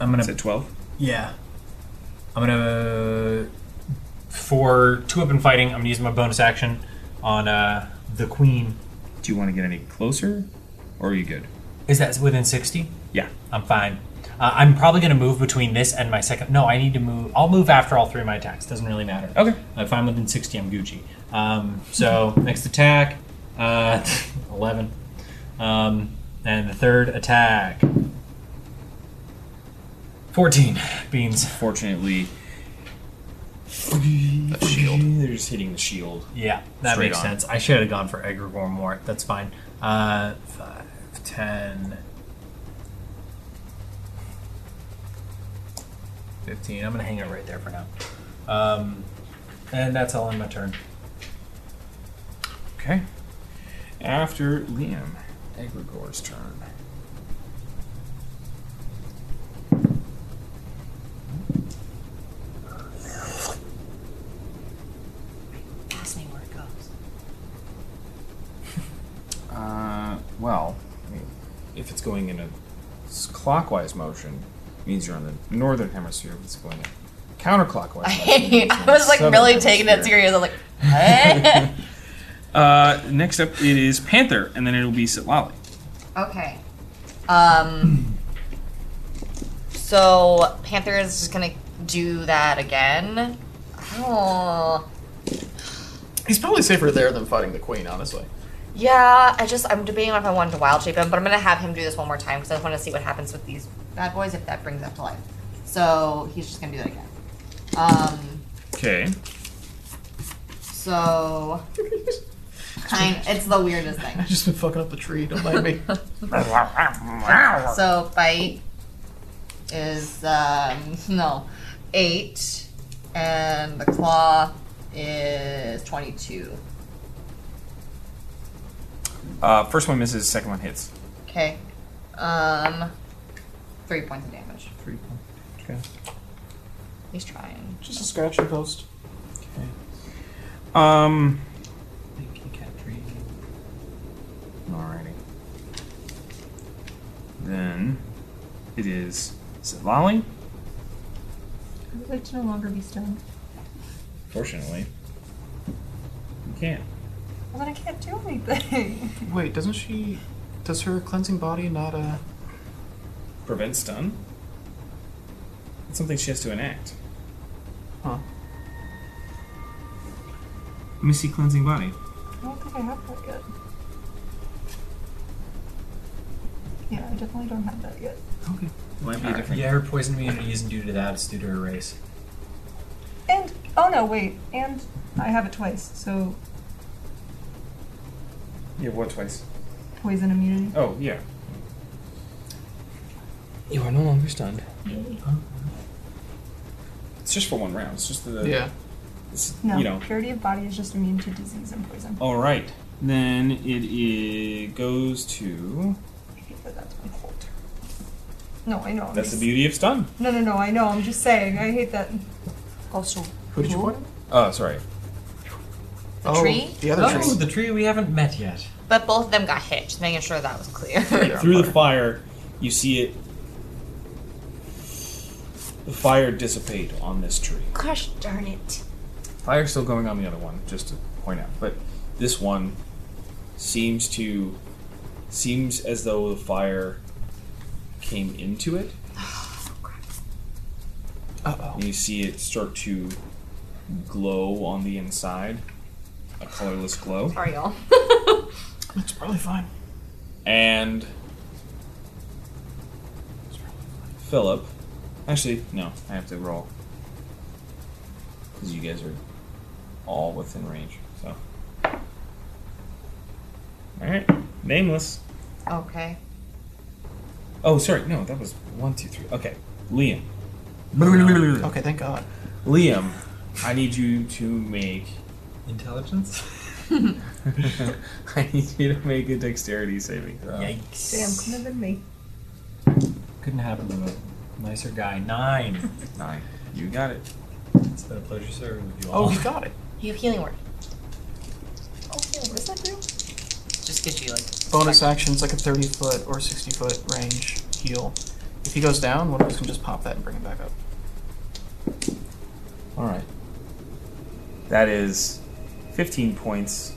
I'm
Is
gonna,
it 12?
yeah, I'm gonna for two up and fighting. I'm gonna use my bonus action on uh, the queen.
Do you want to get any closer, or are you good?
Is that within 60?
Yeah.
I'm fine. Uh, I'm probably gonna move between this and my second. No, I need to move. I'll move after all three of my attacks. Doesn't really matter.
Okay.
If I'm within 60, I'm Gucci. Um, so next attack, uh, *laughs* 11. Um, and the third attack, 14. Beans.
Fortunately,
That shield.
they're just hitting the shield.
Yeah, that
Straight
makes
on.
sense. I should have gone for Egregore more. That's fine. Uh, 5, 10, 15. I'm going to hang it right there for now. Um, and that's all in my turn.
Okay. After Liam, Egregor's turn.
Ask me where it goes.
*laughs* Uh, well, I mean, if it's going in a s- clockwise motion, means you're on the northern hemisphere. If it's going in a
*laughs*
counterclockwise, motion, means
I
you're on
was like
the
really
southern
taking it
*laughs*
hemisphere.
serious. I was like, eh?
Uh, next up, it is Panther, and then it'll be Sitlali.
Okay. Um. So Panther is just gonna do that again. Oh.
He's probably safer there than fighting the queen, honestly. *laughs*
Yeah, I just I'm debating on if I wanted to wild shape him, but I'm gonna have him do this one more time because I just want to see what happens with these bad boys if that brings up to life. So he's just gonna do that again. Um.
Okay.
So. kind. It's the weirdest thing.
I've just been fucking up the tree. Don't mind me.
So bite is um, no eight, and the claw is twenty-two.
Uh, first one misses, second one hits.
Okay, um, three points of damage.
Three points. Okay.
He's trying.
Just a scratching post.
Um. Alrighty. Then it is Sitlali.
I would like to no longer be stoned.
Fortunately, you can't.
Well, then I can't do anything. *laughs*
Wait, doesn't she? Does her cleansing body not uh?
prevent stun. It's something she has to enact.
Huh.
Missy cleansing body.
I don't think I have that yet. Yeah, I definitely don't have that yet.
Okay.
Might be a
Alright.
different.
Yeah, her poison immunity isn't due to that, it's due to her race.
And oh no, wait, and I have it twice. So
Yeah, what twice?
poison immunity.
Oh, yeah. You are no longer stunned. It's just for one round. It's just the.
Yeah.
It's,
No,
You know.
purity of body is just immune to disease and poison.
All right. Then it, it goes to.
I think that that's my whole turn. No, I know. I'm
That's the
just-
beauty of stun.
No, no, no. I know. I'm just saying. I hate that.
Also,
Who did you point? at?
Oh, sorry.
the
oh,
tree,
The other
Oh,
tree.
the tree we haven't met yet.
but both of them got hit. Just making sure that was clear. *laughs*
Yeah,
Through the
fire.
fire, you see it. The fire dissipate on this tree.
Gosh darn it!
Fire's still going on the other one, just to point out. But this one seems to seems as though the fire came into
*sighs*
it.
Oh,
And you see it start to glow on the inside, a colorless glow.
Sorry, y'all. *laughs*
It's probably fine.
And Philip, actually, no, I have to roll because you guys are all within range. So, all right, nameless.
okay.
Oh, sorry, no, that was one, two, three. Okay, Liam.
Okay, thank God.
Liam, I need you to make. *laughs*
*laughs* Intelligence?
I need you to make a dexterity saving throw.
Yikes.
Damn, couldn't have been me.
Couldn't happen to a nicer guy. Nine.
Nine. You got it.
it's been a pleasure serving with you all.
Oh, you got it.
You have healing word.
Oh, yeah, what does that do?
Just gives you like
Bonus actions like a 30 foot or 60 foot range heal. If he goes down, one of us can just pop that and bring him back up.
All right. That is 15 points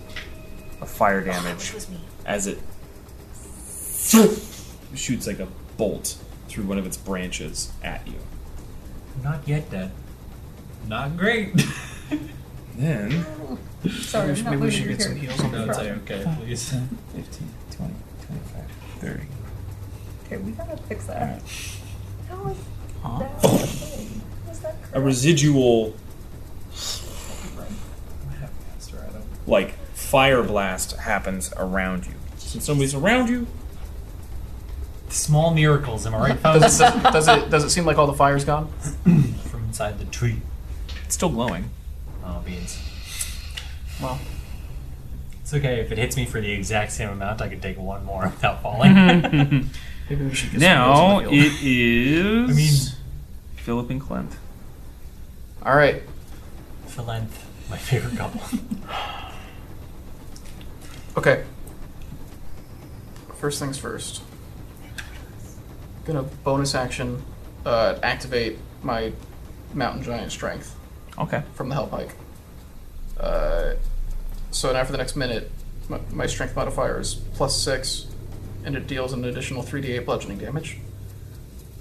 of fire damage
Oh, was me.
as it shoots like a bolt through one of its branches at you.
Not yet dead. Not great. *laughs*
Then
Sorry,
Maybe we
I'm
should-
not
maybe we
losing
should
your
get some
character.
heals on
no,
the
it's
front.
okay, please. *laughs*
15, 20, 25, 30.
Okay, we gotta fix that. How is
Huh?
that? okay? How is that
A residual like fire blast happens around you. Since somebody's around you,
Small miracles, am I right, folks?
Does, it- does it does it seem like all the fire's gone?
From inside the tree.
it's still glowing.
Oh, beans.
Well,
It's okay. If it hits me for the exact same amount, I could take one more *laughs* without falling. I
maybe we should get
Now
some heals on the field.
it is
mean,
Philip and Clem.
All right.
Philanth, my favorite couple.
Okay. First things first. Gonna bonus action uh, activate my mountain giant strength
Okay.
from the hell pike. Uh, So now for the next minute, my, my strength modifier is plus six, and it deals an additional 3d8 bludgeoning damage.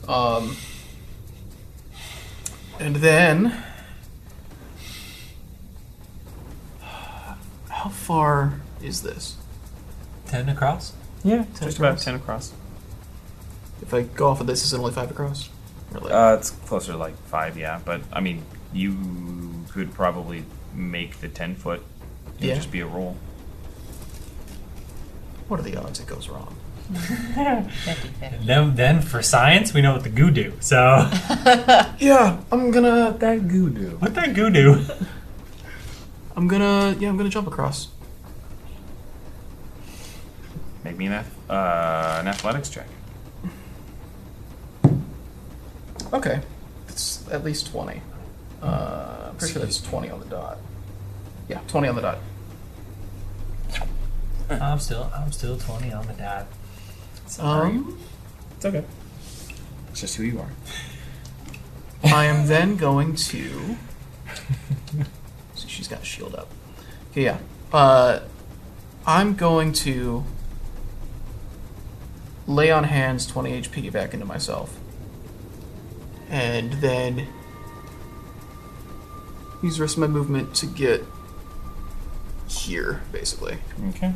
Um, and then. How far is this?
Ten across.
Yeah,
Ten
just about
across.
ten across.
If I go off of this, is it only five across? Or like-
Uh, it's closer to like five, yeah. But I mean, you could probably make the ten foot. It
Yeah.
would just be a roll.
what are the odds it goes wrong?
50-50.
Then, then for science, we know what the goo do. So *laughs*
Yeah, I'm gonna.
That goo do.
what that goo do?
I'm gonna. Yeah, I'm gonna jump across.
Make me an ath- uh, an athletics check.
Okay. It's at least 20. Uh, I'm pretty sure that's 20 on the dot. Yeah, 20 on the dot.
I'm still, I'm still twenty on the dot.
Um,
It's okay. It's just who you are.
I am then going to. *laughs* So she's got a shield up. Okay, yeah. Uh, I'm going to lay on hands 20 HP back into myself. And then use the rest of my movement to get here, basically.
Okay.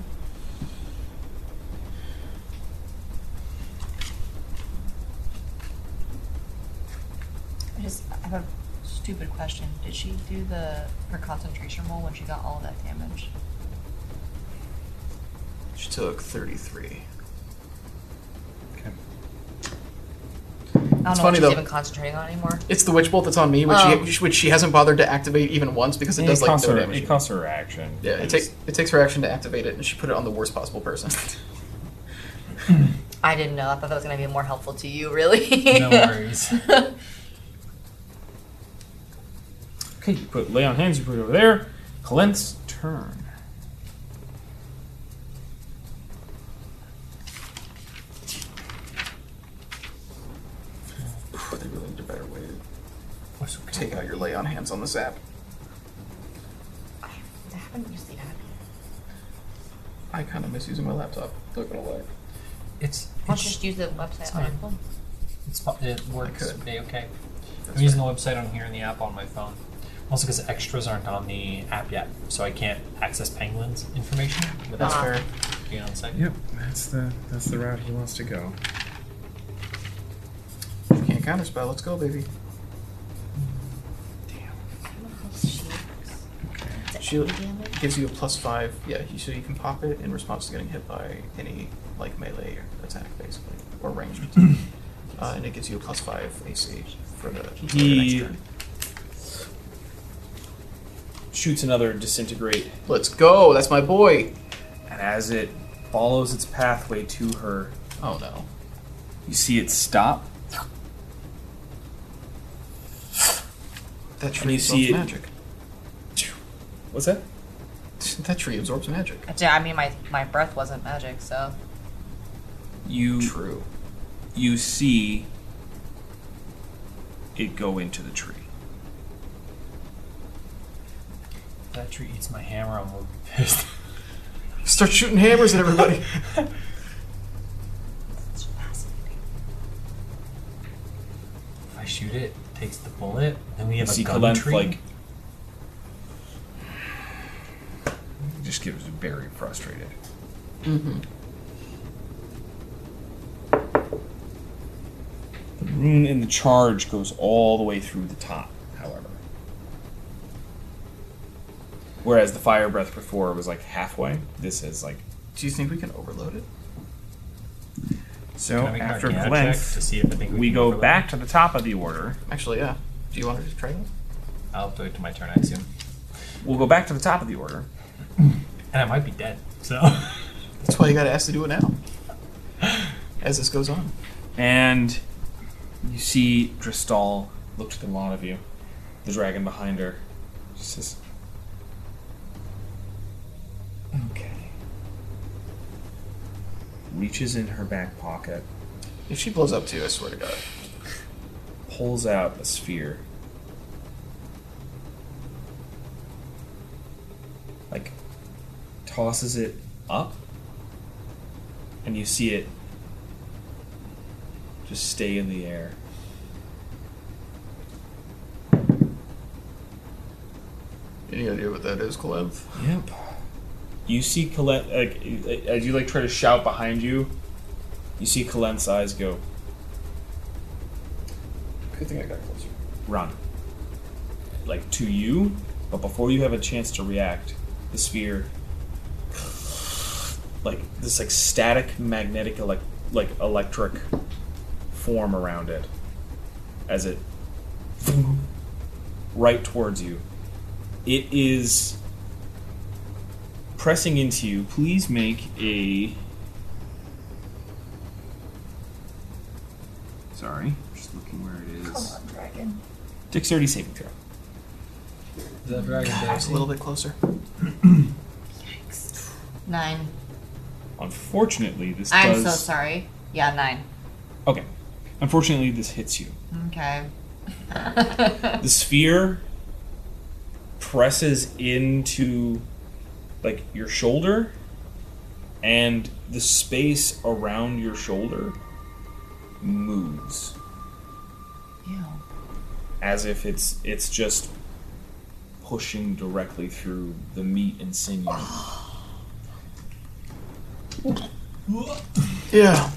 I just I have a stupid question. Did she do the her concentration roll when she got all of that damage?
She took 33.
I don't
It's funny,
know what she's
though.
even concentrating on anymore.
It's the witch bolt that's on me, which,
Oh.
she, which she hasn't bothered to activate even once because it does like
costs
no
her,
damage.
it costs her action.
yeah, it, takes it takes her action to activate it, and she put it on the worst possible person. *laughs*
I didn't know. I thought that was gonna be more helpful to you, really.
No
*laughs*
worries.
Okay, you put lay on hands. You put it over there. Clint's turn.
but they really need a better way to
What's okay?
take out your lay on hands on this app.
I haven't used the app.
I kind of miss using my laptop. Not gonna lie.
It's
Why don't
it's,
you just use the website
on
on
your it's fu- it works.
could.
They okay.
That's
I'm using the website on here and the app on my phone. Also, because extras aren't on the app yet, so I can't access Penguin's information without
Ah.
her being on site.
Yep, that's the that's the route he wants to go.
fair. You can't counter spell. Let's go, baby. Shield gives you a plus five. Yeah, you- so you can pop it in response to getting hit by any like melee attack, basically, or ranged attack. uh, and it gives you a plus five AC for the, for the next
He-
turn.
Shoots another disintegrate
Let's go. That's my boy.
and as it follows its pathway to her,
Oh no.
you see it stop.
That
And
tree
you
absorbs
see it-
magic.
What's that?
*laughs* That tree absorbs magic.
I mean, my my breath wasn't magic, so
You
True.
you see it go into the tree.
If that tree eats my hammer, I'm gonna be pissed. *laughs*
Start shooting hammers at
*laughs*
everybody.
it's fascinating.
if I shoot it, it takes the bullet, then we have
You see
a gun
Kalenth,
tree.
like just gives very frustrated.
mm-hmm.
The rune in the charge goes all the way through the top, however. Whereas the fire breath before was like halfway, this is like
Do you think we can overload it?
so
Can I make an
after
Arcana check to
Kalenth,
see if I think we,
we
can
go
overlap?
back to the top of the order.
Actually, yeah. Do you want to just try that?
I'll do it to my turn, I assume.
We'll go back to the top of the order.
And I might be dead, so
That's why you got to ask to do it *gasps* now. As this goes on.
And you see Dristal look to the lot of you. The dragon behind her. She says Okay. Reaches in her back pocket,
If she blows up too, I swear to God.
pulls out a sphere. Like tosses it up, and you see it just stay in the air.
Any idea what that is, Caleb?
Yep. You see Colette, like, as you like try to shout behind you, you see Colette's eyes go
Good thing I got closer.
run. Like to you, but before you have a chance to react, the sphere, like this, like static magnetic, elec- like electric form around it, as it right towards you. It is pressing into you. Please make a. Sorry, just looking where it
Come
is.
on, dragon.
Dexterity saving throw.
Is that dragon
It's a little bit closer.
Nine.
Unfortunately, this
I'm
does.
so sorry. Yeah, nine.
Okay. Unfortunately, this hits you.
Okay.
The sphere presses into like your shoulder and the space around your shoulder moves
Ew.
as if it's it's just pushing directly through the meat and sinew.
Yeah.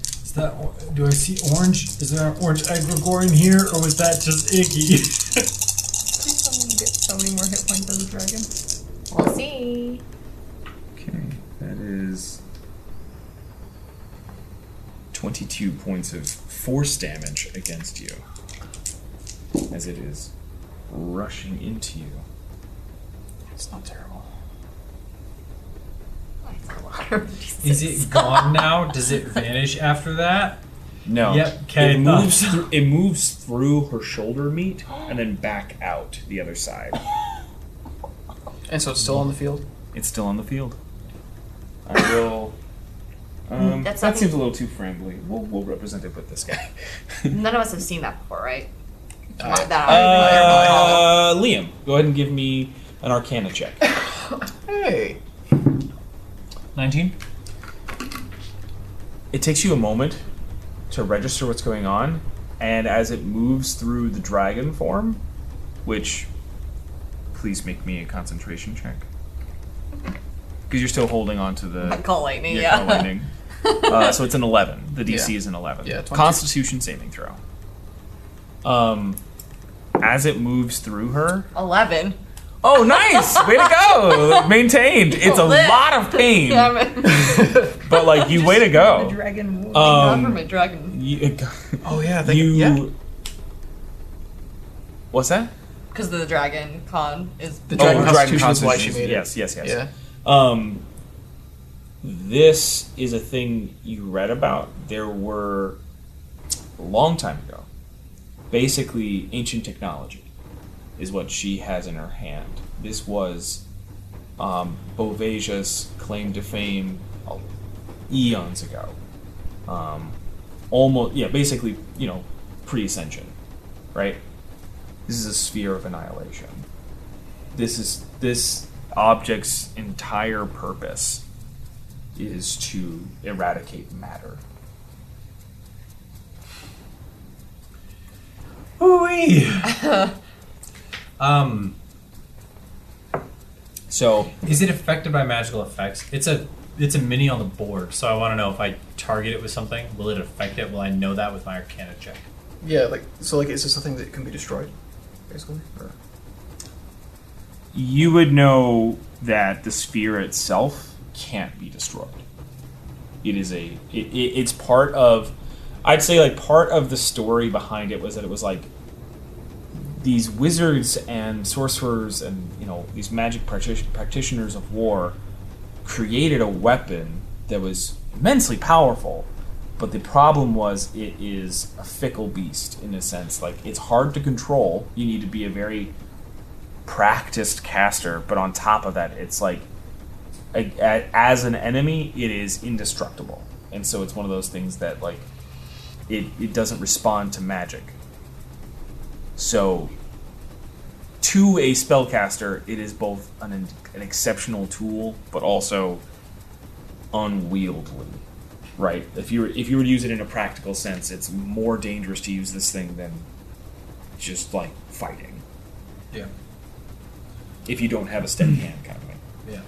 Is that or- do I see orange? Is there an orange egregore in here, or was that just icky? *laughs*
Please tell me you get so many more hit points as a dragon.
We'll see.
Okay, that is 22 points of force damage against you as it is rushing into you.
It's not terrible.
Is it gone now? Does it vanish after that?
No.
Yep, okay,
Oh, It moves,
thought
through, it moves through her shoulder meat and then back out the other side.
And so it's still on the field.
It's still on the field. I will. Um,
That's
that
not-
seems a little too friendly. We'll, we'll represent it with this guy.
None of us have seen that before, right?
I-
that
uh,
Uh, Liam, go ahead and give me an Arcana check.
Hey.
Nineteen.
it takes you a moment to register what's going on, and as it moves through the dragon form, which please make me a concentration check. Because you're still holding on to the
Call lightning,
your
yeah.
call lightning.
*laughs*
uh, so it's an 11. The DC
Yeah.
is an 11.
Yeah, 22.
Constitution saving throw. Um, as it moves through her.
*laughs*
Eleven.
Oh, nice! Way to go! Maintained. It's a
Lit.
lot of pain,
Yeah, I'm
Um,
but like you, way to
The
go.
dragon would.
Um,
government dragon.
you,
*laughs* Oh yeah. They,
you.
yeah.
What's that?
Because the dragon con is
The dragon
Oh,
constitution is why she
Constitution.
made it.
Yes, yes, yes.
Yeah.
Um, this is a thing you read about. There were a long time ago. Basically, ancient technology is what she has in her hand. This was um, Bovasia's claim to fame uh, eons ago. Um, almost, yeah, basically, you know, pre ascension, right? This is a sphere of annihilation. This is this object's entire purpose is to eradicate matter.
Ooh-wee. um,
So
is it affected by magical effects? It's a it's a mini on the board, so I want to know if I target it with something, will it affect it? Will I know that with my Arcana check?
Yeah. Like so. Like is this a thing that can be destroyed? Basically. Or,
you would know that the sphere itself can't be destroyed. It is a it, it, it's part of I'd say like part of the story behind it was that it was like these wizards and sorcerers and you know these magic practi- practitioners of war created a weapon that was immensely powerful but the problem was it is a fickle beast in a sense like it's hard to control you need to be a very practiced caster but on top of that it's like a, a, as an enemy it is indestructible and so it's one of those things that like it, it doesn't respond to magic so to a spellcaster, it is both an, an exceptional tool, but also unwieldy. Right? If you were, if you were to use it in a practical sense, it's more dangerous to use this thing than just like fighting.
Yeah.
If you don't have a steady hand, kind of thing.
Yeah.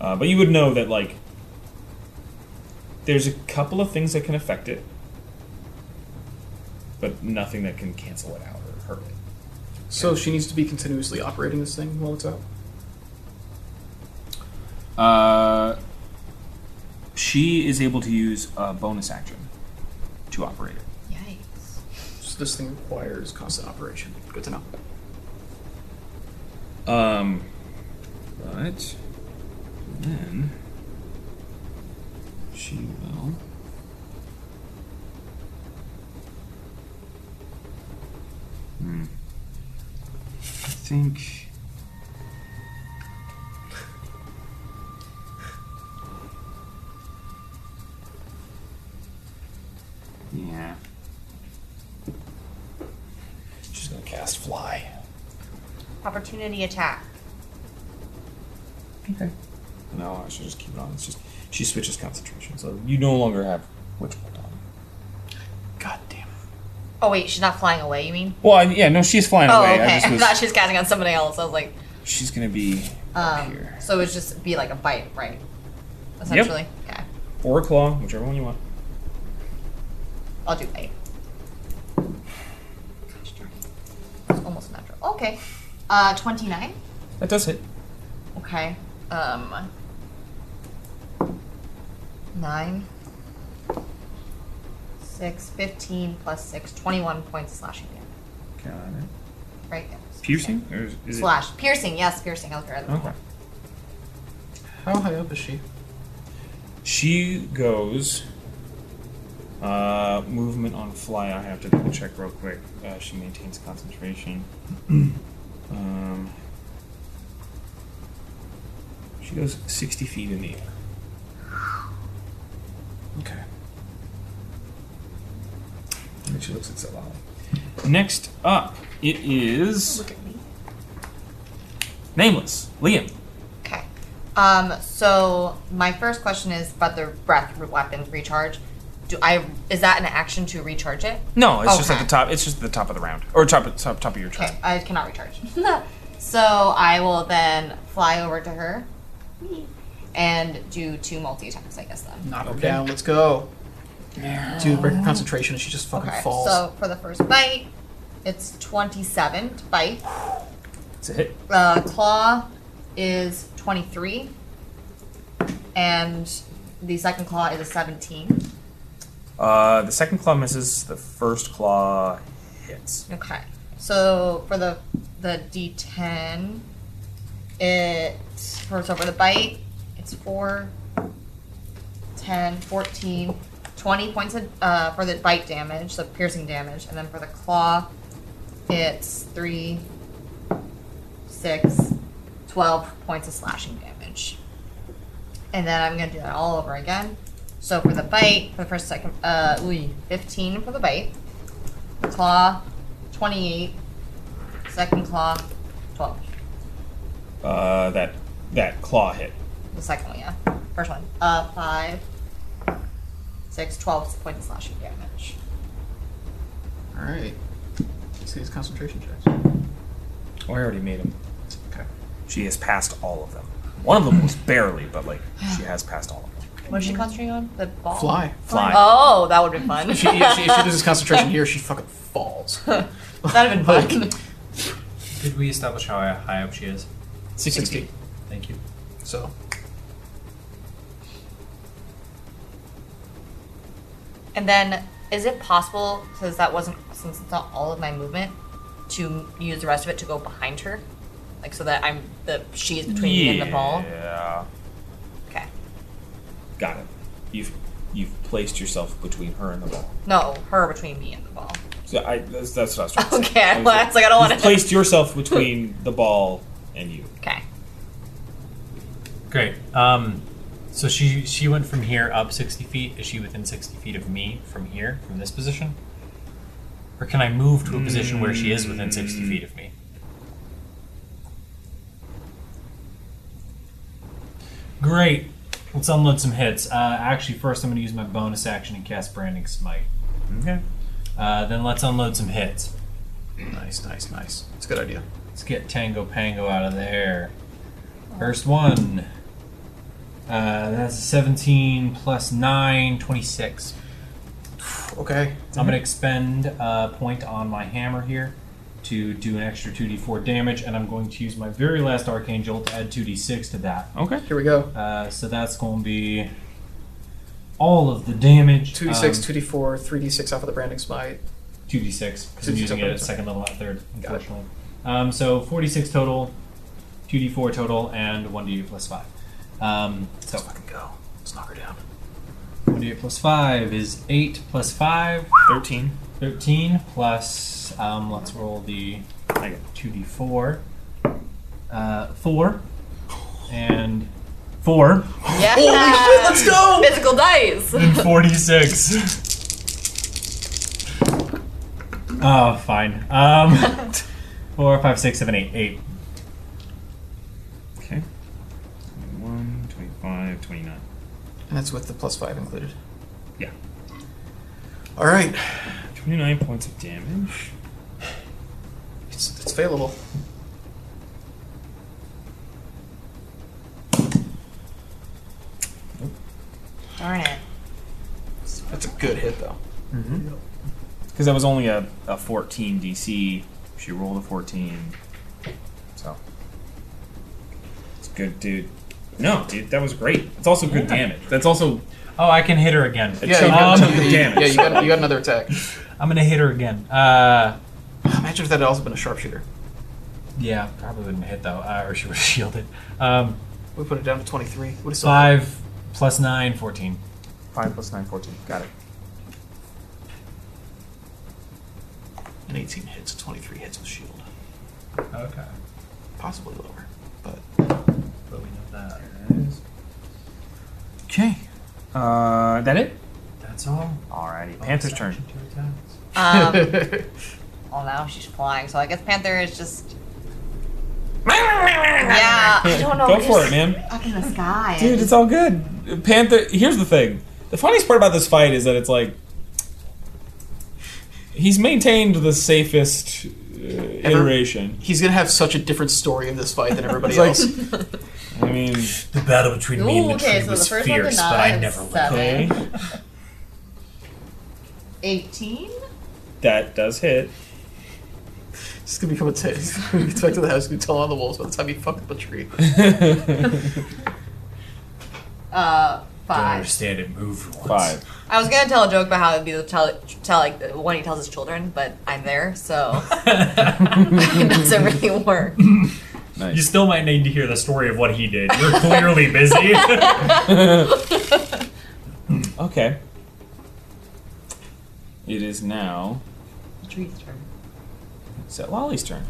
Uh, but you would know that like there's a couple of things that can affect it, but nothing that can cancel it out or hurt it.
So she needs to be continuously operating this thing while it's out.
Uh, she is able to use a bonus action to operate it.
Yikes.
So this thing requires constant operation. Good to know.
Um, but then she will. Hmm. I think. Yeah.
She's gonna cast fly.
Opportunity attack.
No, I should just keep it on. It's just she switches concentration, so you no longer have witch bolt on.
God damn it.
Oh wait, she's not flying away. You mean?
Well, I, yeah, no, she's flying
oh,
away.
okay.
I
I, *laughs*
just was,
thought she was casting on somebody else. I was like,
she's gonna be up
um,
here
so it's just be like a bite, right? Essentially. Okay.
or a claw, whichever one you want.
I'll do bite. Gosh darn it. It's almost natural. Okay. Uh, twenty-nine.
That does hit.
Okay. Um. Nine. Six, 15 plus 6, 21 points of slashing damage.
Got it.
Right? Yes.
Piercing or is, is it?
Slash. Piercing, yes, piercing. I was better than
Okay.
How high up is she?
She goes. Uh, movement on fly. I have to double check real quick. Uh, she maintains concentration. *clears throat* um, she goes sixty feet in the air.
Okay. And she looks at Zelala.
Next up, it is
Look at me.
nameless Liam.
Okay. Um, so my first question is about the breath weapon recharge. Do I is that an action to recharge it?
No, it's just at
Okay.
the top. It's just at the top of the round, or top of, top, top of your turn.
Okay, I cannot recharge. *laughs* so I will then fly over to her and do two multi attacks, I guess then.
Knock her down. Let's go. Dude, break her concentration and she just fucking
Okay.
falls.
So for the first bite, it's twenty seven to bite.
It's a hit.
Uh, claw is twenty three. And the second claw is a seventeen.
Uh, the second claw misses. The first claw hits.
Okay. So for the the D10, it for so for the bite, it's 4, 10, 14, 20 points of, uh, for the bite damage, so piercing damage, and then for the claw, it's 3, 6, 12 points of slashing damage. And then I'm gonna do that all over again. So for the bite, for the first second, uh, ooh, 15 for the bite claw, 28. Second claw, 12.
Uh, that that claw hit.
The second one, yeah. First one. Uh, 5, 6, 12 points of slashing damage.
Alright. See these concentration checks.
Oh, I already made him.
Okay.
She has passed all of them. One of them was barely, but like she has passed all of them.
What is she concentrating on? The ball?
Fly.
Fly.
Oh, that
*laughs*
would have been fun.
She, if, she, if she loses concentration here, she fucking falls.
*laughs*
That'd
That'd have been fun.
Did we establish how high up she is?
60 feet.
Thank you.
So,
and then, is it possible, since that wasn't, since it's not all of my movement, to use the rest of it to go behind her? Like, so that I'm, the she is between me and the ball?
Yeah.
Okay.
Got it. You've you've placed yourself between her and the ball.
No, her between me and the ball. *laughs*
So I that's, that's what I was trying to say.
Okay, I
was
was like, I don't
You've
want to.
placed yourself between the ball and you.
Okay.
Great. Um, so she she went from here up sixty feet. Is she within sixty feet of me from here, from this position? Or can I move to a position where she is within sixty feet of me? Great. Let's unload some hits. Uh, actually, first I'm going to use my bonus action and cast Branding Smite.
Okay.
Uh, then let's unload some hits.
Nice, nice, nice. It's a good idea.
Let's get Tango Pango out of there. First one. Uh, that's 17 plus 9, 26.
Okay.
I'm going to expend a point on my hammer here to do an extra 2d4 damage, and I'm going to use my very last Arcane Jolt to add 2d6 to that.
Okay.
Here we go.
Uh, so that's going to be all of the damage. Um,
2d6, 2d4, 3d6 off of the branding smite.
2d6 because I'm
2d6,
using it
okay.
at second level, not third,
Got it.
unfortunately. Um, so 46 total, 2d4 total, and 1d8 plus 5. Um, so
Go. Let's knock her down.
1d8 plus 5 is 8 plus 5,
Thirteen.
13 plus, um, let's roll the 2d4. Uh, 4 and 4
Yeah. let's go. Physical dice.
and 46. Oh, fine. Um, *laughs* 4, 5, 6, 7, 8, 8.
Okay. 21, 25, 29.
And that's with the plus 5 included.
Yeah.
All right.
29 points of damage.
It's, it's failable.
Darn it.
That's a good hit, though.
Because that was only a, a 14 DC. She rolled a 14. So. It's good, dude. No, dude, that was great. It's also good damage. That's also
Oh, I can hit her again.
Yeah,
a
you
chunk,
got,
chunk of damage.
Um, yeah you, got, you got another attack.
I'm gonna hit her again. Uh,
*laughs* Imagine if that had also been a sharpshooter.
yeah, probably wouldn't hit though, uh, or she would *laughs* have shielded. Um,
We put it down to 23. What is
five plus nine, 14.
5 plus 9, 14. Got it.
An 18 hits, 23 hits with shield.
Okay,
Possibly lower, *laughs* but
but we know that.
Okay. Uh, that it? Oh,
That's all.
Alrighty. Panther's
*laughs*
turn.
Um, well, now she's flying, so I guess Panther is just. yeah, I don't know.
Go for it,
just
man.
Up in the sky.
Dude, it's all good. Panther. Here's the thing. The funniest part about this fight is that it's like he's maintained the safest uh, iteration.
he's gonna have such a different story of this fight than *laughs* everybody
It's like-
else.
I mean,
The battle between me and
Ooh,
the
okay,
tree
so the
was
first one
fierce,
did not.
but I never won.
okay,
Seven. 18?
that does hit.
It's gonna become a t- *laughs* he's gonna be back to the house, he's gonna tell all the wolves by the time he fucked up a *laughs* tree.
Uh,
I don't
5.
understand it moved once.
Five.
I was gonna tell a joke about how it'd be the tell, tell like the one he tells his children, but I'm there, so *laughs* it doesn't really work.
You still might need to hear the story of what he did. You're clearly
*laughs*
busy.
Okay. It is now.
Tree's turn.
It's at Lolly's turn.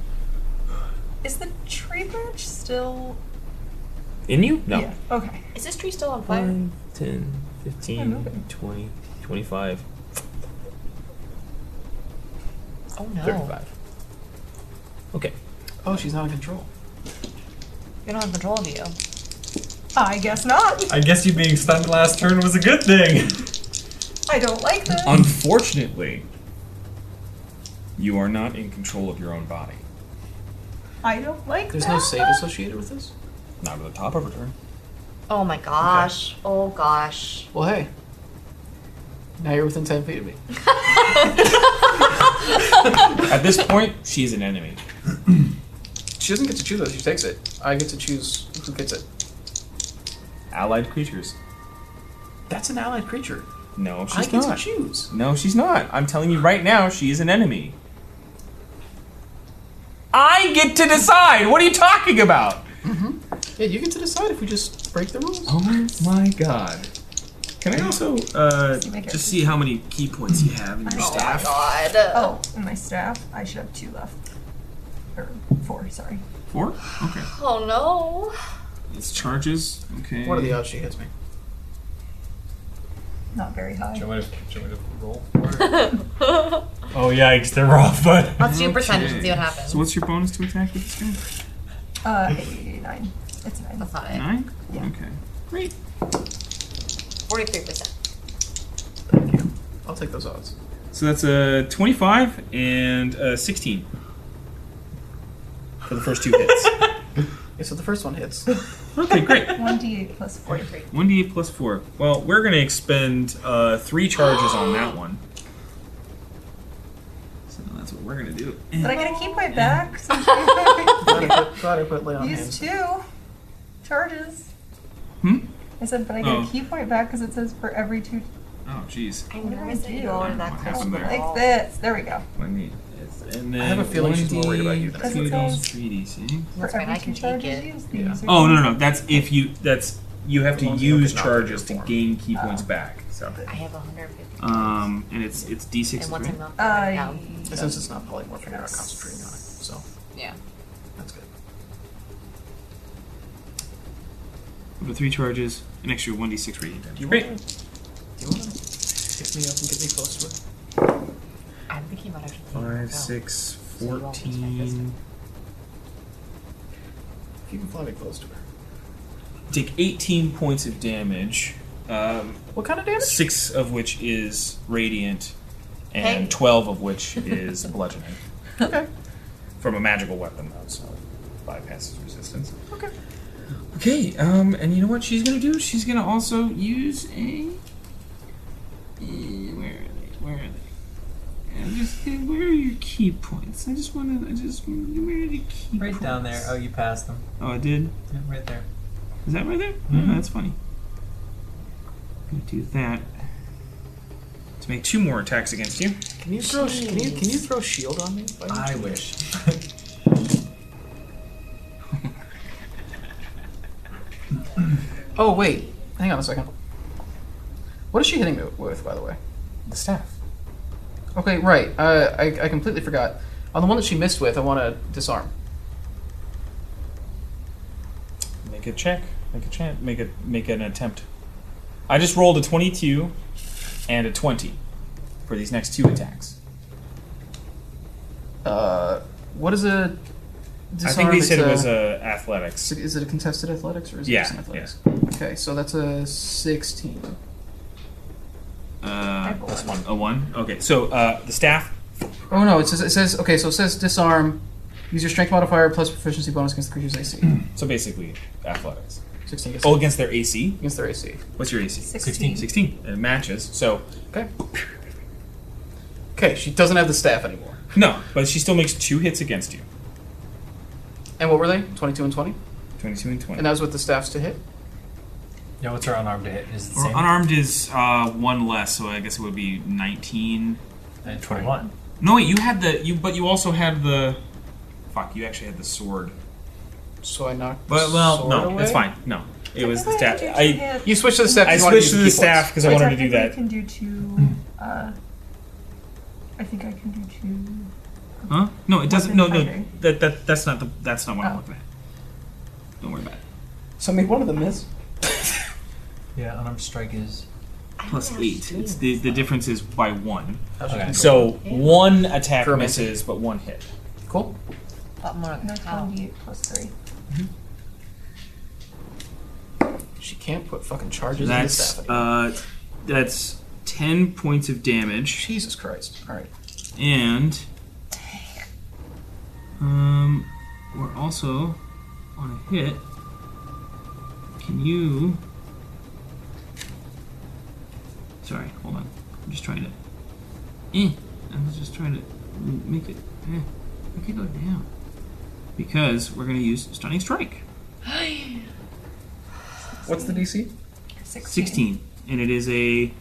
Is the tree branch still?
In you? No.
Yeah. Okay.
Is this tree still on fire?
10, 15, 20, 25,
oh no.
Okay.
Oh, she's not in control.
You don't have control of you.
I guess not.
I guess you being stunned last turn was a good thing.
I don't like this.
Unfortunately, you are not in control of your own body.
I don't like
There's
that.
no save associated with this?
Not at the top of her turn.
Oh my gosh. Oh gosh.
Well hey. Now you're within ten feet of me.
At this point, she is an enemy.
She doesn't get to choose though, she takes it. I get to choose who gets it.
Allied creatures.
That's an allied creature.
No,
I
she's
get
not.
to choose.
No, she's not. I'm telling you right now, she is an enemy. I get to decide. What are you talking about?
Yeah, you get to decide if we just break the rules.
Oh my god. Can I also uh,
make it-
just see how many key points you have in your
Oh.
staff?
God.
Oh, and my staff. I should have two left. Or four. Sorry.
Four? Okay.
Oh no.
It's charges. Okay.
What are the odds she hits me?
Not very high.
Oh yikes, they're off, but
Let's do percentage and see what happens.
So what's your bonus to attack with this guy?
Uh, 89. It's nine.
That's not it.
Nine?
Yeah.
Okay.
Forty-three percent.
Thank you. I'll take those odds.
So that's a 25 and a 16 for the first two hits.
Okay, so the first one hits.
okay, great.
1d8 plus 4.
1d8 plus 4. Well, we're going to expend uh, three charges on that one. So that's what we're going to do.
But I gotta keep my back.
*laughs*
so-
glad, I put, glad I put lay on hands.
Use two charges.
Hmm?
I said, but I gotta
Oh.
keep my back because it says for every two.
Oh, jeez.
I
What do I
noticed that you
do?
go
What
into that
happened
cold
there?
roll.
Like this. There we go.
Let me. it's- And then
I have a feeling she's more worried about you than I
1d8,
am.
2d6.
For
That's fine,
every
I
two
can take
charges
it.
used, the
Yeah.
user
Oh no,
can-
no, no, that's if you that's you have to
As long as you don't
use
get knocked out of
charges
your
to
form.
gain key points back. So
I have 150.
um, and it's it's d6.
and once I'm
Right?
up,
Uh,
I'm down.
And Since it's not polymorphic, I'm not concentrating on it. So
Yeah.
that's good.
The three charges, an extra one d6 radiant
Do you
damage.
want to? Do you want to pick me up and get me close to it?
I'm thinking about actually.
Five, six,
So you won't attack this
fourteen.
If you can fly me close to her.
Take eighteen points of damage, um,
What kind of
*laughs*
damage?
six of which is radiant, and
Hey.
twelve of which is bludgeoning
Okay.
from a magical weapon, though, so it bypasses resistance.
Okay.
Okay, um, and you know what she's gonna do? She's gonna also use a. eh, Where are they? Where are they? I'm just. eh, Where are your key points? I just wanna. I just. Where are the key points?
Right down there. Oh, you passed them.
Oh, I did.
Yeah, right there.
Is that right there?
Mhm.
Oh, that's funny. I'm gonna do that to make two more attacks against you.
Can you throw? sh- Can you can you throw shield on me? Why don't
I
you-
wish.
Oh wait, hang on a second. What is she hitting me with, by the way?
The staff.
Okay, right. Uh, I I completely forgot. On the one that she missed with, I want to disarm.
Make a check. Make a chant. Make a make an attempt. I just rolled a twenty-two and a twenty for these next two attacks.
Uh, what is a disarm?
I think they
It's
said it
a-
was uh, athletics.
Is it a contested athletics or is
Yeah,
it just an athletics? Okay, so that's a 16.
Uh, that's one. A one. Okay. So uh, the staff.
Oh no, it says, it says okay, so it says disarm. Use your strength modifier plus proficiency bonus against the creature's AC.
So basically, athletics.
16 against,
Hmm. Oh, against their AC.
against their AC.
What's your AC?
16.
Sixteen. It matches. So
Okay. Okay, she doesn't have the staff anymore.
no, but she still makes two hits against you.
And what were they? 22 and 20?
Twenty-two and
And
twenty.
that was with the staffs to hit?
Yeah, what's our unarmed to hit? Is it the
Or
same?
unarmed is uh, one less, so I guess it would be nineteen.
And 21.
No, wait. You had the you, but you also had the. Fuck. You actually had the sword.
So I knocked the
But well,
sword
no,
away?
that's fine. No, it was the staff.
Technically, I can do two
I
hits.
You switched to the staff
I
because you wanted
switched to
use key
the
points.
staff because I
Wait,
wanted to do
technically I
that.
can do two. Uh, I think I can do two.
Huh? No, it doesn't.
Weapon
No, no.
fighting.
That, that that's not the that's not what I'm
Oh.
looking at. Don't worry about it.
So I made one of them miss.
Yeah, unarmed strike is.
Plus eight. It's the the difference is by one.
Okay.
So one attack
For a miss.
misses, but one hit.
Cool.
But more
And
than
that's
how.
1d8 plus 3.
She can't put fucking charges in the staff
That's
anymore.
uh, that's ten points of damage,
Jesus Christ. Alright.
and um, we're also on a hit. Can you? Sorry, hold on. I'm just trying to. Eh, I was just trying to m- make it. Eh, okay, go down. Because we're gonna use stunning strike.
*gasps* What's the DC?
16.
16, and it is a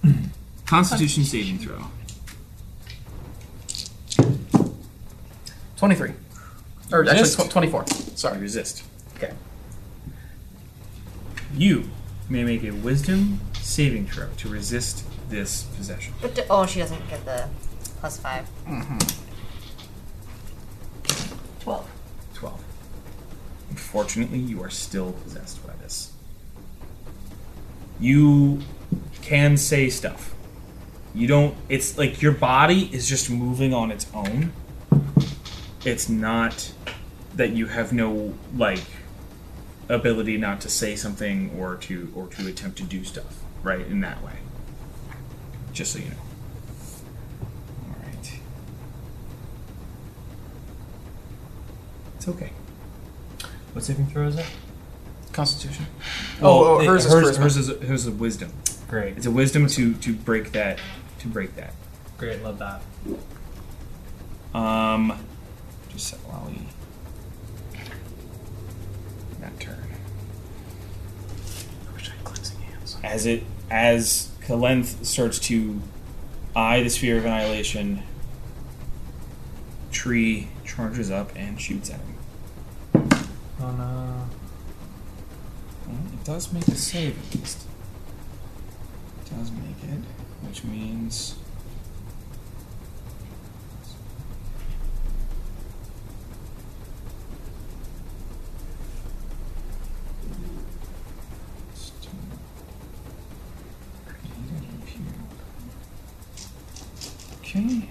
*coughs* Constitution saving throw.
23. Or
Resist.
actually, tw- 24. Sorry.
resist.
Okay.
You may make a Wisdom saving throw to resist this possession.
But d- oh, she doesn't get the plus five.
12.
12. Unfortunately, you are still possessed by this. You can say stuff. You don't. It's like your body is just moving on its own. It's not that you have no, like,
ability not to say something or to or to attempt to do stuff, right? In that way. Just so you know. All right. It's okay.
What saving throw is it?
Constitution. Oh, oh,
it-
hers is
hers,
charisma.
hers is hers is wisdom.
Great.
It's a wisdom to to break that to break that.
Great. Love that.
Um, just set Lolly. That turn.
I wish I had cleansing hands.
As it as Kalenth starts to eye the sphere of annihilation, Tree charges up and shoots at him.
Oh no.
Well, it does make a save at least. It does make it, which means. Okay.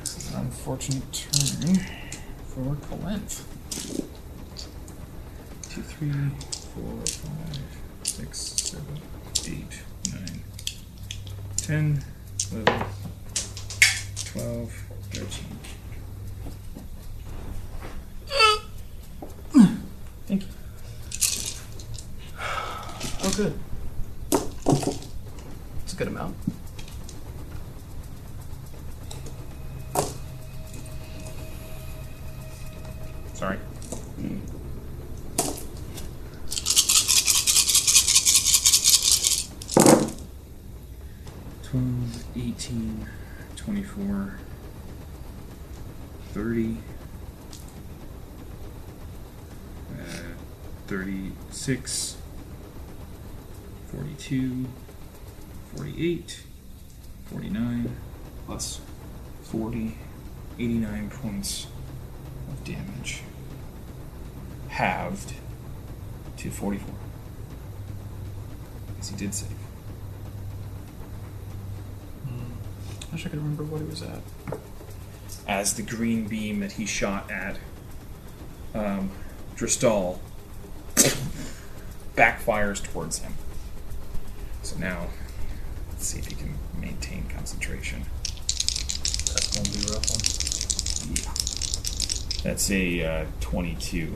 It's an unfortunate turn for Kalenth. Two, three, four, five, six, seven, eight, nine, ten, eleven, twelve, thirteen. Thank you.
Oh, good. It's a good amount.
Sorry. Twelve, eighteen, twenty-four, thirty, uh, thirty-six, forty-two, forty-eight, forty-nine, plus forty, eighty-nine points of damage halved to 44. Because he did save.
I wish I could remember what it was at.
As the green beam that he shot at um, Dristal *coughs* backfires towards him. So now, let's see if he can maintain concentration.
That's gonna be a rough one.
Yeah. That's a uh, 22.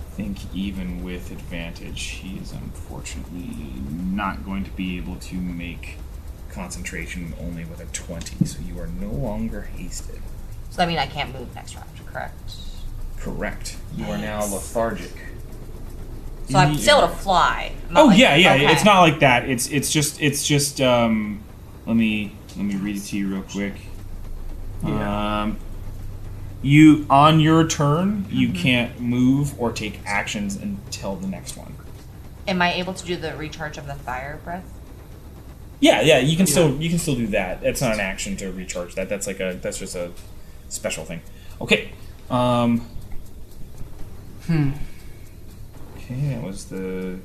I think even with advantage, he is unfortunately not going to be able to make concentration only with a 20, so you are no longer hasted.
So that means I can't move next round, correct?
Correct. You are now
Yes.
lethargic.
So I'm still able to fly. I'm not
Oh
like-
yeah, yeah. It's
okay.
not like that. It's it's just it's just um let me let me read it to you real quick. Um you on your turn, you can't move or take actions until the next one.
Am I able to do the recharge of the fire breath?
Yeah, yeah, you can still you can still do that. That's not an action to recharge that. That's like a that's just a special thing. Okay. Um hmm. Okay, that was the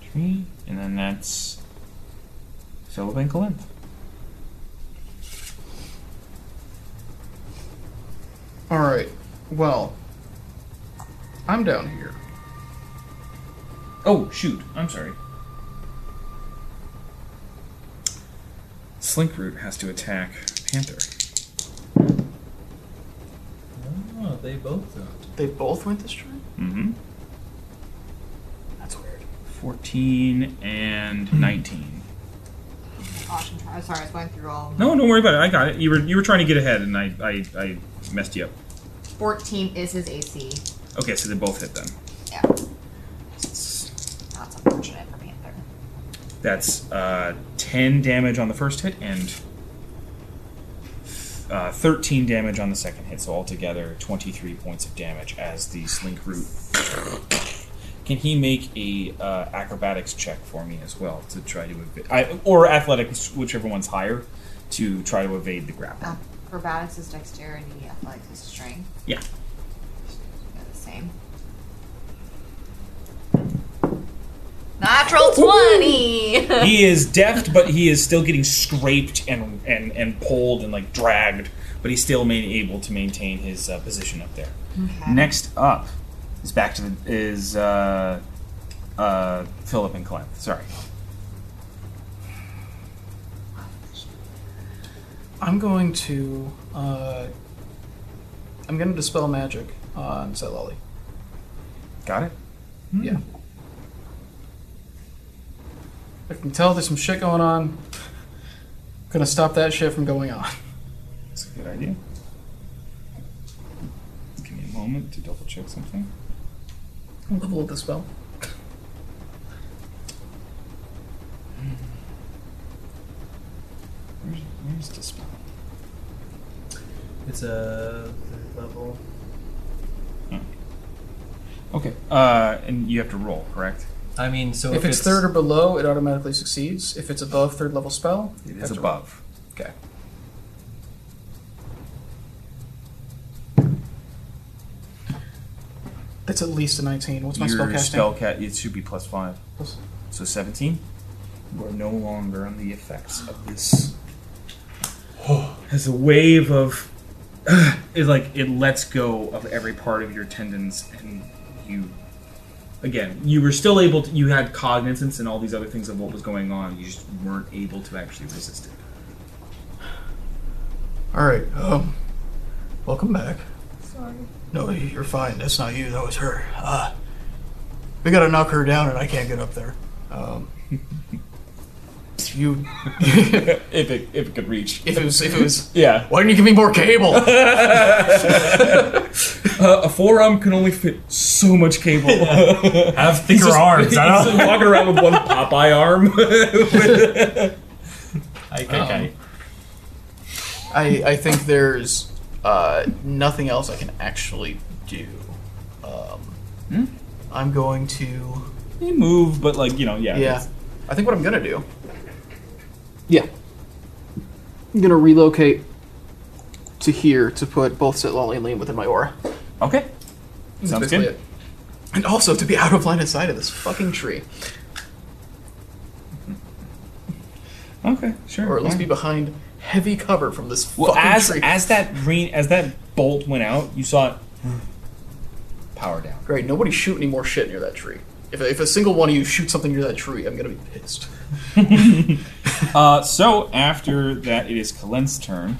tree, and then that's Philip and Corinth.
All right. Well, I'm down here.
Oh, shoot. I'm sorry. Slinkroot has to attack Panther.
Oh, they both though.
They both went this turn.
Mm-hmm.
That's weird.
14 and 19.
Gosh, I'm trying- I'm sorry, I was going through all. of them.
No, don't worry about it. I got it. You were you were trying to get ahead, and I, I, I messed you up.
14 is his AC.
Okay, so they both hit then.
Yeah. That's unfortunate for Panther.
That's uh, 10 damage on the first hit and uh, 13 damage on the second hit. So altogether, 23 points of damage as the slink root. Can he make a uh, acrobatics check for me as well to try to evade, I, or athletics, whichever one's higher, to try to evade the grapple?
Acrobatics Um, is dexterity, athletics is strength.
Yeah.
They're the same. Natural natural 20!
he is deft, but he is still getting scraped and and and pulled and like dragged. But he's still main, able to maintain his uh, position up there. Next up is back to the is uh, uh, Philip and Clive. Sorry,
I'm going to. Uh, I'm going to dispel magic on Zelali.
got it.
Yeah. I can tell there's some shit going on. Gonna stop that shit from going on.
That's a good idea. Give me a moment to double check something.
Level of the spell.
Where's, where's the spell?
It's a third level.
Oh. Okay, uh, and you have to roll, correct?
I mean, so
If it's third or below, it automatically succeeds. If it's above third level spell,
It
that's
is
a-
above.
Okay. That's at least a 19. What's my
Your
spell casting?
spell ca- it should be plus five.
Plus-
So seventeen. You are no longer on the effects of this. *gasps* As a wave of, *sighs* it like it lets go of every part of your tendons, and you, again, you were still able to. You had cognizance and all these other things of what was going on. You just weren't able to actually resist it.
All right. Um, welcome back.
Sorry.
No, you're fine. That's not you. That was her. Uh, we gotta knock her down, and I can't get up there. Um, *laughs* you.
if it if it could reach.
If it was, if it was,
*laughs* Yeah,
Why didn't you give me more
*laughs*
cable?
uh, a forearm can only fit so much *laughs* cable.
Have thicker arms.
*laughs*
I don't know.
walking around with one Popeye arm.
I, I,
I, I think there's uh, nothing else I can actually do. Um, I'm going to.
you move, but like you know, yeah.
Yeah. I think what I'm gonna do. Yeah. I'm gonna relocate to here to put both Sitlali and Liam within my aura.
Okay. Sounds
Basically
good.
it. And also to be out of line of sight of this fucking tree.
Okay, sure.
Or at least
fine.
be behind heavy cover from this
well,
fucking
as
tree.
as that green as that bolt went out, you saw it power down.
Great, nobody shoot any more shit near that tree. If, if a single one of you shoots something near that tree, I'm gonna be pissed.
Uh, so after that, it is Kalen's turn,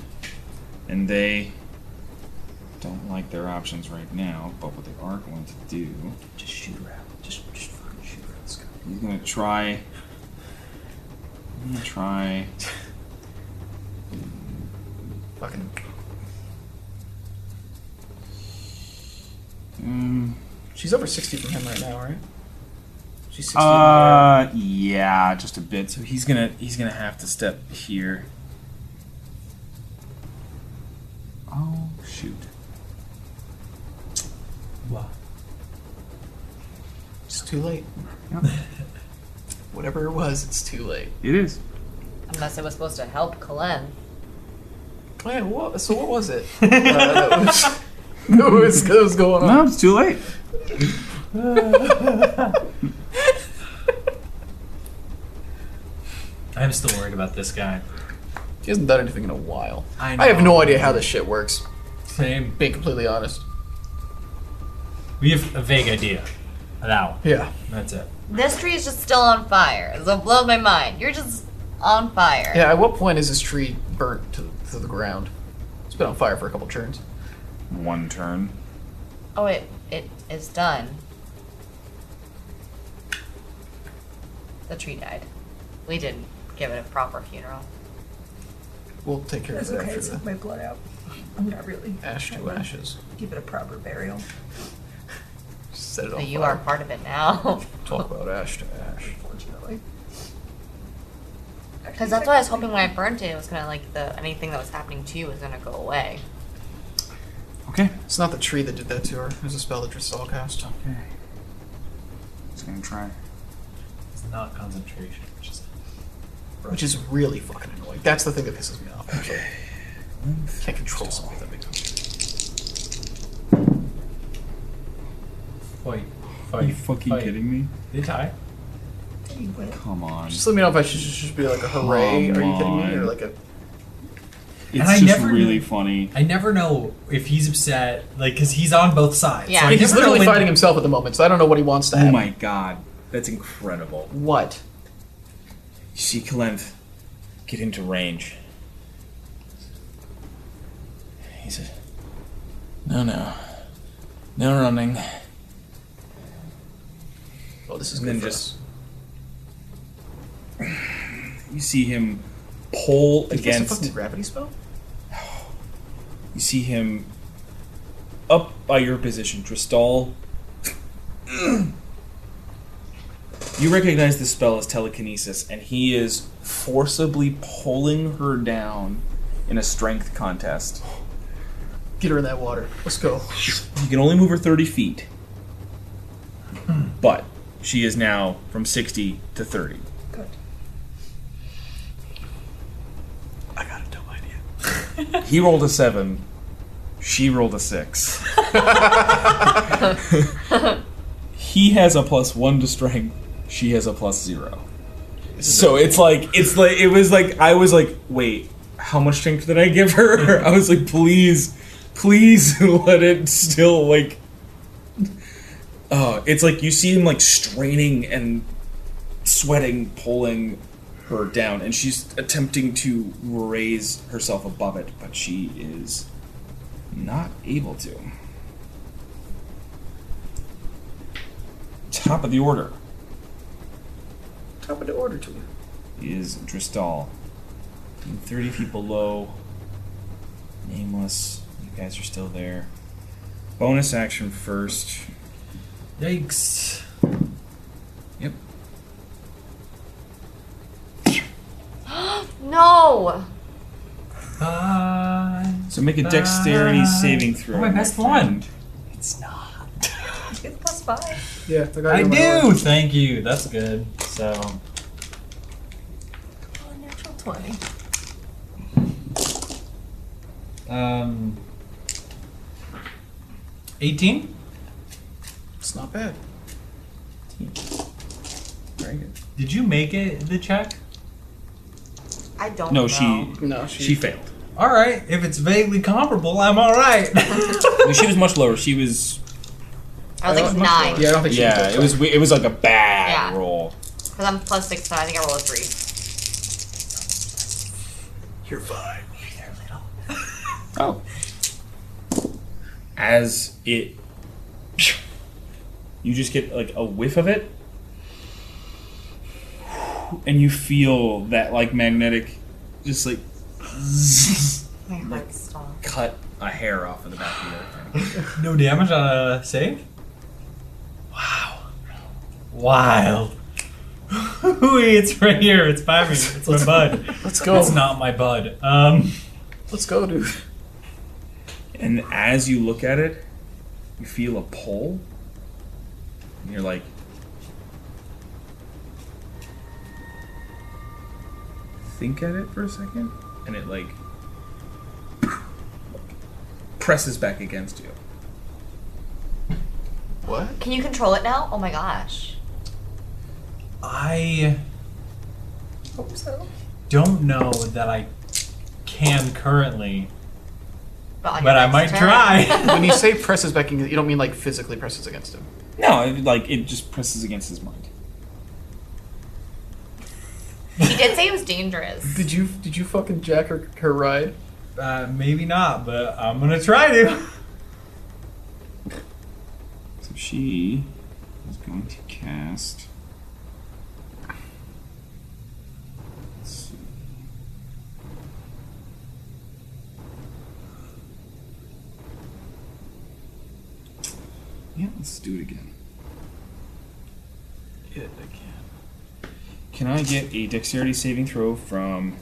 and they don't like their options right now. But what they are going to do,
Just shoot her out. Just, just fucking shoot her out, Scott.
he's going to try. I'm gonna try.
Fucking.
Um,
She's over 60 from him right now, right? She's 60.
Uh, yeah, just a bit. So he's gonna he's gonna have to step here. Oh shoot!
it's too late. *laughs* Whatever it was, it's too late.
It is.
Unless it was supposed to help Kalen.
Man, what, so what was
*laughs*
it? uh, that was, *laughs* that was, that was going on.
No, it's too late.
am still worried about this guy.
She hasn't done anything in a while.
I,
I have no idea how this shit works,
Same.
being completely honest.
We have a vague idea. That one.
Yeah.
That's it.
This tree is just still on fire. It'll blow my mind. You're just on fire.
Yeah, at what point is this tree burnt to, to the ground? It's been on fire for a couple turns.
One turn.
Oh, it it is done. The tree died. We didn't give it a proper funeral.
We'll take care
It's
of it
okay. I
after
took
the
my blood out. I'm not really.
ash to ashes.
Give it a proper burial.
Set it
But
on
you are
fire.
part of it now. *laughs*
Talk about ash to ash.
Unfortunately.
Because that's why I was hoping when I burnt it, it was gonna like the anything that was happening to you was gonna go away.
Okay.
It's not the tree that did that to her. It was a spell that Drisal cast.
Okay. He's gonna try.
It's not concentration. It's just
Which is really fucking annoying. That's the thing that pisses me off. actually. Can't control something that big.
fight.
Are you fucking kidding me?
They tie.
Come on.
Just let me know if I should just just be like a hooray.
Come
Are you kidding me?
on.
Or like a
It's
I
just
never-
really funny.
I never know if he's upset, like, because he's on both sides.
Yeah.
So I
And
he's
never know
literally
when-
fighting himself at the moment, so I don't know what he wants to
Oh
have.
my god. That's incredible.
What?
You see Kalenth get into range. He says, No, no. No running.
Oh, this is
And
good.
then
for
just. You see him pull
us. Did he cast a
against.
fucking gravity spell?
You see him up by your position, Dristal. you recognize this spell as telekinesis, and he is forcibly pulling her down in a strength contest.
Get her in that water. Let's go.
You can only move her 30 feet, but she is now from 60 to 30.
Good.
I got a dumb idea.
He rolled a 7, she rolled a 6. he has a plus 1 to strength, she has a plus 0. So it's like it's like it was like I was like, wait, how much strength did I give her? *laughs* I was like, please, please *laughs* let it still like. Oh, it's like you see him like straining and sweating, pulling her down, and she's attempting to raise herself above it, but she is not able to. Top of the order
Top of the order to you.
is Dristal. And 30 feet below, nameless. You guys are still there. Bonus action first.
Yikes.
Yep.
No!
Bye.
So make a dexterity saving throw.
Oh, Ah, my best
friend.
one. It's not. *laughs*
Get plus five.
Yeah, I got
I
you on my
do.
order.
Thank you. That's good. So
Oh, natural 20.
Um, 18?
It's not bad.
Very good.
Did you make it the check?
I don't
No,
know.
she
No, she.
she failed.
All right, if it's vaguely comparable, I'm all right. *laughs*
Well, she was much lower. She was
I was like
don't-
nine.
Yeah, I don't think she
yeah.
did.
It was it was like a bad
Yeah.
roll.
Because I'm plus six, so I think I rolled a three.
You're fine.
Oh. As it. You just get like a whiff of it. And you feel that like magnetic, just like
My heart stopped.
cut a hair off of the back of your head.
no damage on a save? *laughs* Wow. Wild. Hooey, it's right here. It's by me. It's my bud.
Let's go.
It's not my bud. Um,
Let's go, dude.
And as you look at it, you feel a pull. And you're like, think at it for a second. And it like presses back against you.
What?
Can you control it now? Oh my gosh.
I
Hope so.
don't know that I can currently,
But, on your
but I
next
might
turn-
try.
when you say presses back, against- you don't mean like physically presses against him.
No, it, like it just presses against his mind.
*laughs* He did say it was dangerous.
Did you did you fucking jack her, her ride?
uh, maybe not, but I'm gonna try to.
So she is going to cast. Let's see. Yeah, let's do it again.
It again.
Can I get a dexterity saving throw from.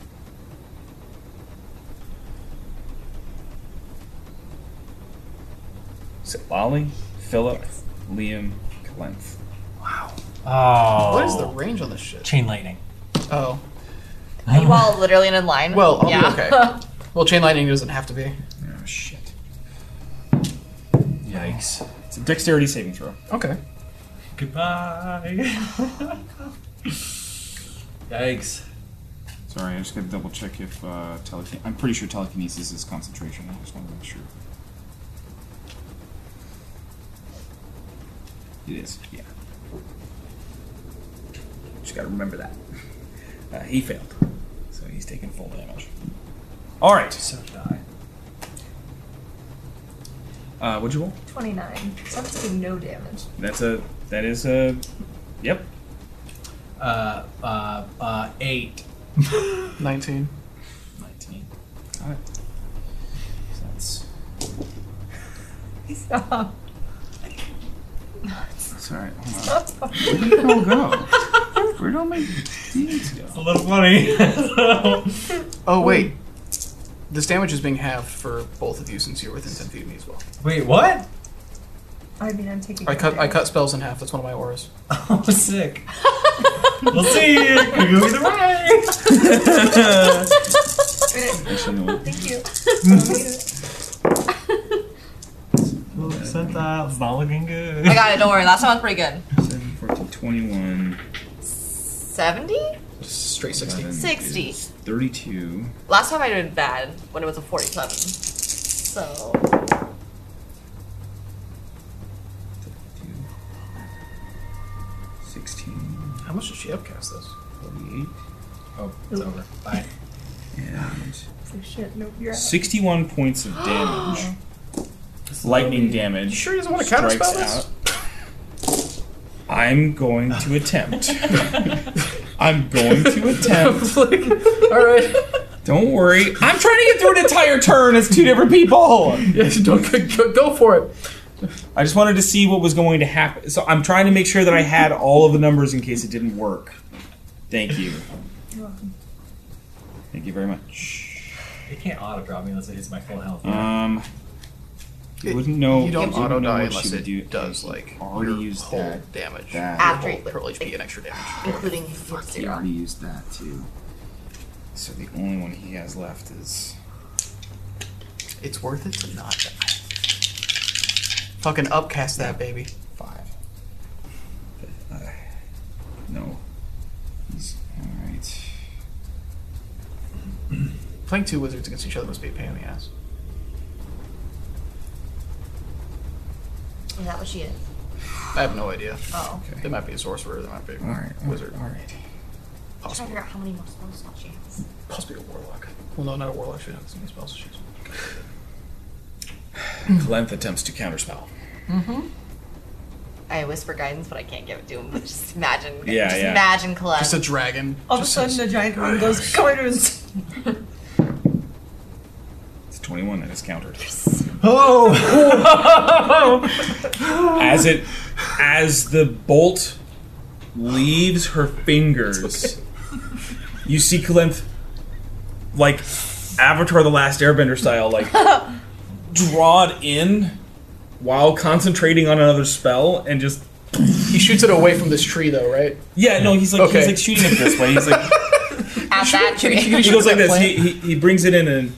Is it Lolly, Philip, Liam, Kalenth?
Oh.
What is the range on this shit?
chain lightning?
Oh,
Are you all literally in a line?
Well, I'll be
yeah.
*laughs* okay. well, chain lightning doesn't have to be.
Oh shit. Yikes. It's a dexterity saving throw.
Okay. *laughs*
Goodbye. Yikes.
Sorry, I just got to double check if uh, telekinesis. I'm pretty sure telekinesis is concentration. I just want to make sure. It is, yeah. Just got to remember that. Uh, he failed, so he's taking full damage. All right. So did I. Uh, what'd you roll?
29. So I'm taking no damage.
That's a. That is a. Yep.
Uh, uh, uh, eight.
19.
19. Got it. So that's.
Stop.
Sorry. Hold on. Where did it all go? Where did all my deeds go?
A little funny.
Oh, wait. This damage is being halved for both of you since you're within 10 feet of me as well.
Wait, what? *laughs*
I mean, I'm taking.
I
no
cut I
damage.
cut spells in half. That's one of my auras.
Oh, sick. we'll
*laughs*
see. It could go either way.
Actually, no.
Thank you.
Percentile's not looking good.
I got it. Oh Don't worry. Last time was pretty good.
7, 14, 21.
70?
Just straight 60.
11
60.
is 32.
Last time I did bad when it was a 47. So.
32. 16.
How much did she upcast this?
48.
Oh, it's over. Bye.
And
It's like, shit, nope, you're out.
61 points of damage. Lightning damage.
You sure he doesn't want to counter spell
strikes
this?
I'm going to attempt. *laughs* I'm going to attempt.
All right.
Don't worry. I'm trying to get through an entire turn as two different people.
Yes, don't go, go, go for it.
I just wanted to see what was going to happen. So I'm trying to make sure that I had all of the numbers in case it didn't work. Thank you.
You're welcome.
Thank you very much.
It can't auto drop me unless it hits my full health.
Um, you
It-
wouldn't know.
You don't
wouldn't
auto
know
die
what
unless
she would
it
do.
does like
already
your
used
whole
that.
damage. Your
That.
After-
whole total HP and extra damage.
Including your
He
zero.
already used that too. So the only one he has left is
It's worth it to not die. Fucking upcast that baby.
five. But, uh, no. He's all right.
Playing two wizards against each other must be a pain in the ass.
Is that what she is?
I have no idea.
Oh.
Okay.
They might be a sorcerer. They might be a
All right.
wizard.
All right.
I'm trying
Possibly,
to figure out how many more spell slots she has.
possibly a warlock. Well, no, not a warlock. She doesn't have so many spells. She's
Kalenth attempts to counterspell.
I whisper guidance, but I can't give it to him. But just imagine.
*laughs* Yeah,
just
yeah.
imagine Colette.
just a dragon.
All of a
Just
sudden,
says,
the giant
*sighs*
one goes, come into his.
It's 21 that is countered.
Oh!
As it, as the bolt leaves her fingers, you see Kalenth, like Avatar: The Last Airbender style, like drawn in while concentrating on another spell, and just
he shoots it away from this tree, though, right?
yeah, no, he's like
Okay.
he's like shooting it this way. He's like *laughs*
at that tree.
he goes like this. He, he, he brings it in and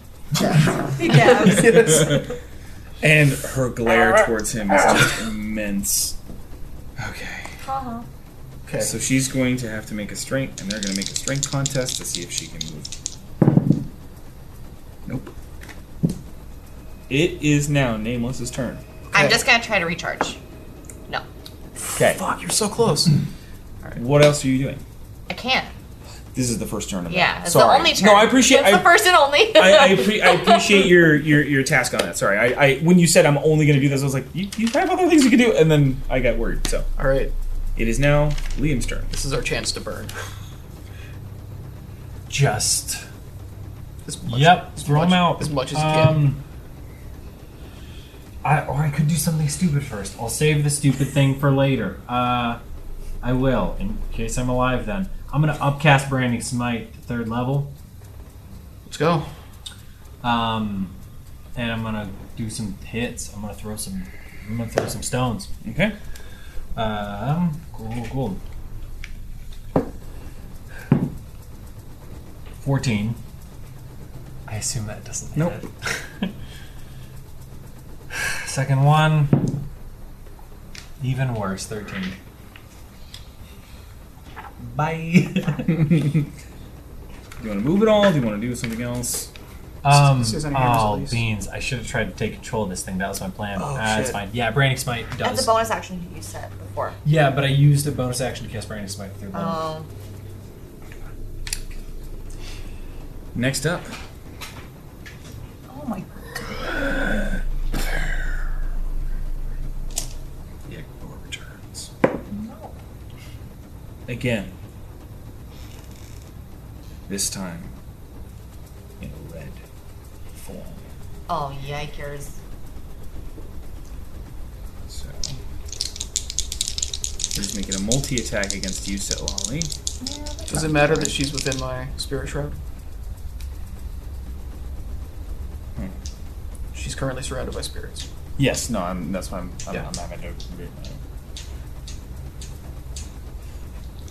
He dabs.
and her glare towards him is just immense. Okay.
Uh-huh.
Okay.
So she's going to have to make a strength, and they're going to make a strength contest to see if she can move. Nope. It is now Nameless's turn.
I'm just gonna try to recharge. No,
Okay.
Fuck, you're so close.
What else are you doing?
I can't.
This is the first turn of it.
Yeah, it's
Sorry.
the only turn.
No, I appreciate.
It's
I,
the first and only.
I,
*laughs*
I, appre- I appreciate your, your your task on that. Sorry, I, I when you said I'm only going to do this, I was like, you, you have other things you can do, and then I got worried. So
All right,
it is now Liam's turn.
this is our chance to burn.
Just.
As
Yep,
as
throw
much-
them out.
as much as you can.
um, I, or I could do something stupid first. I'll save the stupid thing for later. Uh, I will, in case I'm alive then. I'm going to upcast Branding Smite to third level.
Let's go.
Um, and I'm gonna do some hits. I'm gonna throw some. I'm gonna throw some stones.
Okay.
Um, cool, cool, cool. Fourteen. I assume that doesn't.
Nope.
hit. *laughs* Second one. Even worse, thirteen. Bye. *laughs*
Do you want to move it all? Do you want to do something else?
um,
see if there's any hammers at
oh,
least.
beans. I should have tried to take control of this thing. That was my plan.
Oh,
uh, That's
shit.
fine. Yeah, Branding Smite does.
That's a bonus action you said before.
Yeah, but I used a bonus action to cast Branding Smite through level.
Um,
Next up,
Oh my
the Ekbor returns.
no.
Again. This time in a red form.
oh, yikers.
So he's making a multi-attack against you, Setlali.
Does it matter that she's within my spirit shroud?
Hmm.
She's currently surrounded by spirits.
Yes, no, I'm, that's why I'm, I'm,
Yeah.
I'm not going to.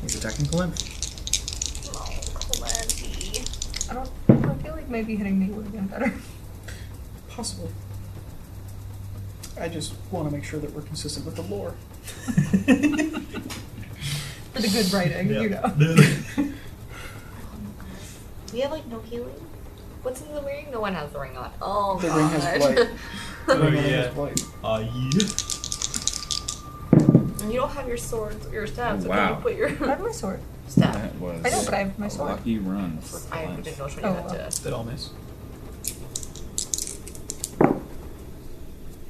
He's attacking Calamity.
Oh, Calamity.
I don't. I feel like maybe hitting me would have been better. *laughs*
Possibly. I just want to make sure that we're consistent with the lore.
For the good writing, you know.
Do we have like no healing? What's in the ring? No one has the ring on. Oh,
The
God.
ring has blight.
Oh,
Everyone
yeah.
has blight.
Uh, yeah.
and *laughs* you don't have your swords or your staves.
Oh, Wow.
So can
I
you put your
have my sword.
*laughs* staff?
That was
I know, but I have my
a
sword.
lucky run for
I
Calamity.
didn't know which one
Oh,
you had
well.
to.
Did all miss?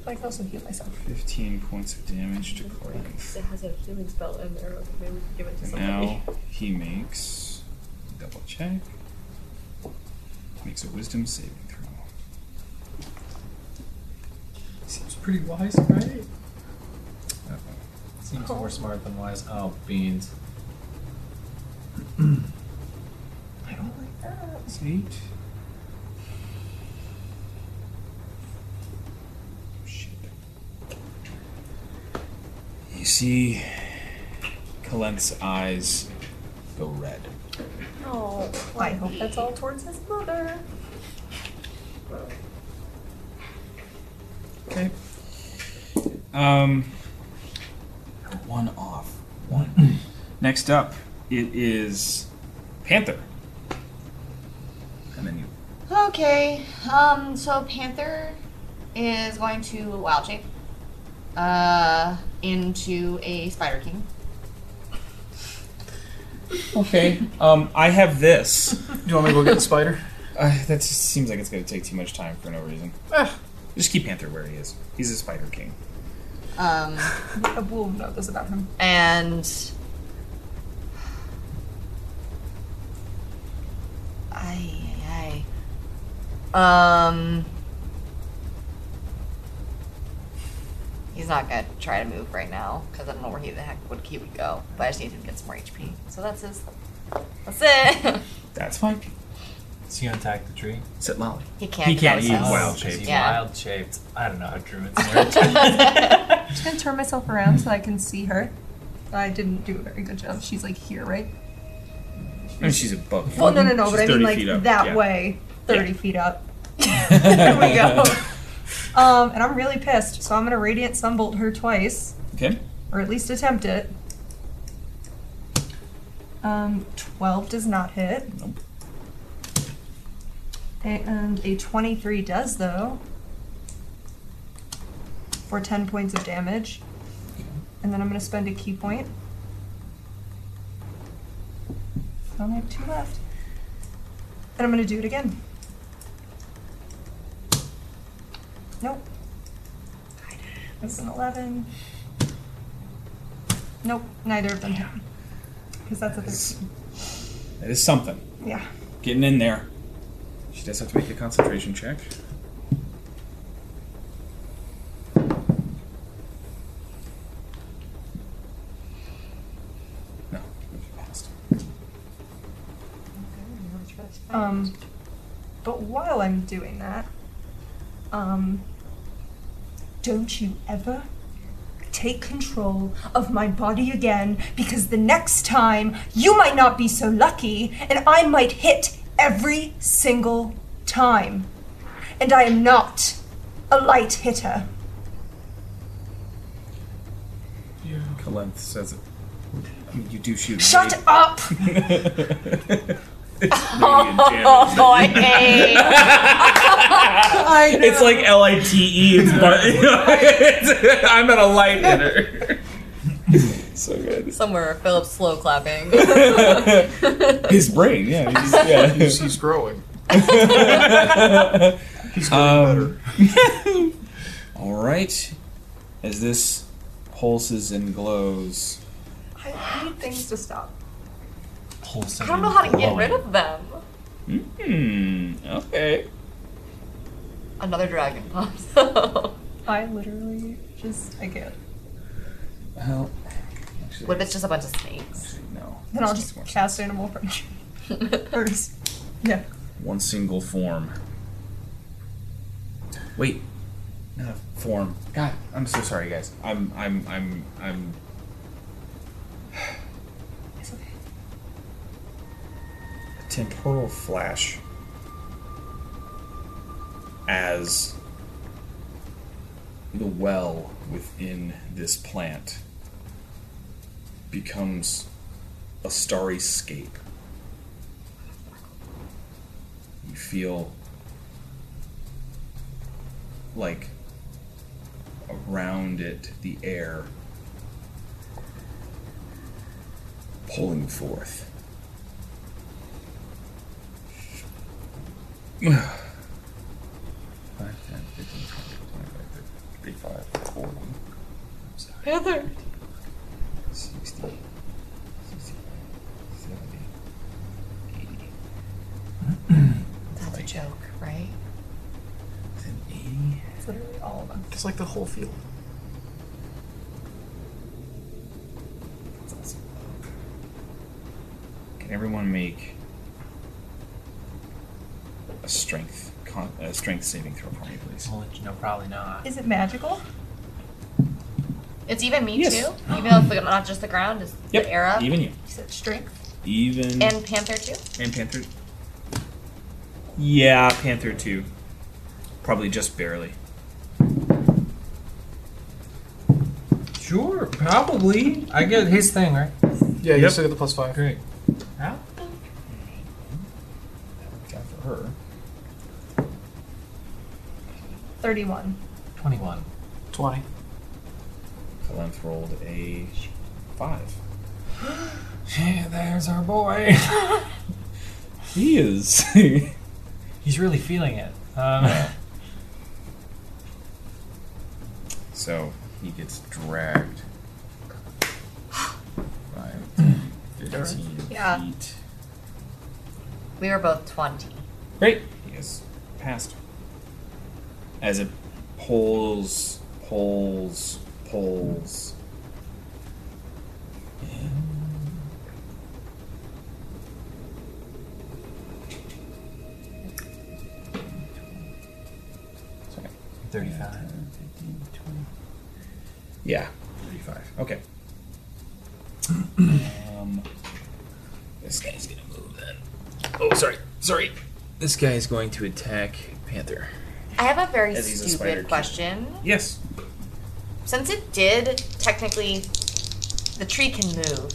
But I can also heal myself.
15 points of damage to Corinth.
Because it has a healing spell in there. Okay, Maybe we can give it to
And
somebody.
now he makes double check. Makes a wisdom saving throw.
Seems pretty wise, right?
Uh-oh.
Seems more smart than wise. Oh, beans.
I don't like that.
It's eight. Shit. You see Kalent's eyes go red.
Oh,
I hope that's all towards his mother.
Okay. Um, one off. One. *clears throat* Next up, it is Panther. And then you.
Okay, um, so Panther is going to wild shape uh, into a Spider King.
Okay. Um, I have this. *laughs*
Do you want me to go get the spider?
Uh, that just seems like it's going to take too much time for no reason. Ah, just keep Panther where he is. He's a Spider King.
Um,
I will know this about him.
and I, I, um, he's not gonna try to move right now because I don't know where he the heck would he would go. But I just need him to get some more HP. So that's his. That's it. *laughs*
That's fine.
Is he gonna attack the tree?
Sit lolly.
he can't.
He can't
because
eat
he's-
wild
shaped.
shaped.
Yeah.
Wild shaped. I don't know how druids work.
*laughs*
I'm just gonna turn myself around so I can see her. I didn't do a very good job. She's like here, right?
I mean, she's above you.
Well, no, no, no.
She's
But I
30
mean, like
feet up,
that
yeah.
way, thirty
Yeah.
feet
*laughs*
up. there we go. Um, and I'm really pissed, so I'm gonna radiant sunbolt her twice,
Okay.
or at least attempt it. Um, twelve does not hit.
Nope.
A- And a twenty-three does though. For ten points of damage, and then I'm gonna spend a key point. I only have two left. And I'm gonna do it again. Nope. That's an 11. Nope, neither of them hit. Because that's a 13.
That is something.
Yeah.
Getting in there. She does have to make a concentration check. No, she passed.
Um, but while I'm doing that, um, don't you ever
*gasps*
take control of my body again because the next time you might not be so lucky and I might hit every single time. And I am not a light hitter.
Kalenth says it. You do shoot.
Shut up!
up.
Oh, I hate.
I know.
It's like L I T E. *laughs* It's but it's, *laughs* I'm at a light dinner. *laughs* so good.
Somewhere, Philip's slow
*laughs*
clapping.
His brain, *laughs* yeah, he's,
*laughs*
He's, he's growing.
yeah.
He's getting better.
*laughs* All right. As this pulses and glows,
I need things to stop.
I don't know how to get rid of them.
hmm, okay.
Another dragon *laughs* pops up.
I literally just I get.
Well, actually,
what if it's just a bunch of snakes?
no.
Then I'll just cast animal friendship. *laughs* Or just- yeah.
one single form. Wait, not a form. God, I'm so sorry, guys. I'm, I'm, I'm, I'm.
It's okay.
A temporal flash. As the well within this plant becomes a starry scape. You feel like around it the air pulling forth. Five, 10, 15, 20, 25, 35, 40,
Heather.
60, 65, 70, 80.
That's a joke, right?
Is it 80?
It's literally all of them.
It's like the whole field.
That's awesome. Can everyone make a strength con- a strength saving throw for me, please?
I'll let you know, probably not.
Is it magical?
It's even me
Yes. *gasps*
too. Even though it's the, not just the ground, it's
Yep.
the air up.
Even you.
You said strength.
Even
And Panther too.
and Panther. Yeah, Panther two. Probably just barely.
Sure, probably. I get his thing, right?
Yeah, you
Yep.
still get the plus five.
Great.
Got for her.
Thirty-one.
21.
Twenty.
Kalenth rolled a five.
Yeah, there's our boy. *laughs*
He is.
He's really feeling it. Um,
*laughs*
*laughs*
so he gets *gasps* dragged. Five, 15
Yeah.
feet.
We were both twenty.
Great. He is passed. As it pulls, pulls, pulls. Sorry.
35.
Yeah, 35. Okay. um, this guy's gonna move then. Oh, sorry. Sorry. This guy is going to attack Panther.
I have a very
As he's a spider
stupid
kid.
question.
Yes.
Since it did technically, the tree can move.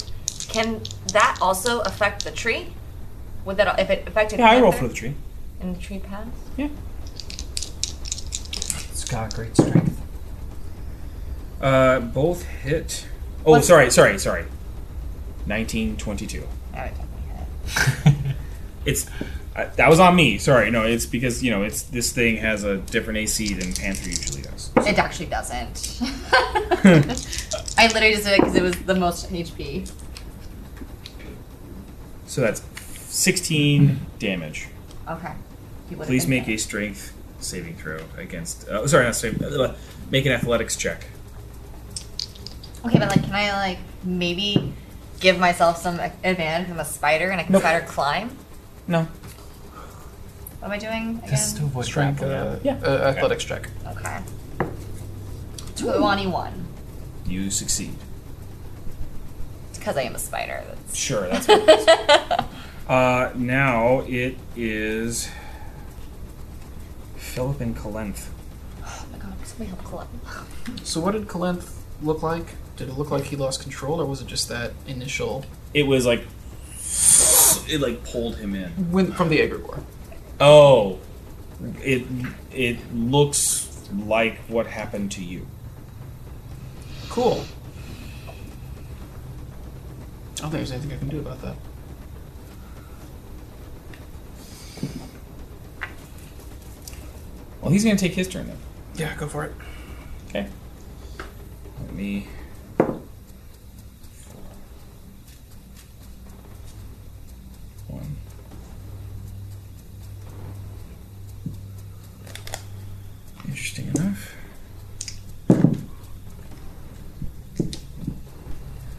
Can that also affect the tree? Would that if it affected?
Yeah, I roll
Panther
for the tree.
And the tree passed.
It's got great strength.
Uh, both hit. Oh,
What's-
sorry, sorry, sorry. 1922.
All right.
It's I that was on me. Sorry, no, it's because you know it's this thing has a different AC than Panther usually does.
It actually
*laughs*
doesn't. I literally just did it because it was the most HP.
So that's 16 damage.
Okay. He would've
Please
been
make
dead.
a strength saving throw against. Uh, sorry, not saving. Uh, make an athletics check.
Okay, but like, can I like maybe give myself some a- advantage from a spider and I can spider climb?
No.
What am I doing again?
Just to avoid
Strength.
grappling.
Uh, uh, athletics check.
Okay. Twenty-one.
You succeed.
It's because I am a spider. *laughs* That's...
Sure, that's
Oh
what it is. Uh, now it is Philip and Kalenth.
Oh my god! Somebody help Colette.
So what did Kalenth
look like? Did it look like he lost control, or was it just that initial
It was like it like pulled him in.
when from the egregore?
Oh, it it looks like what happened to you.
Cool. I don't think there's anything I can do about that.
Well, he's gonna take his turn then.
Yeah, go for it.
Okay. Let me. One. Interesting enough.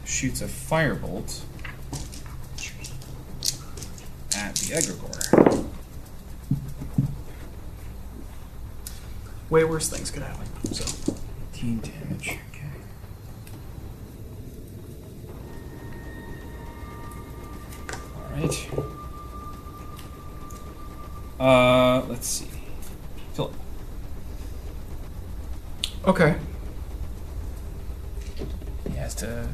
Shoots a firebolt at the egregore.
Way worse things could happen. So
15 damage. Okay. All right. Uh, let's see. Philip.
okay,
He has to.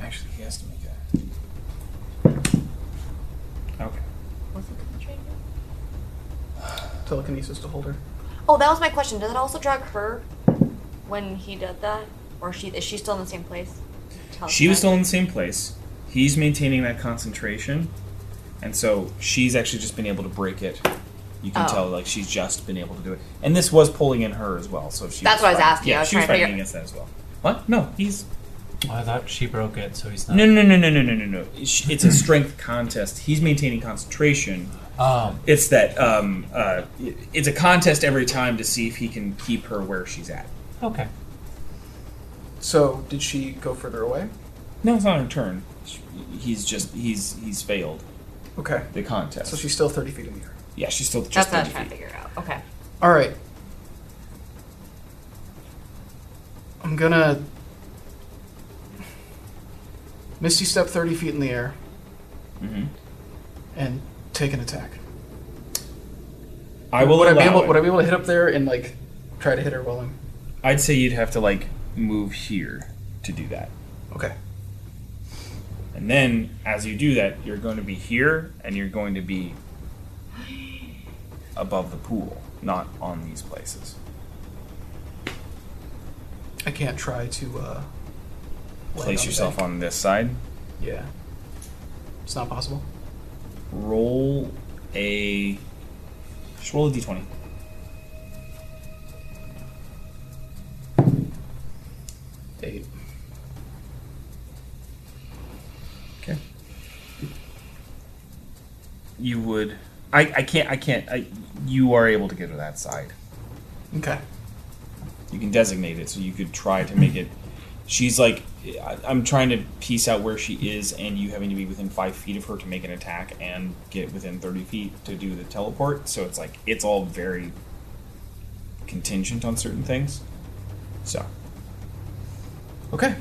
Actually, he has to make a. Okay.
telekinesis to hold her.
Oh, that was my question. Does it also drag her when he did that, or she is she still in the same place? Tell us
She was
that.
still in the same place. He's maintaining that concentration, and so she's actually just been able to break it. You can
Oh.
tell, like she's just been able to do it, and this was pulling in her as well. So she.
That's what I was
fighting-
asking.
Yeah,
I was
she was
trying to
fighting
figure-
against that as well. What? No, he's
Well, I thought she broke it, so
Oh.
he's not.
no, no, no, no, no, no, no, no. It's it's
*clears throat*
a strength contest. He's maintaining concentration.
Um,
It's that um, uh, it's a contest every time to see if he can keep her where she's at.
okay.
So did she go further away?
No, it's not her turn. He's just he's he's failed
Okay,
the contest.
so she's still thirty feet in the air.
yeah, she's still
That's
just
what I was
30
trying
feet.
to figure out. Okay.
All right. I'm gonna misty step thirty feet in the air
Mhm.
and take an attack.
I will
Would I be
allow
able?
it.
Would I be able to hit up there and like try to hit her while I'm?
I'd say you'd have to like move here to do that.
Okay.
And then as you do that, you're going to be here and you're going to be above the pool, not on these places.
I can't try to uh, land
Place
the
yourself
bank.
on this side.
Yeah, it's not possible.
Roll a just roll a d20.
Eight.
Okay. You would I, I can't I can't I, you are able to get to that side.
Okay.
you can designate it so you could try to make it she's like I- i'm trying to piece out where she is and you having to be within five feet of her to make an attack and get within 30 feet to do the teleport so it's like it's all very contingent on certain things so
Okay.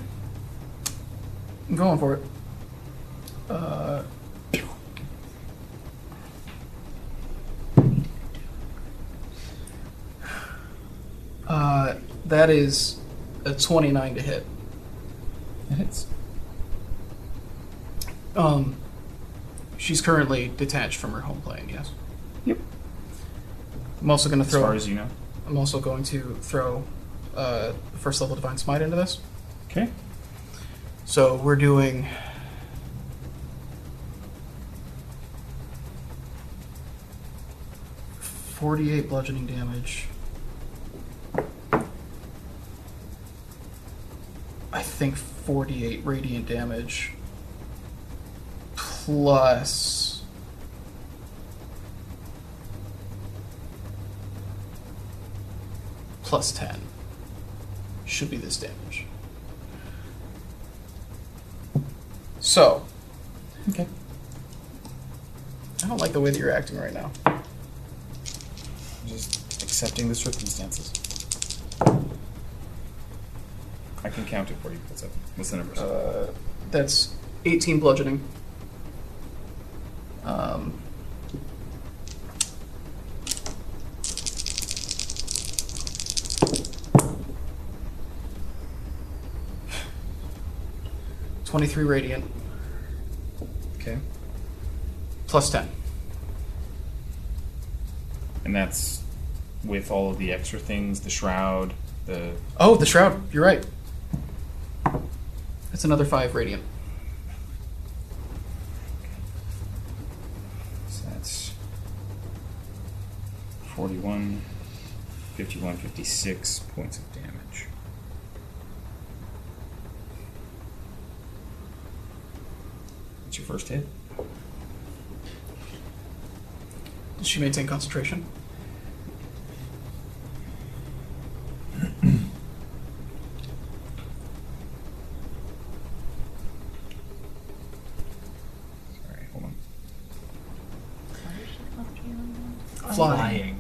I'm going for it. Uh, uh, that is a 29 to hit.
it hits
Um, she's currently detached from her home plane, yes?
Yep.
I'm also going to
as
throw.
far as you know
I'm also going to throw uh, first level divine smite into this.
okay
So we're doing. Forty-eight bludgeoning damage. I think forty-eight radiant damage. Plus. Plus ten. Should be this damage. So.
Okay.
I don't like the way that you're acting right now.
just accepting the circumstances i can count it for you what's up what's the numbers
Uh, that's 18 bludgeoning. Um, 23 radiant,
Okay.
plus 10.
And that's with all of the extra things, the shroud, the
Oh, the shroud. You're right. That's another 5 radiant.
So that's 41, 51, 56 points of damage. That's your first hit?
Does she maintain concentration?
Sorry, hold on.
Flying.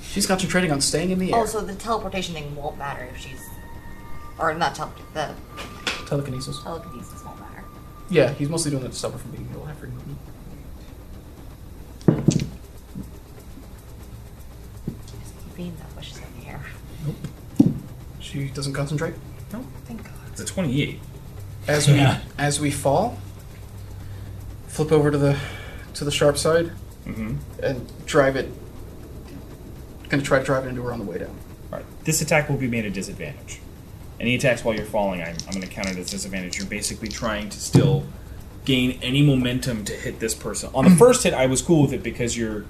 She's concentrating on staying in the air.
Also, Oh, the teleportation thing won't matter if she's, or not teleport. The
Telekinesis.
telekinesis won't matter.
Yeah, he's mostly doing that to stop her from being able to have free movement.
Just being that wishes in the air.
She doesn't concentrate.
It's a 28.
As we as we fall, flip over to the to the sharp side
Mm-hmm.
and drive it. Gonna try to drive it into her on the way down.
Alright, this attack will be made a disadvantage. Any attacks while you're falling, I'm, I'm going to count it as disadvantage. You're basically trying to still gain any momentum to hit this person. On the first hit, I was cool with it because you're.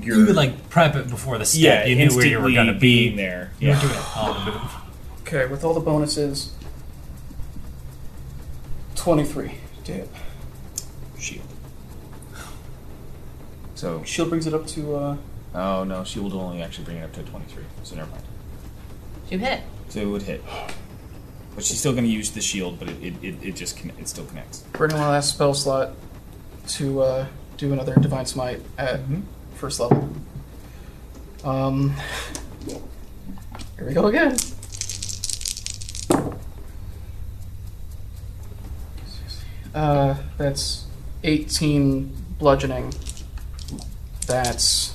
you're
Hmm. You would like prep it before the step.
yeah,
you knew where you were
instantly
gonna be.
being there.
You weren't
Yeah.
doing it Um, on the move.
Okay, with all the bonuses, twenty-three. Damn.
Shield. So,
Shield brings it up to. Uh,
oh no, shield will only actually bring it up to 23, so never mind.
You hit it.
So it would hit. But she's still going to use the shield, but it, it, it, it just conne- it still connects.
burning my last spell slot to uh, do another divine smite at first level. Um, here we go again. Uh, that's 18 bludgeoning. That's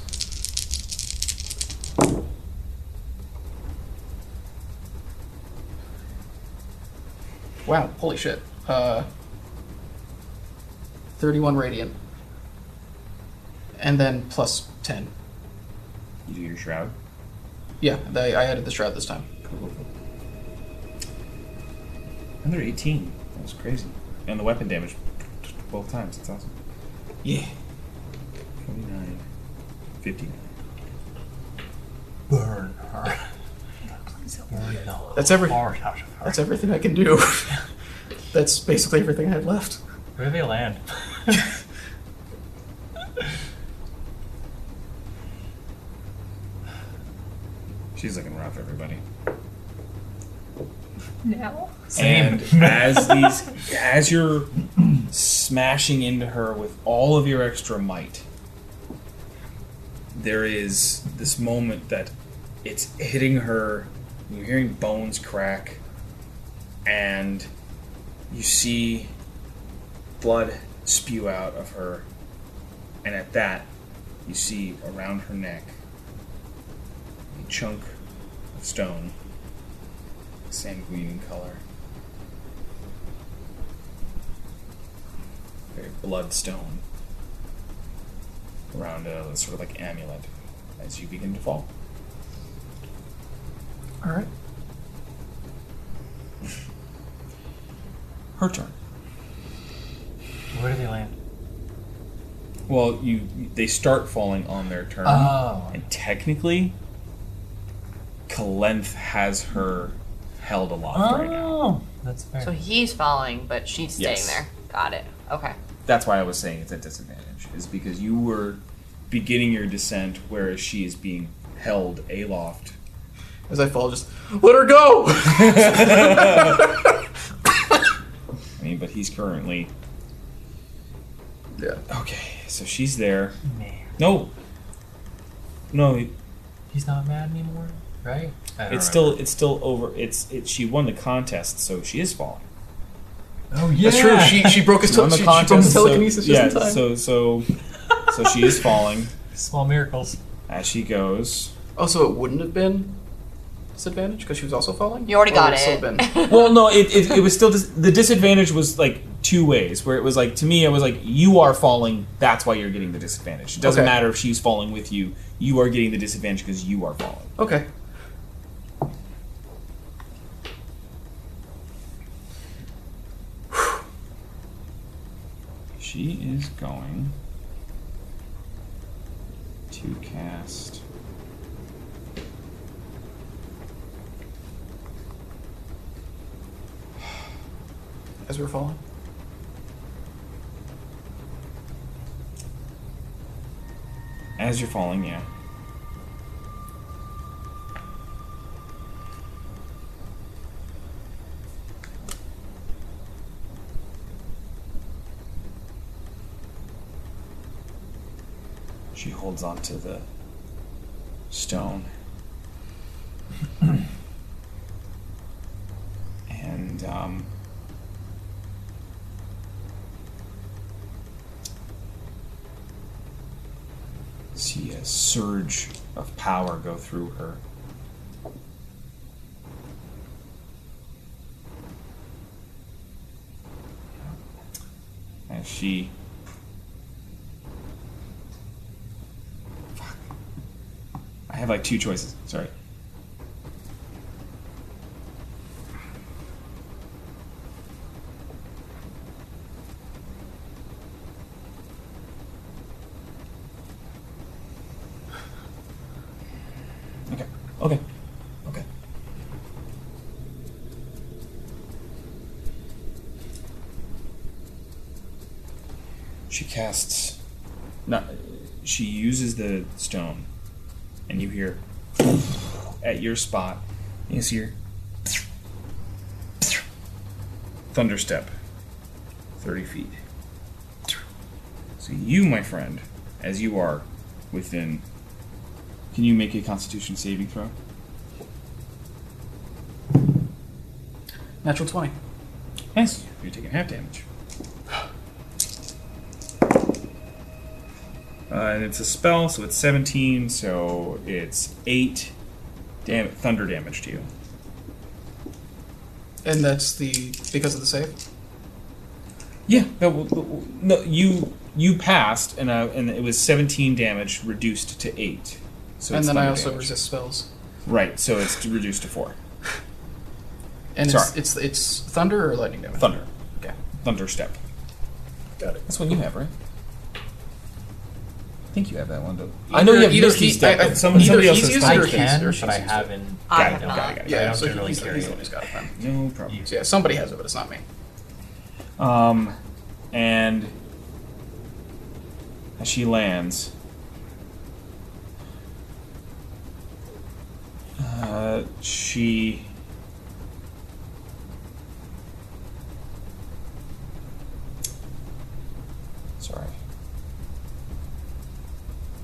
12. Wow, holy shit. Uh, 31 radiant. And then plus 10.
You do your shroud.
Yeah, they, I added the shroud this time.
Another 18. That was crazy. And the weapon damage 12 times. That's awesome.
Yeah.
49. 59.
Burn her. Burn the
That's every-
heart out of her.
That's everything I can do. *laughs* That's basically everything I have left.
Where do they land?
She's looking rough, everybody.
Now?
Same.
And as these, as you're smashing into her with all of your extra might, there is this moment that it's hitting her. You're hearing bones crack, and you see blood spew out of her. And at that, you see around her neck a chunk of stone, sanguine in color. very bloodstone around a sort of like amulet as you begin to fall.
Alright.
Her turn.
Where do they land?
Well, you they start falling on their turn,
Oh.
and technically, Kalenth has her held aloft right now.
Oh, that's fair.
So he's falling, but she's staying
Yes.
there. Got it. Okay.
That's why I was saying it's a disadvantage, is because you were beginning your descent, whereas she is being held aloft.
As I fall, just let her go!
I mean, but he's currently
yeah.
okay. So she's there.
Man,
No, no,
he's not mad anymore, right? I don't
It's
remember.
still it's still over. It's it. She won the contest, so she is falling.
Oh yeah.
That's true. She, she broke his
She won
tele-
the
she, she broke his
so-
telekinesis
yeah.
just in time.
So so so she is falling
Small miracles.
*laughs*
as she goes.
Also, it wouldn't have been disadvantage because she was also falling?
You already
Or
got
would
it.
still have
*laughs*
been-
well, no, it, it, it was still dis- the disadvantage was like two ways. Where it was like to me, I was like, you are falling. That's why you're getting the disadvantage. It doesn't
Okay.
matter if she's falling with you. You are getting the disadvantage because you are falling.
okay.
She is going to cast.
As we were falling.
As you're falling, yeah. She holds on to the stone. *clears throat* and um, see a surge of power go through her. As she. Fuck. I have like two choices. Sorry. Okay. Okay. Okay. She casts. Not. She uses the stone, and you hear at your spot. You see her thunderstep, thirty feet. So you, my friend, as you are within can you make a Constitution saving throw?
Natural 20.
Yes. You're taking half damage. Uh, and it's a spell, so it's 17, so it's 8 dam- thunder damage to you.
And that's the because of the save?
Yeah, no, w- w- no you you passed, and uh, and it was 17 damage reduced to 8. So
and
it's
then I
thunder
also
damage.
resist spells.
Right, so it's reduced to 4.
And it's,
Sorry.
it's it's thunder or lightning damage?
Thunder.
Okay.
Thunder step.
Got it.
That's one you have, right? I think you have that one, though. I know you have
either
Yuki's
he-
step,
I- I-
but some-
either
somebody else
he's
has
used
that.
it or
I
he's-
can,
or she's
but I
used it.
haven't.
I
Got it,
have
no,
not.
got it, got it.
Yeah,
I don't
so
really
he's,
care
he's
either.
the one who's got it then.
No problem.
So yeah, somebody has it, but it's not me.
Um, and as she lands, uh, she sorry,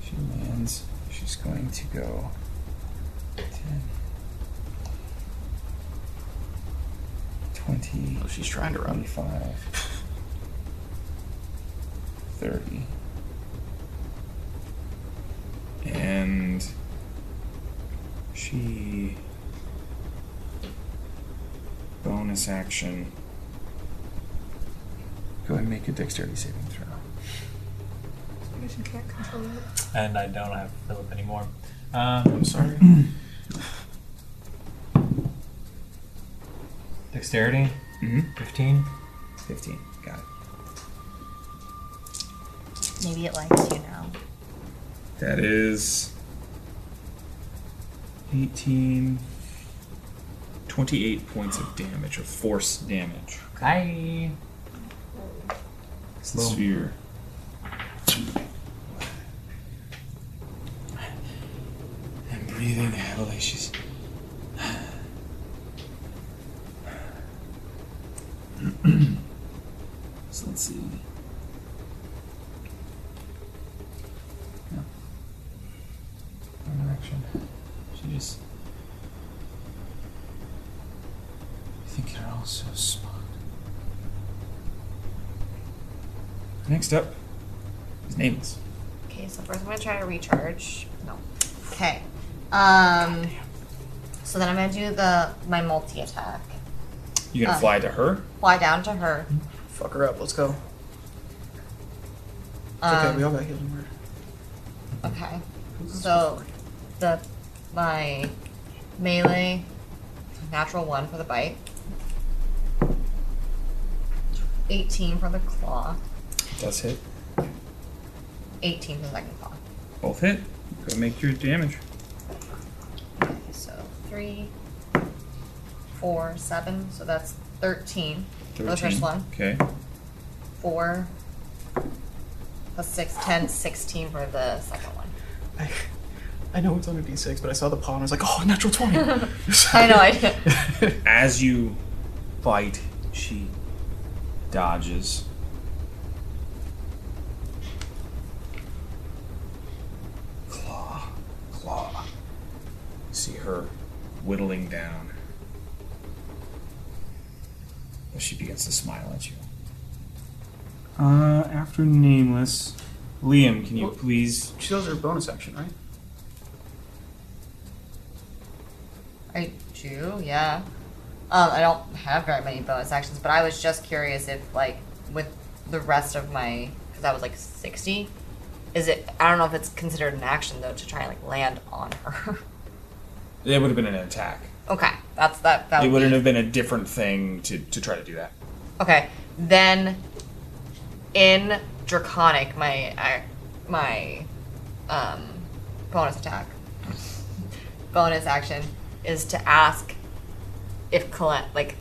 she lands. She's going to go ten. 20
Oh, she's trying to run.
25, 30. And she bonus action. Go ahead and make a dexterity saving throw.
Because you can't control it.
And I don't have Philip anymore. Um,
I'm sorry.
*clears throat* dexterity,
Mhm.
fifteen.
15. Got it.
Maybe it likes you now.
That is 18, 28 points of damage, of force damage.
Okay.
It's the
Oh.
sphere. I'm breathing heavily. She's. *clears throat* so let's see. No. One action. She just. I think you're all so smart. Next up is Nameless.
Okay, so first I'm gonna try to recharge. No. Okay. Um. So then I'm gonna do the my multi attack.
You gonna
Uh.
fly to her?
Fly down to her.
Fuck her up. Let's go. It's
Um,
okay. We all got healing word.
Okay. So the my melee natural one for the bite. Eighteen for the claw.
That's hit.
Eighteen for the second claw.
Both hit. Go make your damage.
Okay, so three, four, seven. So that's thirteen, for the first one.
Okay.
Four plus six, ten, sixteen for the second one.
I, *laughs* I know it's on a d6, but I saw the pawn. I was like, oh, natural 20.
I know. I
As you fight, she dodges. Claw, claw. See her whittling down. As She begins to smile at you. Uh, after nameless, Liam, can you please?
*laughs* she does her bonus action, right? *laughs*
I do, yeah. Um, I don't have very many bonus actions, but I was just curious if, like, with the rest of my, because I was like sixty, is it? I don't know if it's considered an action though to try and like land on her. *laughs*
It would have been an attack.
okay, that's that. That
It
would
wouldn't
be,
have been a different thing to, to try to do that.
okay. Then, in draconic, my I, my um, bonus attack, bonus action is to ask if Kalenth, like,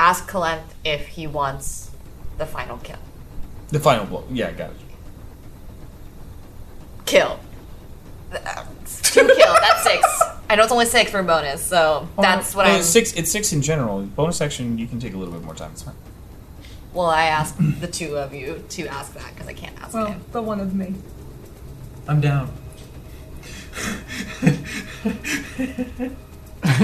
ask Kalenth if he wants the final kill.
The final blow. Yeah, got it.
Kill. Uh, Two kill. That's six. I know it's only six for a bonus, so that's what
No,
I'm.
Uh, It's six. It's six in general. Bonus action, you can take a little bit more time. It's fine.
Well, I asked the two of you to ask that because I can't ask
Well,
him.
the one of me.
I'm down.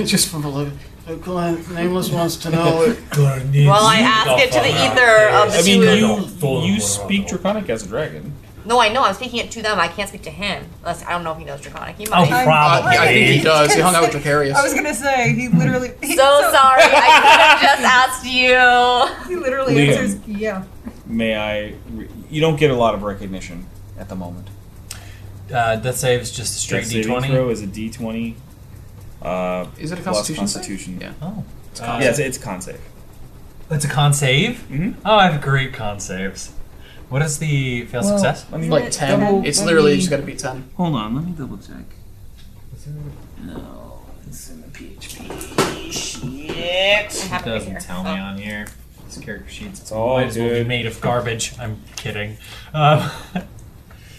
Just from below. The client nameless wants to know it.
Well, I ask it to the ether of the
I mean,
two of you.
you you speak Draconic as a dragon.
No, I know. I'm speaking it to them. I can't speak to him. Unless I don't know if he knows Draconic. He
Oh,
might.
probably.
*laughs* I think he does. He hung *laughs* out with Dracarius.
I was gonna say he literally. He,
*laughs* so sorry. *laughs* I could have just asked you.
He literally
Liam.
answers, yeah.
May I? Re- you don't get a lot of recognition at the moment.
Uh, death save is just a straight
Death saving
d20.
throw is a D twenty. Uh,
Is it a
plus
constitution save?
Constitution.
Yeah.
Oh. It's,
Yeah, it's, it's con save.
it's a con save?
Mhm.
Oh, I have great con saves. What is the fail
Well,
success?
I mean,
Like 10.
double-
it's
let
literally
me-
just gotta be 10.
Hold on, let me double check.
No, it's in the PHP.
I
It
have it right
doesn't
here. Oh.
tell me on here. This character sheet's it's
all
might as well be
good.
made of garbage. I'm kidding. Um,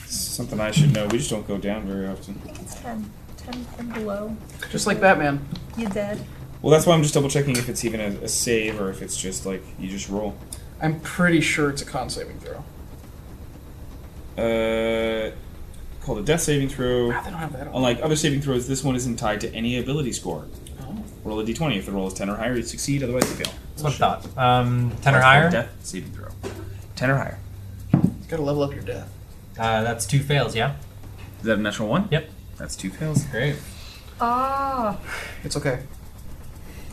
Something I should know. We just don't go down very often.
I think it's ten. Ten and below.
Just like Batman.
You dead?
Well, that's why I'm just double checking if it's even a, a save or if it's just like you just roll.
I'm pretty sure it's a con saving throw.
Uh, called a death saving throw.
Ah, they don't have that on.
Unlike other saving throws, this one isn't tied to any ability score.
Oh.
Roll a d20. If the roll is 10 or higher, you succeed, otherwise you fail.
that's *laughs* what I thought. Um, 10 or
That's
higher?
a Death saving throw. 10 or higher.
You gotta level up your death.
Uh, that's two fails, yeah?
Is that a natural one?
Yep.
That's two fails.
Great.
Ah,
It's okay.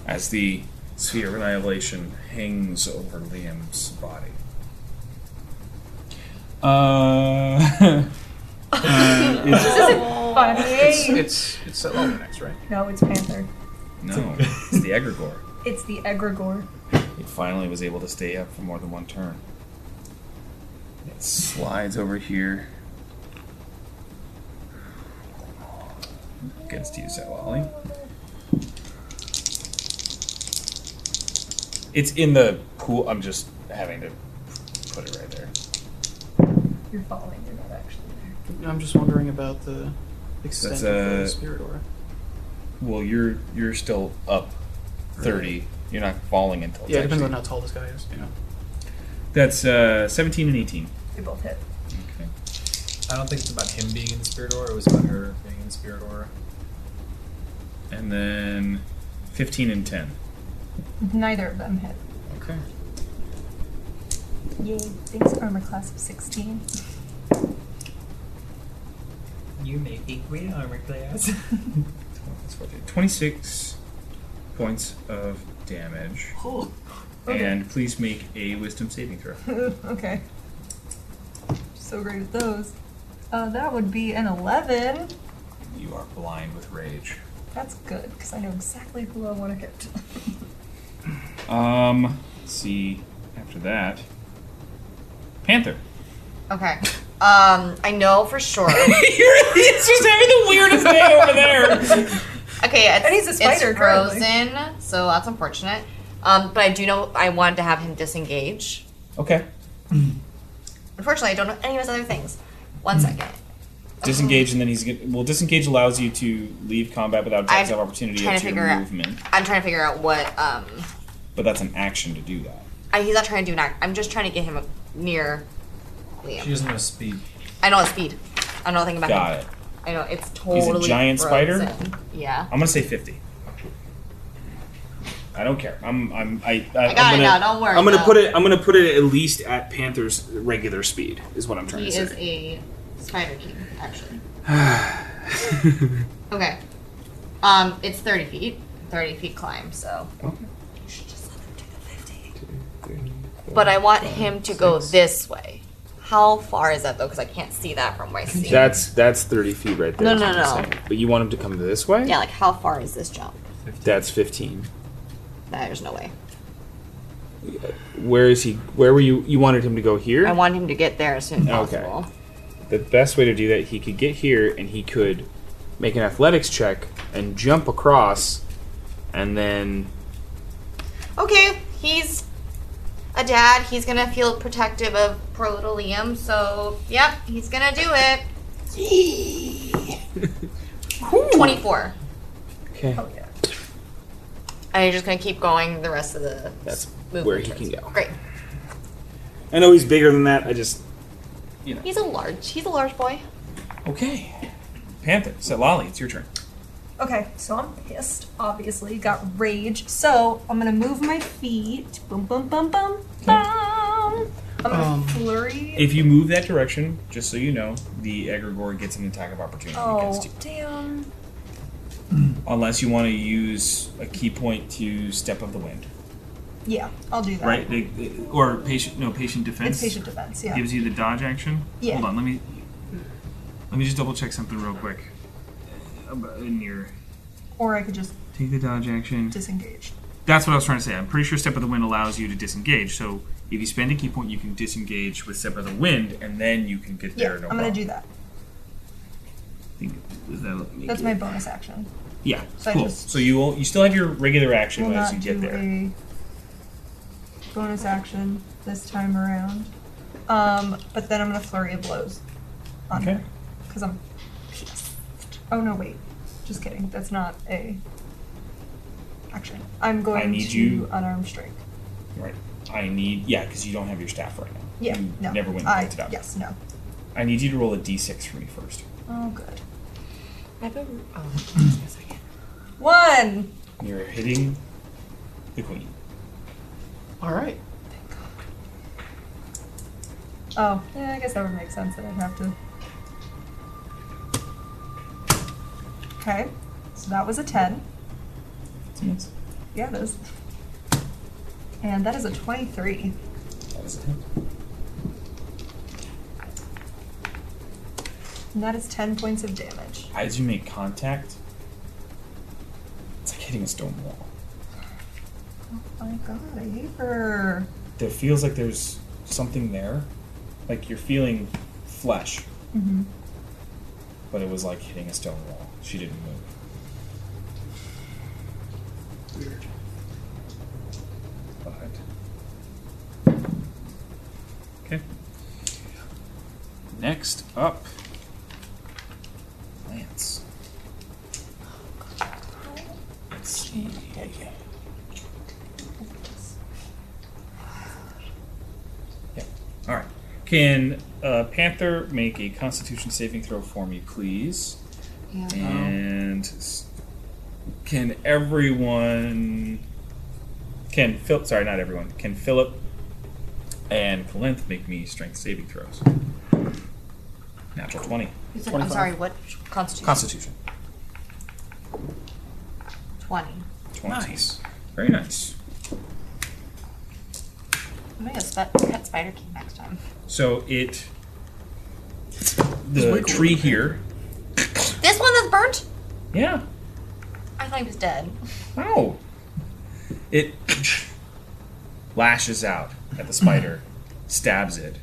As the sphere of annihilation hangs over Liam's body. Uh, *laughs* uh, it's-
It's,
body.
it's, it's at level next, right?
No, it's Panther.
*laughs* no, it's the egregore.
It's the egregore.
It finally was able to stay up for more than one turn. It slides over here. Against you, so Ollie. It's in the pool. I'm just having to put it right there.
You're falling. You're not actually there.
I'm just wondering about the extent
That's,
of
uh,
the spirit aura.
Well, you're you're still up thirty. You're not falling until it's
Yeah, it depends on
actually-
how tall this guy is. Yeah.
That's uh, seventeen and eighteen.
They both hit.
Okay.
I don't think it's about him being in the spirit aura. It was about her being in the spirit aura.
And then fifteen and ten.
Neither of them hit.
Okay.
Yay! Thanks, armor class of sixteen. *laughs*
You may think we armor class. *laughs*
That's what they- Twenty-six. points of damage. *laughs*
Oh,
And please make a wisdom saving throw.
okay. So great at those. Uh, that would be an 11.
You are blind with rage.
That's good, because I know exactly who I want to hit.
Um, let's see. After that, Panther.
Okay. Um, I know for *laughs* sure.
it's just having the weirdest day over there.
Okay, it's,
And he's a spider
it's
currently.
frozen, so that's unfortunate. Um, but I do know I wanted to have him disengage.
*laughs* Okay.
Unfortunately, I don't know any of his other things. One second.
Disengage, and then he's gonna. Well, disengage allows you to leave combat without attacks
I'm
of opportunity
trying
up to
to figure
your
out-
movement.
I'm trying to figure out what. Um,
But that's an action to do that.
I, he's not trying to do an act. I'm just trying to get him near Liam.
She doesn't know speed.
I know his speed. I know nothing about him.
Got it.
I know it's totally.
giant spider?
frozen. Yeah.
I'm gonna say fifty. I don't care. I'm. I'm. I. I,
I got
am gonna,
it now. Don't worry.
I'm gonna
no.
put it. I'm gonna put it at least at Panther's regular speed. Is what I'm trying
He
to
is
say.
a spider king,
*sighs*
actually. okay. Um, it's 30 feet. 30 feet climb, so.
Okay.
You should just let him take the 50. But I want him to go this way. How far is that, though? Because I can't see that from where I see.
That's that's thirty feet right there.
No,
is
no,
what I'm
no.
saying. But you want him to come this way?
Yeah, like how far is this jump?
That's fifteen.
Nah, there's no way.
Where is he? Where were you? You wanted him to go here.
I want him to get there as soon as
Okay.
possible.
the best way to do that, he could get here and he could make an athletics check and jump across, and then
Okay, he's a dad. He's gonna feel protective of poor little Liam. So, yep, he's gonna do it. Twenty-four.
okay,
And you're just gonna keep going the rest of the.
that's
movement
where he can
turns.
go.
Great.
I know he's bigger than that. I just
He's a large. He's a large boy.
okay. Panther, so Lolly, it's your turn.
Okay, so I'm pissed, obviously. Got rage. So I'm gonna move my feet. Boom, boom, boom, boom, boom. I'm gonna
Um,
flurry.
If you move that direction, just so you know, the Egregore gets an attack of opportunity
Oh,
against you.
damn.
Unless you want to use a key point to Step of the Wind,
Yeah, I'll do that.
right? They- they- or patient, no, patient
It's
defense
patient defense, yeah.
gives you the dodge action.
Yeah.
Hold on, let me let me just double check something real quick. Ab- In your
Or I could just
take the dodge action.
disengage.
That's what I was trying to say. I'm pretty sure Step of the Wind allows you to disengage. So if you spend a key point, you can disengage with Step of the Wind, and then you can get
Yeah,
there. no
I'm gonna
problem.
do that.
Think that'll make
That's
it-
my bonus action.
Yeah,
So I
cool.
just-
so you will, you still have your regular action
Will not
as you get
do
there.
a bonus action this time around. Um, but then I'm gonna flurry of blows. On
Okay.
Because I'm pissed. Oh no, wait. Just kidding. That's not a action. I'm going
need
to
you-
unarmed strike.
Right. I need yeah, because you don't have your staff right now.
Yeah.
You
no.
Never went and
I,
picked it up.
Yes. No.
I need you to roll a d6 for me first.
Oh, good.
I've been. Oh, just a second.
One.
You're hitting the queen.
All right.
Oh, yeah. I guess that would make sense that I'd have to. Okay. So that was a ten. Yeah, it is. And that is a 23.
That is a hit.
And that is 10 points of damage.
As you make contact, it's like hitting a stone wall.
Oh my god, I hate her.
There feels like there's something there, like you're feeling flesh,
Mm-hmm.
but it was like hitting a stone wall. She didn't move. Weird. Okay. Next up, Lance. Let's see. Yeah. All right. Can uh, Panther make a Constitution saving throw for me, please?
Yeah.
And s- can everyone? Can Phil? Sorry, not everyone. Can Philip and Kalinth make me strength saving throws? Natural twenty.
I'm sorry. What constitution?
Constitution.
Twenty.
20s. Very nice.
I'm gonna go sp- pet Spider King next time.
So it. The tree here.
This one that's burnt?
Yeah.
I thought he was dead.
Wow. It lashes out at the spider, stabs it,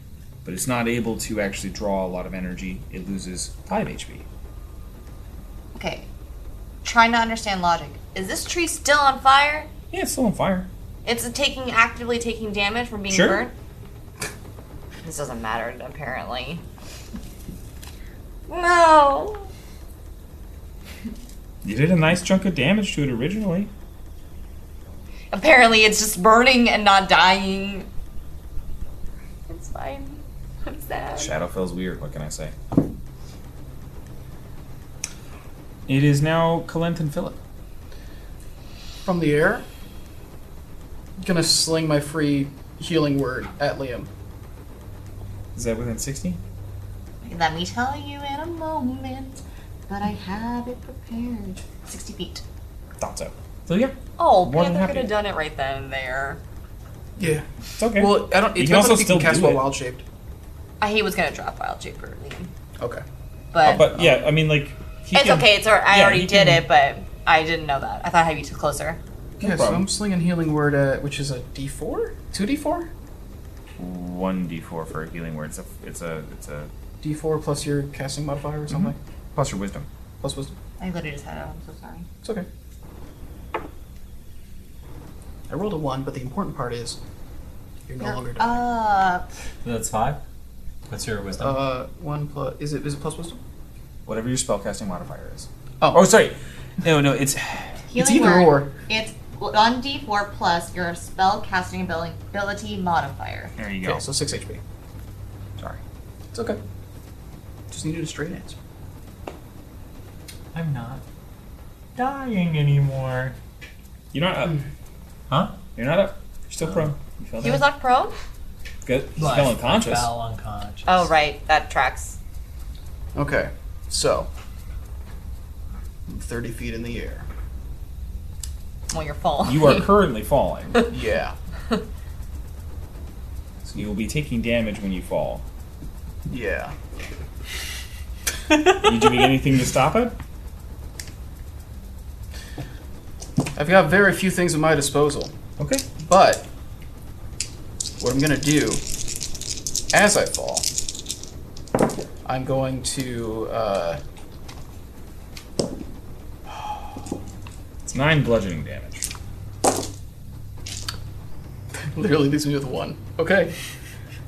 but it's not able to actually draw a lot of energy. It loses 5 HP.
Okay. Trying to understand logic. Is this tree still on fire?
Yeah, it's still on fire.
It's taking actively taking damage from being
Sure.
burnt. *laughs* This doesn't matter apparently. No.
You did a nice chunk of damage to it originally.
Apparently, it's just burning and not dying. It's fine. I'm sad.
Shadowfell's weird, what can I say? It is now Calenthan Philip.
From the air, gonna sling my free healing word at Liam.
Is that within 60?
Let me tell you in a moment, but I have it prepared. 60 feet.
Thought so. So yeah,
Oh,
More than
Panther could
happy.
have done it right then and there.
Yeah.
it's okay.
Well, I don't.
You
It
can
depends
also
on if you
still
can cast
do
while
it.
wild shaped.
I, Uh, he was going to drop Wild Shape early.
Okay.
But,
Oh, but yeah, I mean, like. he
it's
can-
okay. It's all right. I
yeah,
already
he
did
can-
it, but I didn't know that. I thought I'd be too closer.
Yeah, so
problem.
I'm slinging healing word at which is a D4, two D4,
One d4 for a healing word. It's a, it's a, it's a
D4 plus your casting modifier or something.
plus your wisdom.
Plus wisdom.
I literally just had it. I'm so sorry.
It's okay. I rolled a one, but the important part is you're no longer dying.
Uh,
That's five. What's your wisdom?
Uh, one plus is it is it plus wisdom?
Whatever your spellcasting modifier is.
Oh.
oh, sorry. No, no, it's
healing
either
word.
or.
It's on D4 plus your spell casting abili- ability modifier.
there. You go.
Okay, so six HP.
sorry.
It's okay. Just needed a straight answer.
I'm not dying anymore.
You're not up.
Huh?
Hmm. You're not up. You're still prone. You fell
He
down.
was not prone?
Good. You
Life
fell unconscious.
Fell unconscious.
Oh, right. That tracks.
Okay, so I'm thirty feet in the air.
Well, you're full.
You are currently falling, *laughs* so
Yeah,
you will be taking damage when you fall.
yeah.
Are you doing anything to stop it?
I've got very few things at my disposal,
Okay.
but what I'm gonna do as I fall, I'm going to. Uh, *laughs*
It's nine bludgeoning damage.
Literally leaves me with one. Okay.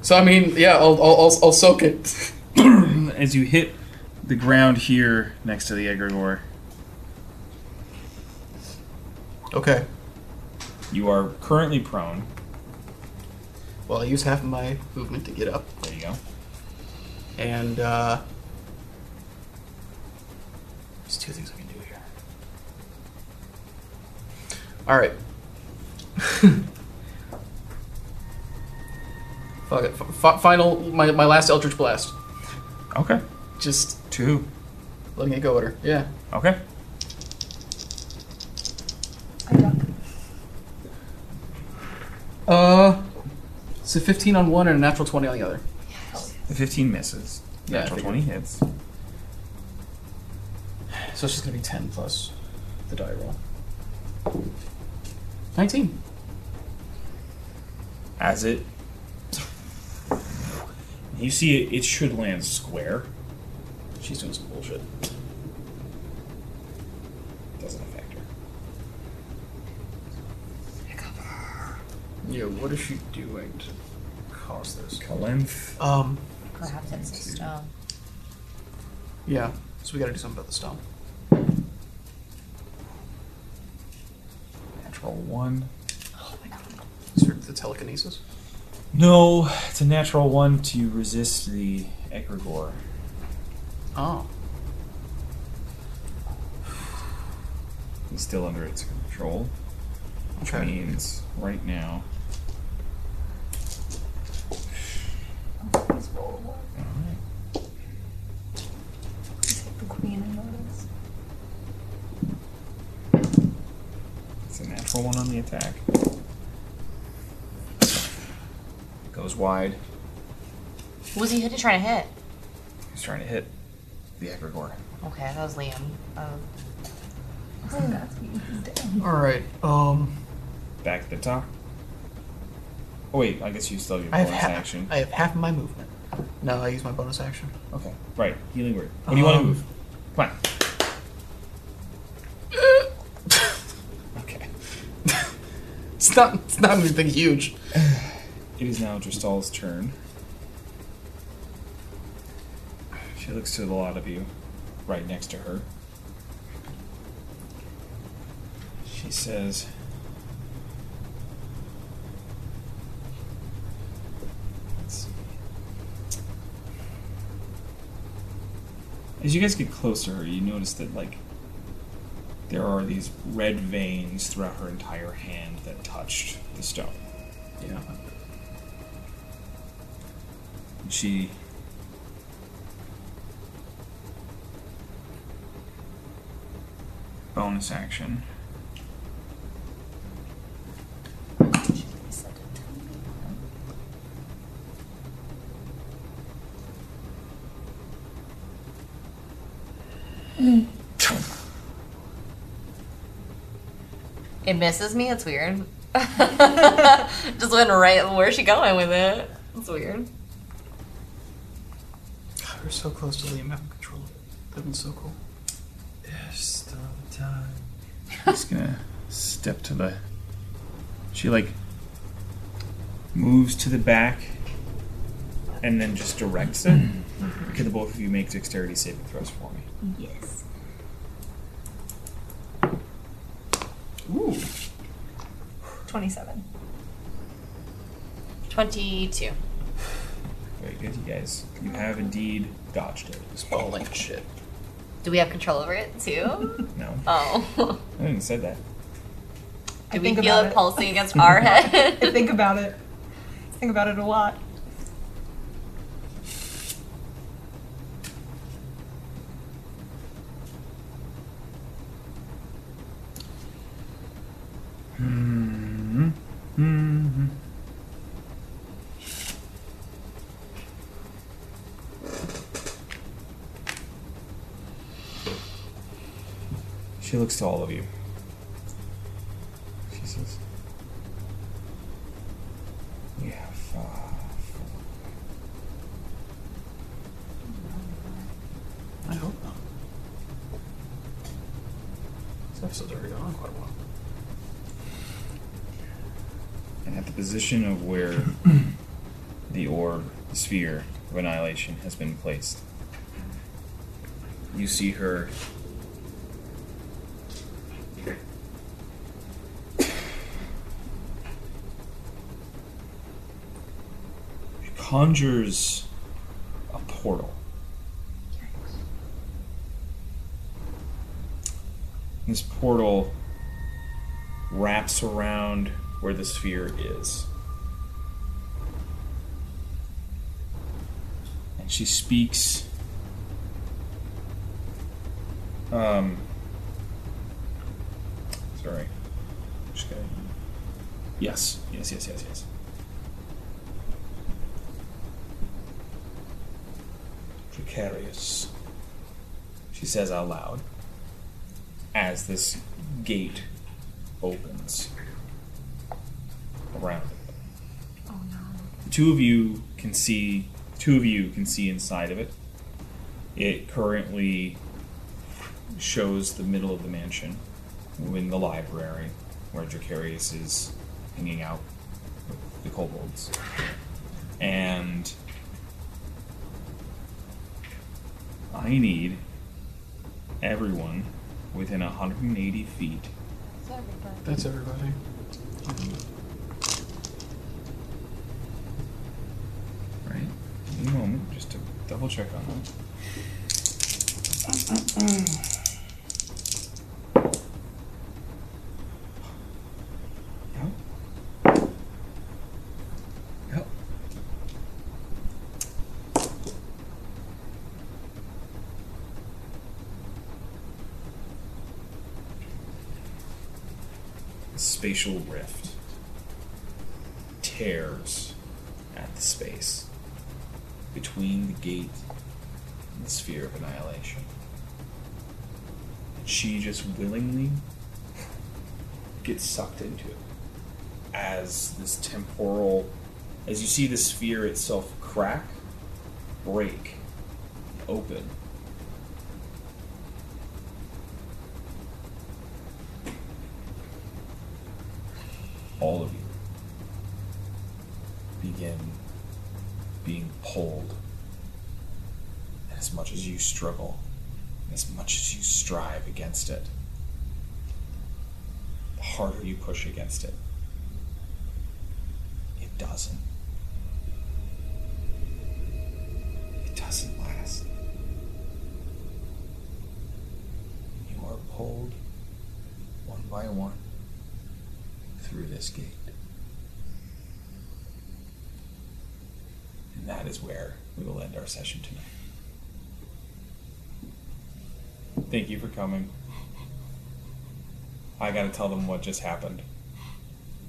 So I mean, yeah, I'll I'll, I'll, I'll soak it. *laughs*
As you hit the ground here next to the egregore,
Okay.
you are currently prone.
Well, I use half of my movement to get up,
There you go.
and uh, there's two things I can do here. All right. *laughs* Fuck it. F- fi- final, my, my last Eldritch Blast.
Okay.
Just
Two.
letting it go at her. Yeah.
Okay.
I duck.
Uh, so 15 on one and a natural 20 on the other.
The 15 misses.
Yeah, I
Natural
figured.
20 hits.
So it's just gonna be ten plus the die roll. Nineteen.
As it. You see, it, it should land square.
She's doing some bullshit.
Doesn't affect her.
Yeah, what is she doing to cause this?
Kalenth.
Um,
Perhaps it's um, a stone.
yeah. So we gotta do something about the stone.
Natural one.
Is there the telekinesis?
No, it's a natural one to resist the egregore.
Oh.
It's still under its control, which means right now. Alright.
It's like the queen and all this.
It's a natural one on the attack. Goes wide.
Who was he hitting? Trying to hit?
He's trying to hit the egregore.
Okay, that was Liam. Oh.
All right. Um,
Back at the top. Oh wait, I guess you still have your
I have
bonus
half.
action.
I have half of my movement. No, I use my bonus action.
Okay. Right. Healing word. What do you want to
Um,
move? Come on. okay.
*laughs* It's not. It's not anything huge.
It is now Dristal's turn. She looks to the lot of you, right next to her. She says, Let's see. As you guys get closer, you notice that, like, there are these red veins throughout her entire hand that touched the stone. You know? And she bonus action.
It misses me. It's weird. *laughs* Just went right. Where's she going with it? It's weird.
God, we're so close to Liam having control. of it. That'd been so cool.
Still time.
She's gonna step to the. She like moves to the back and then just directs it. Could the both of you make dexterity saving throws for me?
Yes.
Ooh.
27.
Twenty-two.
Very good, you guys. You have indeed dodged it.
This bowling shit.
Do we have control over it too?
No,
Oh.
I didn't say that.
I
Do we
think
feel
about
it
it.
pulsing against our
I
head?
think about it. I think about it a lot.
Hmm. Hmm. She looks to all of you. She says, "We have uh,
I hope not. This episode's already gone on quite a while.
and at the position of where the orb, the sphere of annihilation, has been placed. You see her. She conjures a portal. This portal wraps around where the sphere is. And she speaks. Um. Sorry. Just gotta- Yes, yes, yes, yes, yes. Precarious. She says out loud as this gate opens around. it. The two of you can see. Two of you can see inside of it. It currently shows the middle of the mansion, in the library, where Dracarius is hanging out with the kobolds, and I need everyone within 180 feet
That's everybody.
Right. Give me a moment just to double check on that. Yep. Yep.
spatial rift tears at the space between the gate and the sphere of annihilation. And she just willingly gets sucked into it as this temporal, as you see the sphere itself crack, break, open. All of you begin being pulled. And as much as you struggle, and as much as you strive against it, the harder you push against it, it doesn't. It doesn't last. You are pulled one by one through this gate. And that is where we will end our session tonight. Thank you for coming. I gotta tell them what just happened.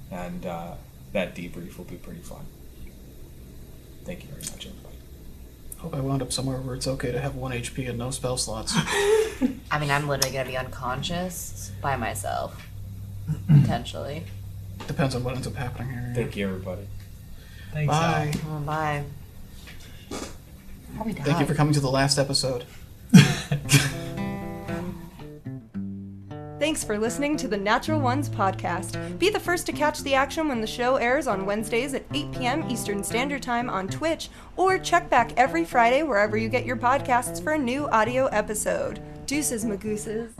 And uh, that debrief will be pretty fun. Thank you very much, everybody.
Hope I wound up somewhere where it's okay to have one HP and no spell *laughs* slots.
I mean, I'm literally gonna be unconscious by myself, potentially.
Depends on what ends up happening here.
Thank you, everybody.
Thanks, Al.
Bye.
Oh, bye. Probably
Thank you for coming to the last episode.
Thanks for listening to the Natural Ones podcast. Be the first to catch the action when the show airs on Wednesdays at 8 p.m. Eastern Standard Time on Twitch, or check back every Friday wherever you get your podcasts for a new audio episode. Deuces, Magooses.